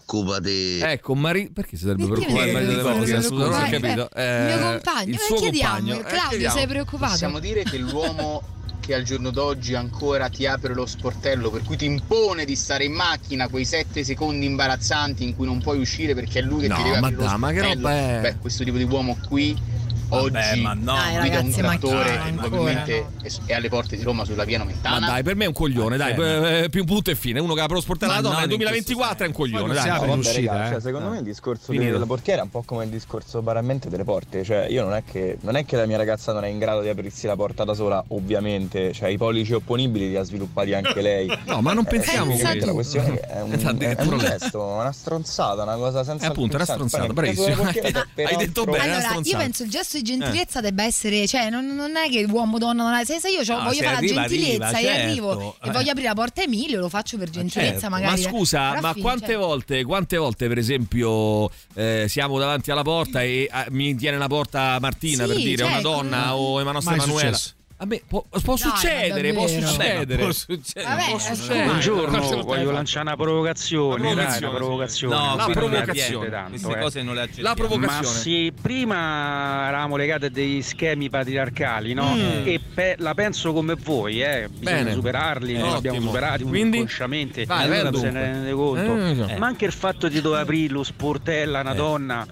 preoccupati. Ecco, mari... perché si dovrebbe
Perché
preoccupare il
mi
marito di
dovrebbe
Martina? Scusa, non ho
preoccupare?
capito.
Eh, il mio compagno.
il
Eh,
suo
chiediamo,
compagno. Eh,
Claudio,
chiediamo.
sei preoccupato?
Possiamo dire che l'uomo che al giorno d'oggi ancora ti apre lo sportello, per cui ti impone di stare in macchina quei sette secondi imbarazzanti in cui non puoi uscire perché è lui che
No,
ti deve
ma
aprire lo
dai, ma che
sportello.
roba è?
Beh, questo tipo di uomo qui oggi
ma no. Dai,
guida
ragazzi, ma
un trattore
chiaro,
e
ancora,
probabilmente è alle porte di Roma sulla via
Ma
Nomentana.
dai, per me è un coglione, dai, eh, eh, più punto e fine. Uno che apre lo sportello alla
Ma
donna
non
nel
in
2024 è un coglione,
non
dai.
si apre
No,
in
vabbè,
uscita,
raga,
eh.
cioè,
Secondo me il discorso
Finito.
della portiera è un po' come il discorso banalmente delle porte, cioè io non è che non è che la mia ragazza non è in grado di aprirsi la porta da sola, ovviamente, cioè i pollici opponibili li ha sviluppati anche lei.
No, ma non
Eh,
pensiamo
quindi
questo.
la questione è che è un,
Pensa
è
addirittura
un
lei.
gesto, una stronzata, una cosa senza
Eh, appunto, una
il senso.
stronzata,
Poi,
bravissimo.
la portiera
Hai
peraltro-
detto bene. Eh. Beh, è una
allora, io
stronzata.
penso il gesto di gentilezza debba essere, cioè, non, non è che uomo, donna, non è- se, se io c'ho-
No,
voglio
Ah, se
fare
arriva,
la gentilezza
arriva,
e
certo,
arrivo e
eh.
voglio aprire la porta a Emilio, lo faccio per gentilezza,
Certo,
magari. eh,
Ma scusa,
Però
ma
fine,
quante,
cioè,
volte, quante volte, per esempio, eh, siamo davanti alla porta e ah, mi tiene la porta Martina
Sì,
per dire
cioè,
una donna o Ema- nostra
Mai
Emanuela?
successo.
A me può, può
Dai, ma
succedere, può
davvero?
succedere.
Può succedere.
Vabbè,
può
eh,
succedere.
Buongiorno, voglio lanciare una provocazione,
Una
dai, una provocazione.
No,
Non
la
mi arrabbiate
provocazione.
tanto,
Queste
eh.
cose non le accettiamo.
Ma se prima eravamo legati a dei schemi patriarcali, no?
Mm.
E pe- la penso come voi, eh. Bisogna
Bene.
superarli,
Eh,
noi li abbiamo
ottimo.
superati
Quindi?
inconsciamente,
Vai, vai al
non se
dunque.
ne rende conto.
Eh, esatto.
Ma anche il fatto di dover aprire lo sportello a una
Eh.
donna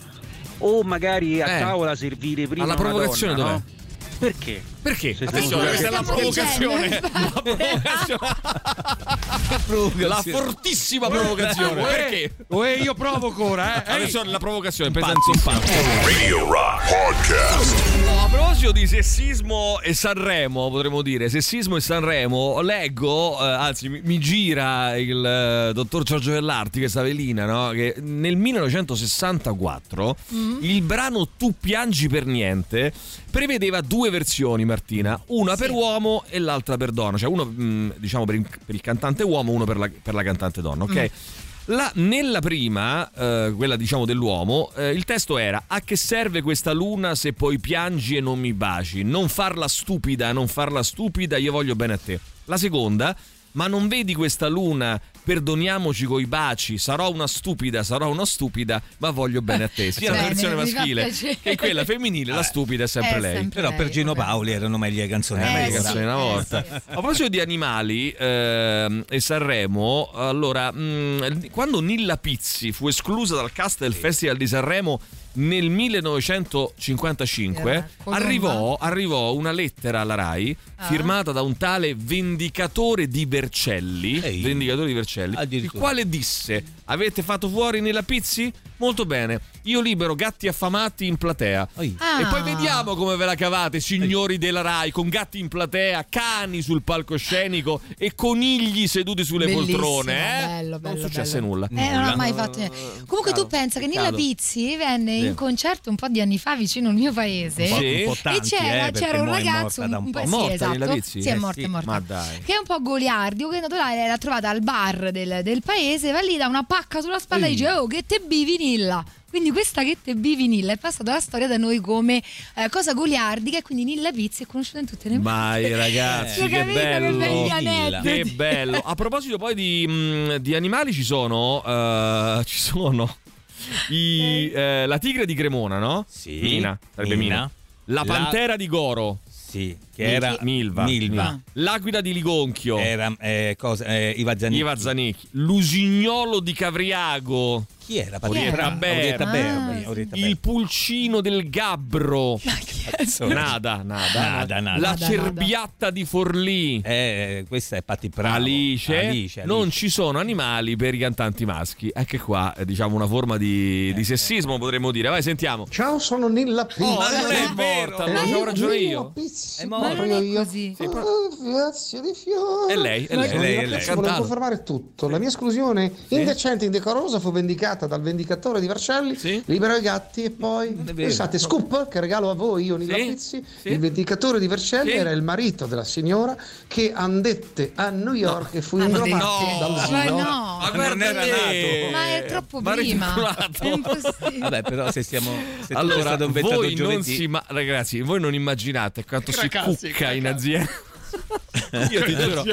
o magari a
Eh.
tavola servire prima
Alla
una
provocazione
donna,
dov'è?
no? Perché?
Perché?
Ah,
Se
Attenzione, questa
stiamo-
è la provocazione. La provocazione. Eh, La fortissima provocazione.
Uè,
Perché? Uè, io provoco ora, eh. Adesso la provocazione, pesanza in
Radio Rock Podcast.
No, a proposito di sessismo e Sanremo, potremmo dire, sessismo e Sanremo, leggo, eh, anzi mi, mi gira il eh, dottor Giorgio Vellarti, questa velina, no? che nel 1964 il brano Tu piangi per niente prevedeva due versioni, Martina, una per uomo e l'altra per donna, cioè uno mh, diciamo per il, per il cantante uomo, uno per la, per la cantante donna, ok? La- nella prima, eh, quella diciamo dell'uomo, eh, il testo era A che serve questa luna se poi piangi e non mi baci? Non farla stupida, non farla stupida, io voglio bene a te. La seconda, ma non vedi questa luna, perdoniamoci coi baci, sarò una stupida, sarò una stupida, ma voglio bene a te. Sia la
Bene,
versione
mi fa
maschile
piacere.
che quella femminile, la stupida è sempre lei.
Però per Gino Paoli erano meglio le canzoni.
Eh,
allora.
le canzoni una volta. A proposito di animali ehm, e Sanremo, allora, mh, quando Nilla Pizzi fu esclusa dal cast del Festival di Sanremo nel 1955,
Era Colomba.
arrivò,
Ah.
arrivò una lettera alla RAI firmata da un tale Vendicatore di Vercelli, Vendicatore di Vercelli il quale disse avete fatto fuori Nilla Pizzi? Molto bene, io libero gatti affamati in platea. E
Ah.
poi vediamo come ve la cavate, signori della Rai, con gatti in platea, cani sul palcoscenico e conigli seduti sulle
Bellissimo,
poltrone. Eh?
bello, bello,
non successe
bello.
nulla.
Eh, non ha mai fatto niente. Comunque
Cado,
tu pensa che Nilla
cado.
Pizzi venne
Sì.
in concerto un po' di anni fa vicino al mio paese
Un po'- un po'
e
tanti,
c'era,
eh, perché
c'era un
mo' è
ragazzo
morta da un po'.
sì,
Morta
esatto.
Nilla Pizzi?
Sì, è
Eh
morta, è
sì,
morta.
ma dai.
Che è un po' goliardio, che naturale l'ha trovata al bar del, del paese, va lì da una pacca sulla spalla e dice "Oh, che te bivi Nilla?". Quindi questa che te bivi Nilla è passata alla storia da noi come eh, cosa goliardica e quindi Nilla Pizzi è conosciuta in tutte le
Vai ragazzi,
Sì, ho
che
capito che belli
bello,
aneddoti.
che bello. A proposito poi di, mh, di animali ci sono, eh, ci sono i- eh, la tigre di Cremona, no? Sì. Mina, sarebbe Mina.
Mina.
La
La-
pantera di Goro.
Sì. Che era
Milva. Ah.
Milva.
L'aquila di Ligonchio.
Era eh, cosa, eh, Iva Zanicchi.
Iva Zanicchi. Lusignolo di Cavriago.
Chi era?
Orietta Ah.
Patrick? Orietta Berni, Orietta Berni.
Il pulcino del Gabbro. Nada, nada.
Nada, nada.
La
Nada,
cerbiatta di Forlì.
Eh, questa è Patti Bravo.
Alice. non ci sono animali per i cantanti maschi. Anche qua, eh, diciamo, una forma
Eh,
di, di sessismo, potremmo dire. Vai, sentiamo.
Ciao, sono Nilla Pizzi.
Oh, non è morta, non c'avevo ragione io.
Pizzi,
È morta.
proprio
Ma non è
Eh, io.
Sì, pro-
Oh, grazie di fiori.
Eh,
È lei, è
Sono
lei, è lei,
Nilla
è lei.
Pizzi, Volevo
Cantata.
confermare tutto. La mia esclusione indecente e indecorosa fu vendicata dal vendicatore di Vercelli. Libera i gatti e poi...
vero.
Pensate, scoop che regalo a voi io, Nilla
Sì,
Pizzi.
sì.
Il vendicatore di Vercelli
Sì.
era il marito della signora che andette a New York e fu inglobato dal
Ah, Ma
sino.
no.
Ma guarda te.
Ma è troppo
Ma
prima.
ridicolato.
È impossibile.
Vabbè, però se siamo se tutto è
Allora,
stato inventato
voi non
giovedì.
si ma- ragazzi, voi non immaginate quanto
Cracassi,
si cucca in azienda. Io ti giuro,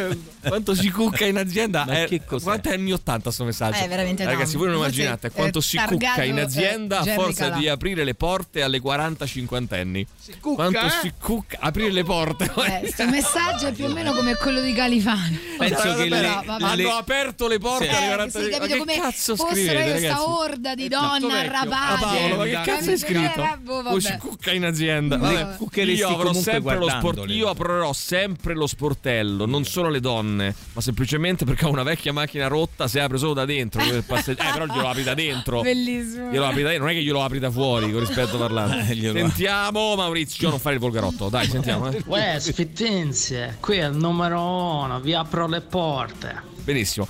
quanto si cucca in azienda.
Ma
eh,
che cos'è?
quanto è anni 80 sto messaggio?
Eh, veramente tanto.
Ragazzi, voi non
Forse,
immaginate
eh,
quanto si
targato,
cucca in
eh,
azienda a
Jerry
forza
Calà.
di aprire le porte alle 40-50 anni. quanto
eh?
si cucca aprire le porte.
Eh, sto messaggio è più o meno come quello di Califano. Cioè,
Penso che
Però,
le-
vabbè.
hanno aperto le porte
Eh,
alle
sì,
40
capito
Ma
come
che cazzo
fossero
scrivete,
io
ragazzi? Eh,
sta orda di donne
vecchio. Ah,
arrapate.
Paolo, ma che cazzo hai scritto?
Eh, boh,
Poi si
vabbè.
cucca in azienda.
Le
Vabbè.
cuccheresti
io avrò
comunque
sempre lo
guardandole.
sport- io aprirò sempre lo sportello, non solo le donne, ma semplicemente perché ho una vecchia macchina rotta, se apre solo da dentro. quel passeggio- eh, però glielo apri da dentro.
Bellissimo.
Glielo apri da dentro, non è che glielo apri da fuori, con rispetto
Eh,
parlando. sentiamo Maurizio, non fare il volgarotto. Dai, sentiamo. eh.
Uè, sfittinzie, qui è il numero uno, vi apro le porte.
Benissimo.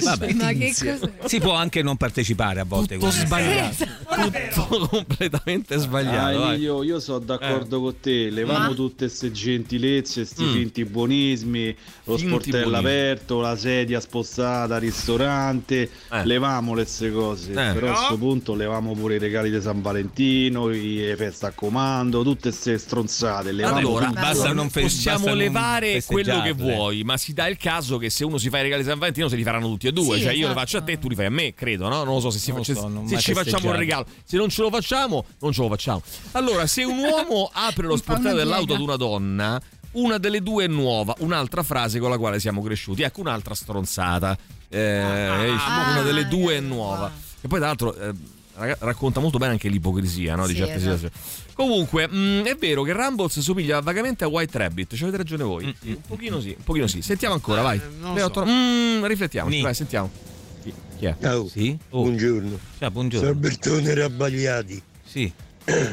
Vabbè.
Ma che cos'è?
Si può anche non partecipare a volte.
Tutto
guarda.
sbagliato. Tutto completamente sbagliato.
Ah,
vai.
Emilio, io sono d'accordo con te, levamo
Ma?
tutte queste gentilezze, sti
Mm.
finti buonismi, lo
Finti
sportello
buonismi.
aperto, la sedia spostata, ristorante,
Eh.
levamo le queste cose, però a questo punto levamo pure i regali di San Valentino, le feste a comando, tutte queste stronzate, levamo
Allora,
tutto.
allora, possiamo levare quello che vuoi, ma si dà il caso che se uno si fa i regali di San Valentino se li faranno tutti e due.
Sì,
cioè, io li
esatto.
faccio a te, tu li fai a me, credo, no? Non lo so se, si
Non
se-
so, non
se
mai
ci facciamo un
festeggiato.
regalo. Se non ce lo facciamo, non ce lo facciamo. Allora, se un uomo apre lo
Mi fa una
sportello dell'auto
piega.
ad una donna, una delle due è nuova, un'altra frase con la quale siamo cresciuti. Ecco, un'altra stronzata. Eh,
Ah,
esci, una delle
eh,
due è nuova. E poi, tra l'altro. eh, raga- Racconta molto bene anche l'ipocrisia no, di
Sì,
certe
esatto.
situazioni. Comunque, mh, è vero che Rumbles somiglia vagamente a White Rabbit, ci avete ragione voi. Un pochino sì, un pochino sì. Sentiamo ancora, vai.
non lo
Beato-
so.
Mm, riflettiamoci,
Ni.
vai, sentiamo. Chi, chi è?
Ciao. Buongiorno.
Oh. Ciao, buongiorno.
Sono Bertone Rabbagliati.
Sì.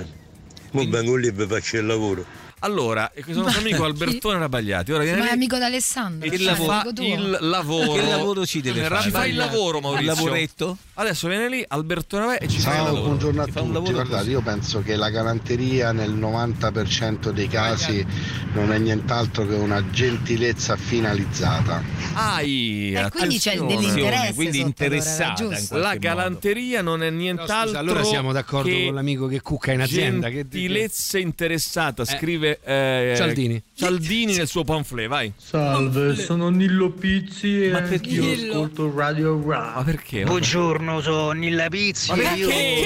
Mo vengo lì e faccio il lavoro.
Allora, e sono il nostro amico Albertone Rabagliati. Ora viene
Ma è
lì
amico d'Alessandro.
e
cioè,
fa
amico tuo.
il lavoro.
Che lavoro ci deve fare?
Ci fa il lavoro, Maurizio.
Un lavoretto?
Adesso viene lì Albertone Rabagliati e ci fa il
Ciao,
lavoro.
buongiorno a
Ci fa un
tutti.
lavoro
Guardate,
così.
io penso che la galanteria nel 90% dei casi non è nient'altro che una gentilezza finalizzata.
Ai,
Eh, quindi c'è il
attenzione.
dell'interesse Quindi sotto, allora, interessata giusto. in qualche
La
modo.
galanteria non è nient'altro.
Scusa, allora siamo d'accordo
che
con l'amico che cucca in azienda. Che,
Gentilezza interessata,
Eh.
scrive eh,
Cialdini.
Cialdini nel suo pamphlet, vai.
Salve, sono Nillo Pizzi e
Ma
anch'io
perché? Nillo?
ascolto Radio Rap. Ma
perché?
Buongiorno, sono Nilla Pizzi Ma e perché?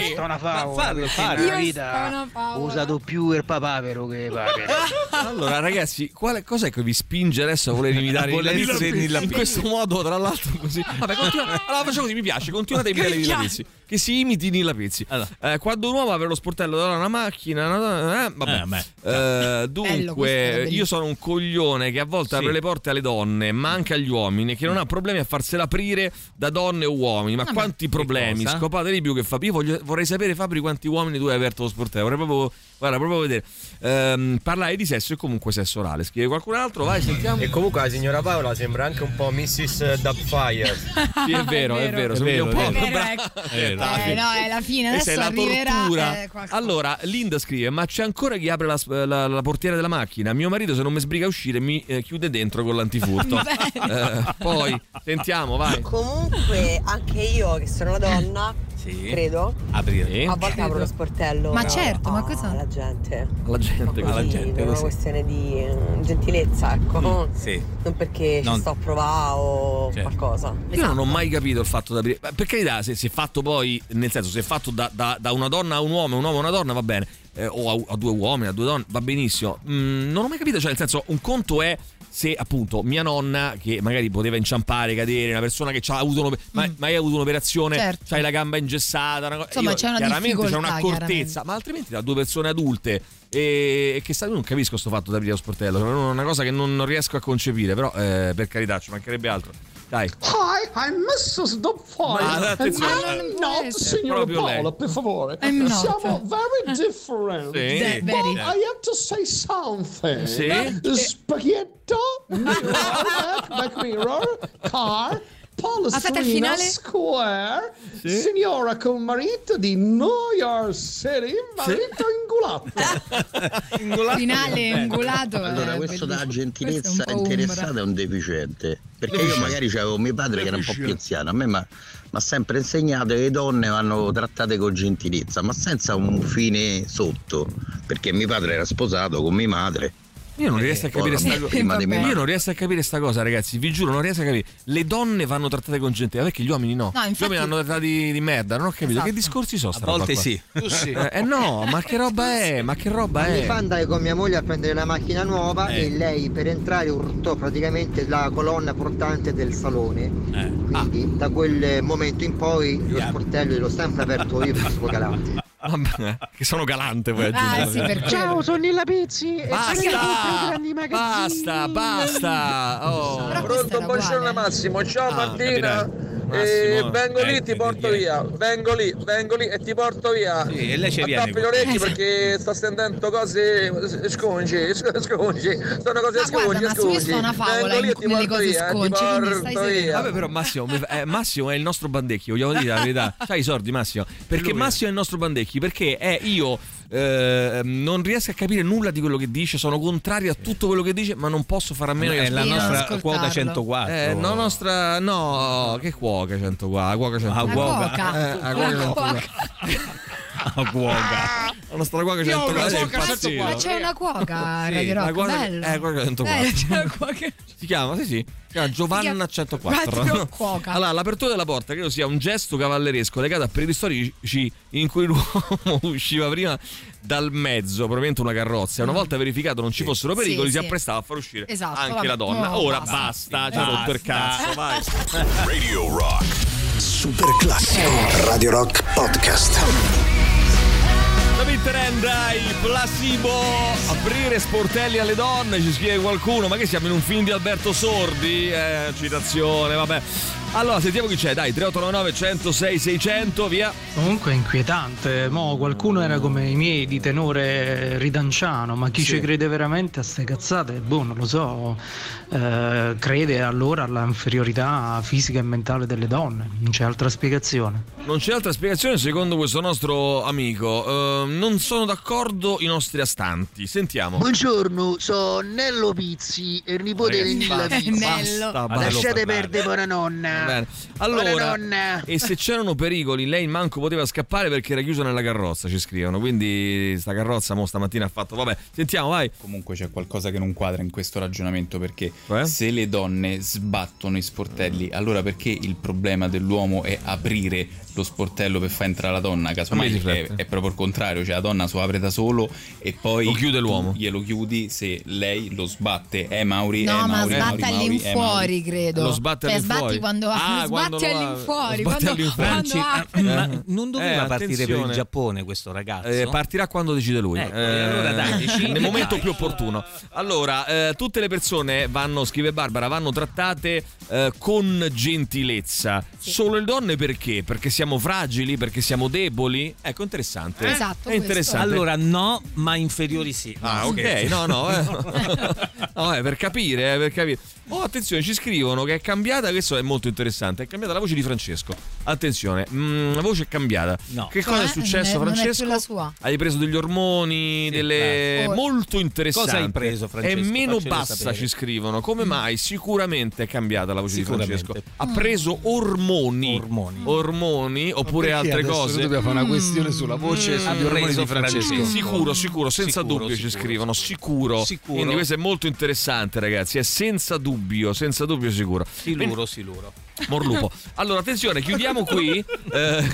io sto una favola. Ma fallo, perché fallo. nella Io sto vita una ho usato più il papavero che papero.
Allora, ragazzi, quale, cos'è che vi spinge adesso a voler imitare
A voler
Nilla
essere
Pizzi?
Nilla
In
Pizzi.
questo modo, tra l'altro, così. Vabbè, continua- allora facciamo così, mi piace, continuate a imitare
Che
Nilla
piace.
Pizzi. Che si imiti Nilla Pizzi. Eh, quando un uomo apre lo sportello da una macchina, una donna- eh, vabbè.
Eh, beh.
Eh,
Bello, questo era
dunque,
bellissimo.
io sono un coglione che a volte
Sì.
apre le porte alle donne, ma anche agli uomini, che non ha problemi a farsela aprire da donne o uomini. Ma
Ah, ma-
quanti
Che
problemi?
cosa?
Scopate di più che Fabio. Io voglio- vorrei sapere, Fabri, quanti uomini tu hai aperto lo sportello. Vorrei proprio, guarda, proprio vedere. Ehm, parlare di sesso e comunque sesso orale. Scrive qualcun altro, vai, sentiamo.
E comunque la signora Paola sembra anche un po' Mrs. Dubfire.
Sì, è vero, è vero, somiglia un po'.
È vero, ecco. Eh, no, è la fine,
Questa è
adesso
la
arriverà.
tortura.
eh, qualcosa.
allora, Linda scrive: Ma c'è ancora chi apre la, la- la portiera della macchina? Mio marito, se non mi sbriga a uscire, mi eh, chiude dentro con l'antifurto. Eh, poi sentiamo, vai.
Comunque, anche io che sono una donna, credo,
Aprire.
a volte apro lo sportello.
Ma certo, ma
cosa? la gente.
Alla gente Mm.
Così, per una questione di eh, gentilezza, ecco.
Sì.
Non perché
Non-
ci sto a provare o
Certo.
qualcosa.
Io
Esatto.
non ho mai capito il fatto da aprire. ma Per carità, se, se fatto poi, nel senso, se fatto da, da- da una donna a un uomo, un uomo a una donna, va bene. eh, o a, a due uomini, a due donne, va benissimo. Mm, non ho mai capito, cioè nel senso, un conto è se appunto mia nonna che magari poteva inciampare, cadere, una persona che ha avuto, un'oper- ma- magari ha avuto un'operazione, c'hai la gamba ingessata, una co-
Mm. Certo. Insomma, c'è una
chiaramente c'è
difficoltà,
un'accortezza, ma altrimenti da due persone adulte e e che sa, io non capisco sto fatto di aprire lo sportello, cioè, è una cosa che non, non riesco a concepire, però eh, per carità ci mancherebbe altro. Dai.
Hi, I'm Mrs. Dopfire.
Ma attenzione,
I'm not signor
proprio lei.
Paolo, per favore.
Eh,
I'm not.
Siamo very different.
Sì. Ve-
But
very.
I have to say something.
Sì.
Spaghetto, mirror, back, back mirror, car,
Aspetta, il
Palestrina
eh?
finale?
Square,
Sì.
signora con marito di New York City, marito ingulato.
Finale ingolato.
eh,
Allora, questo da gentilezza
Questo è un po'
interessata
umbra.
è un deficiente. Perché io
Deficiente.
magari avevo mio padre che era un po' più anziano, a me mi ha sempre insegnato che le donne vanno trattate con gentilezza, ma senza un fine sotto. Perché mio padre era sposato con mia madre.
Io
Eh,
non riesco a capire sta cosa.
Prima di mia
Io
madre.
non riesco a capire sta cosa, ragazzi. Vi giuro, non riesco a capire. Le donne vanno trattate con gente, perché gli uomini no.
No, infatti-
Gli uomini vanno trattati di merda, non ho capito. Che discorsi sono sta
A volte
roba qua?
sì. Tu sì.
Eh, eh, no, ma che roba è? Ma che roba
Anni
è?
fa andai con mia moglie a prendere una macchina nuova
Eh.
e lei per entrare urtò praticamente la colonna portante del salone.
Eh. Ah.
Quindi da quel momento in poi lo sportello l'ho sempre aperto io per suo galante.
Vabbè, che sono galante poi
Ah,
Ah,
aggiungere.
Ciao, sono Nilla Pizzi e
Basta!
saremo tutti i grandi magazzini.
ah, Basta, basta. Oh.
Pronto, buongiorno Massimo, ciao
Ah,
Martina.
capitano.
Eh,
Massimo,
vengo lì,
ecco,
ti porto
vieni.
via. Vengo lì, vengo lì e ti porto via.
Sì, e lei ci viene
Attappi le
qua.
orecchie
Eh, sì.
perché sto sentendo cose s- sconci, s- sconci. Sono cose
Ma guarda,
sconci,
Massimo,
sconci.
io sono una favola
vengo lì e
in-
ti
nelle
porto
cose
via, ti
sconci, quindi
porto
stai sereno.
via.
Vabbè, però Massimo, eh, Massimo è il nostro bandecchi, vogliamo dire la verità. C'hai i sordi, Massimo. Perché Massimo è il nostro bandecchi? Perché è io. eh, non riesco a capire nulla di quello che dice, sono contrario a tutto quello che dice, ma non posso fare a meno
Eh, È
che
la
ascoltarlo.
nostra Ascoltarlo. quota 104.
Eh, no, nostra, no, che cuoca 104? Cuoca 104.
La cuoca.
Eh, la cuoca
La
104. La cuoca. La nostra cuoca 104. è impazzita.
Ma c'è una cuoca,
Ecco, Sì,
Radio
la
Rock,
cuoca,
bello.
eh, cuoca 104.
Eh, c'è una cuoca.
Si chiama, sì, sì. Si chiama Giovanna
Quattro
104.
cuoca.
Allora, l'apertura della porta credo sia un gesto cavalleresco legato a periodi storici in cui l'uomo usciva prima dal mezzo, probabilmente una carrozza. e Una volta verificato non ci fossero pericoli,
Sì,
si
sì.
apprestava a far uscire
Esatto,
anche
vabbè.
la donna.
No,
Ora
basta.
basta, cioè, ci
Eh,
ha rotto il
basta.
cazzo, vai.
Radio Rock.
Super classico. Radio Rock Podcast.
David Trendai, Placebo, aprire sportelli alle donne, ci scrive qualcuno, ma che siamo in un film di Alberto Sordi? Eh, citazione, vabbè. Allora, sentiamo chi c'è, dai, 3899 106 600, via.
Comunque è inquietante, mo qualcuno era come i miei di tenore ridanciano, ma chi ci crede veramente a ste cazzate, boh, non lo so, Eh, crede allora all'inferiorità fisica e mentale delle donne, non c'è altra spiegazione.
Non c'è altra spiegazione secondo questo nostro amico. Eh, non sono d'accordo i nostri astanti. Sentiamo.
Buongiorno, sono Nello Pizzi, il nipote
Ragazzi,
di Nilla
basta,
Pizzi.
basta, basta parlare.
Lasciate perdere buona nonna.
Bene.
Buona
Allora,
nonna.
e se c'erano pericoli, lei manco poteva scappare perché era chiusa nella carrozza, ci scrivono. Quindi sta carrozza mo stamattina ha fatto. Vabbè, sentiamo, vai.
Comunque c'è qualcosa che non quadra in questo ragionamento perché se le donne sbattono i sportelli, allora perché il problema dell'uomo è aprire lo sportello per far entrare la donna? Casomai è, è proprio il contrario, cioè la donna so apre da solo e poi lo chiude l'uomo. Glielo chiudi se lei lo sbatte. Eh Mauri,
No,
eh
ma
Mauri, eh,
sbatte
Mauri, Mauri, eh, Mauri.
all'infuori, credo.
Lo sbatte
Cioè,
all'infuori.
sbatti quando
Ah,
sbatti
quando lo-
all'infuori.
lo sbatti
quando,
all'infuori.
quando
Franci, eh,
apre.
Ma non doveva
Eh,
partire per il
attenzione.
Giappone questo ragazzo?
Eh, partirà quando decide lui. Eh,
Ecco, e allora dai, decidi,
nel momento
dai.
più opportuno. Allora, eh, tutte le persone vanno, scrive Barbara, vanno trattate eh, con gentilezza. Solo le donne perché? Perché siamo fragili, perché siamo deboli? Ecco,
Eh,
interessante.
Esatto,
È interessante.
Allora no, ma inferiori sì.
Ah, ok, no, no, eh. No, eh, per capire, eh, per capire. Oh, attenzione, ci scrivono che è cambiata, questo è molto interessante, è cambiata la voce di Francesco. Attenzione, mm, la voce è cambiata. Che cosa
Cioè,
è successo,
non è-
Francesco?
Non è più la sua.
Hai preso degli ormoni, delle...
Oh.
molto interessante.
Cosa hai preso, Francesco?
È meno
Faccelo
bassa,
sapere.
ci scrivono.
Mm.
Come mai? Sicuramente è cambiata la voce di
Sicuramente.
Francesco. Ha preso ormoni. Ormoni. oppure
perché
altre
adesso
cose.
noi dobbiamo fare una questione sulla voce e
Mm.
sugli
Ha
ormoni
preso
di Francesco? Mm.
Francesco. Sicuro, sicuro, senza
Sicuro,
dubbio ci
sicuro,
scrivono. Sicuro.
Sicuro.
Quindi questo è molto interessante, ragazzi. È senza dubbio, senza dubbio sicuro.
Siluro,
Bene.
siluro.
Morlupo. Allora, attenzione, chiudiamo qui. Eh,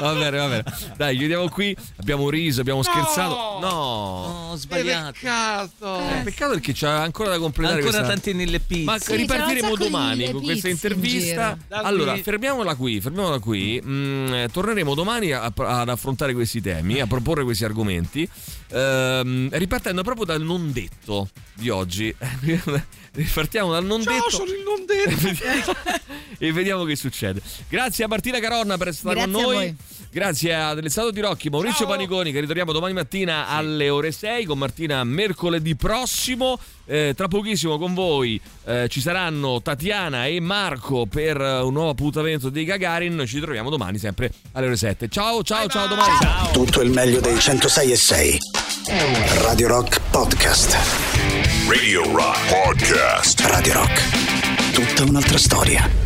va bene, va bene. Dai, chiudiamo qui. Abbiamo riso, abbiamo scherzato. No. Eh,
No, ho sbagliato.
Peccato.
Eh.
Peccato perché c'è ancora da completare
Ancora
questa...
tante nelle pizze.
Ma
Sì,
c'era
ripartiremo
un sacco di
domani
mille
con questa
pizze in
intervista.
giro.
Da qui-
Allora, fermiamola qui, fermiamola qui. Mm, eh, torneremo domani a- ad affrontare questi temi, a proporre questi argomenti, ehm, ripartendo proprio dal non detto di oggi. Ripartiamo dal non detto.
non detto.
e vediamo che succede. Grazie a Martina Caronna per essere stata
Grazie
con
a
noi.
voi.
Grazie ad Alessandro Di Rocchi, Maurizio Paniconi che ritorniamo domani mattina alle ore 6 con Martina mercoledì prossimo. Eh, tra pochissimo con voi eh, ci saranno Tatiana e Marco per eh, un nuovo appuntamento dei Gagarin. Ci troviamo domani sempre alle ore 7. Ciao, ciao, ciao, domani.
Tutto il meglio dei 106 e 6. Radio Rock Podcast.
Radio Rock Podcast.
Radio Rock. Tutta un'altra storia.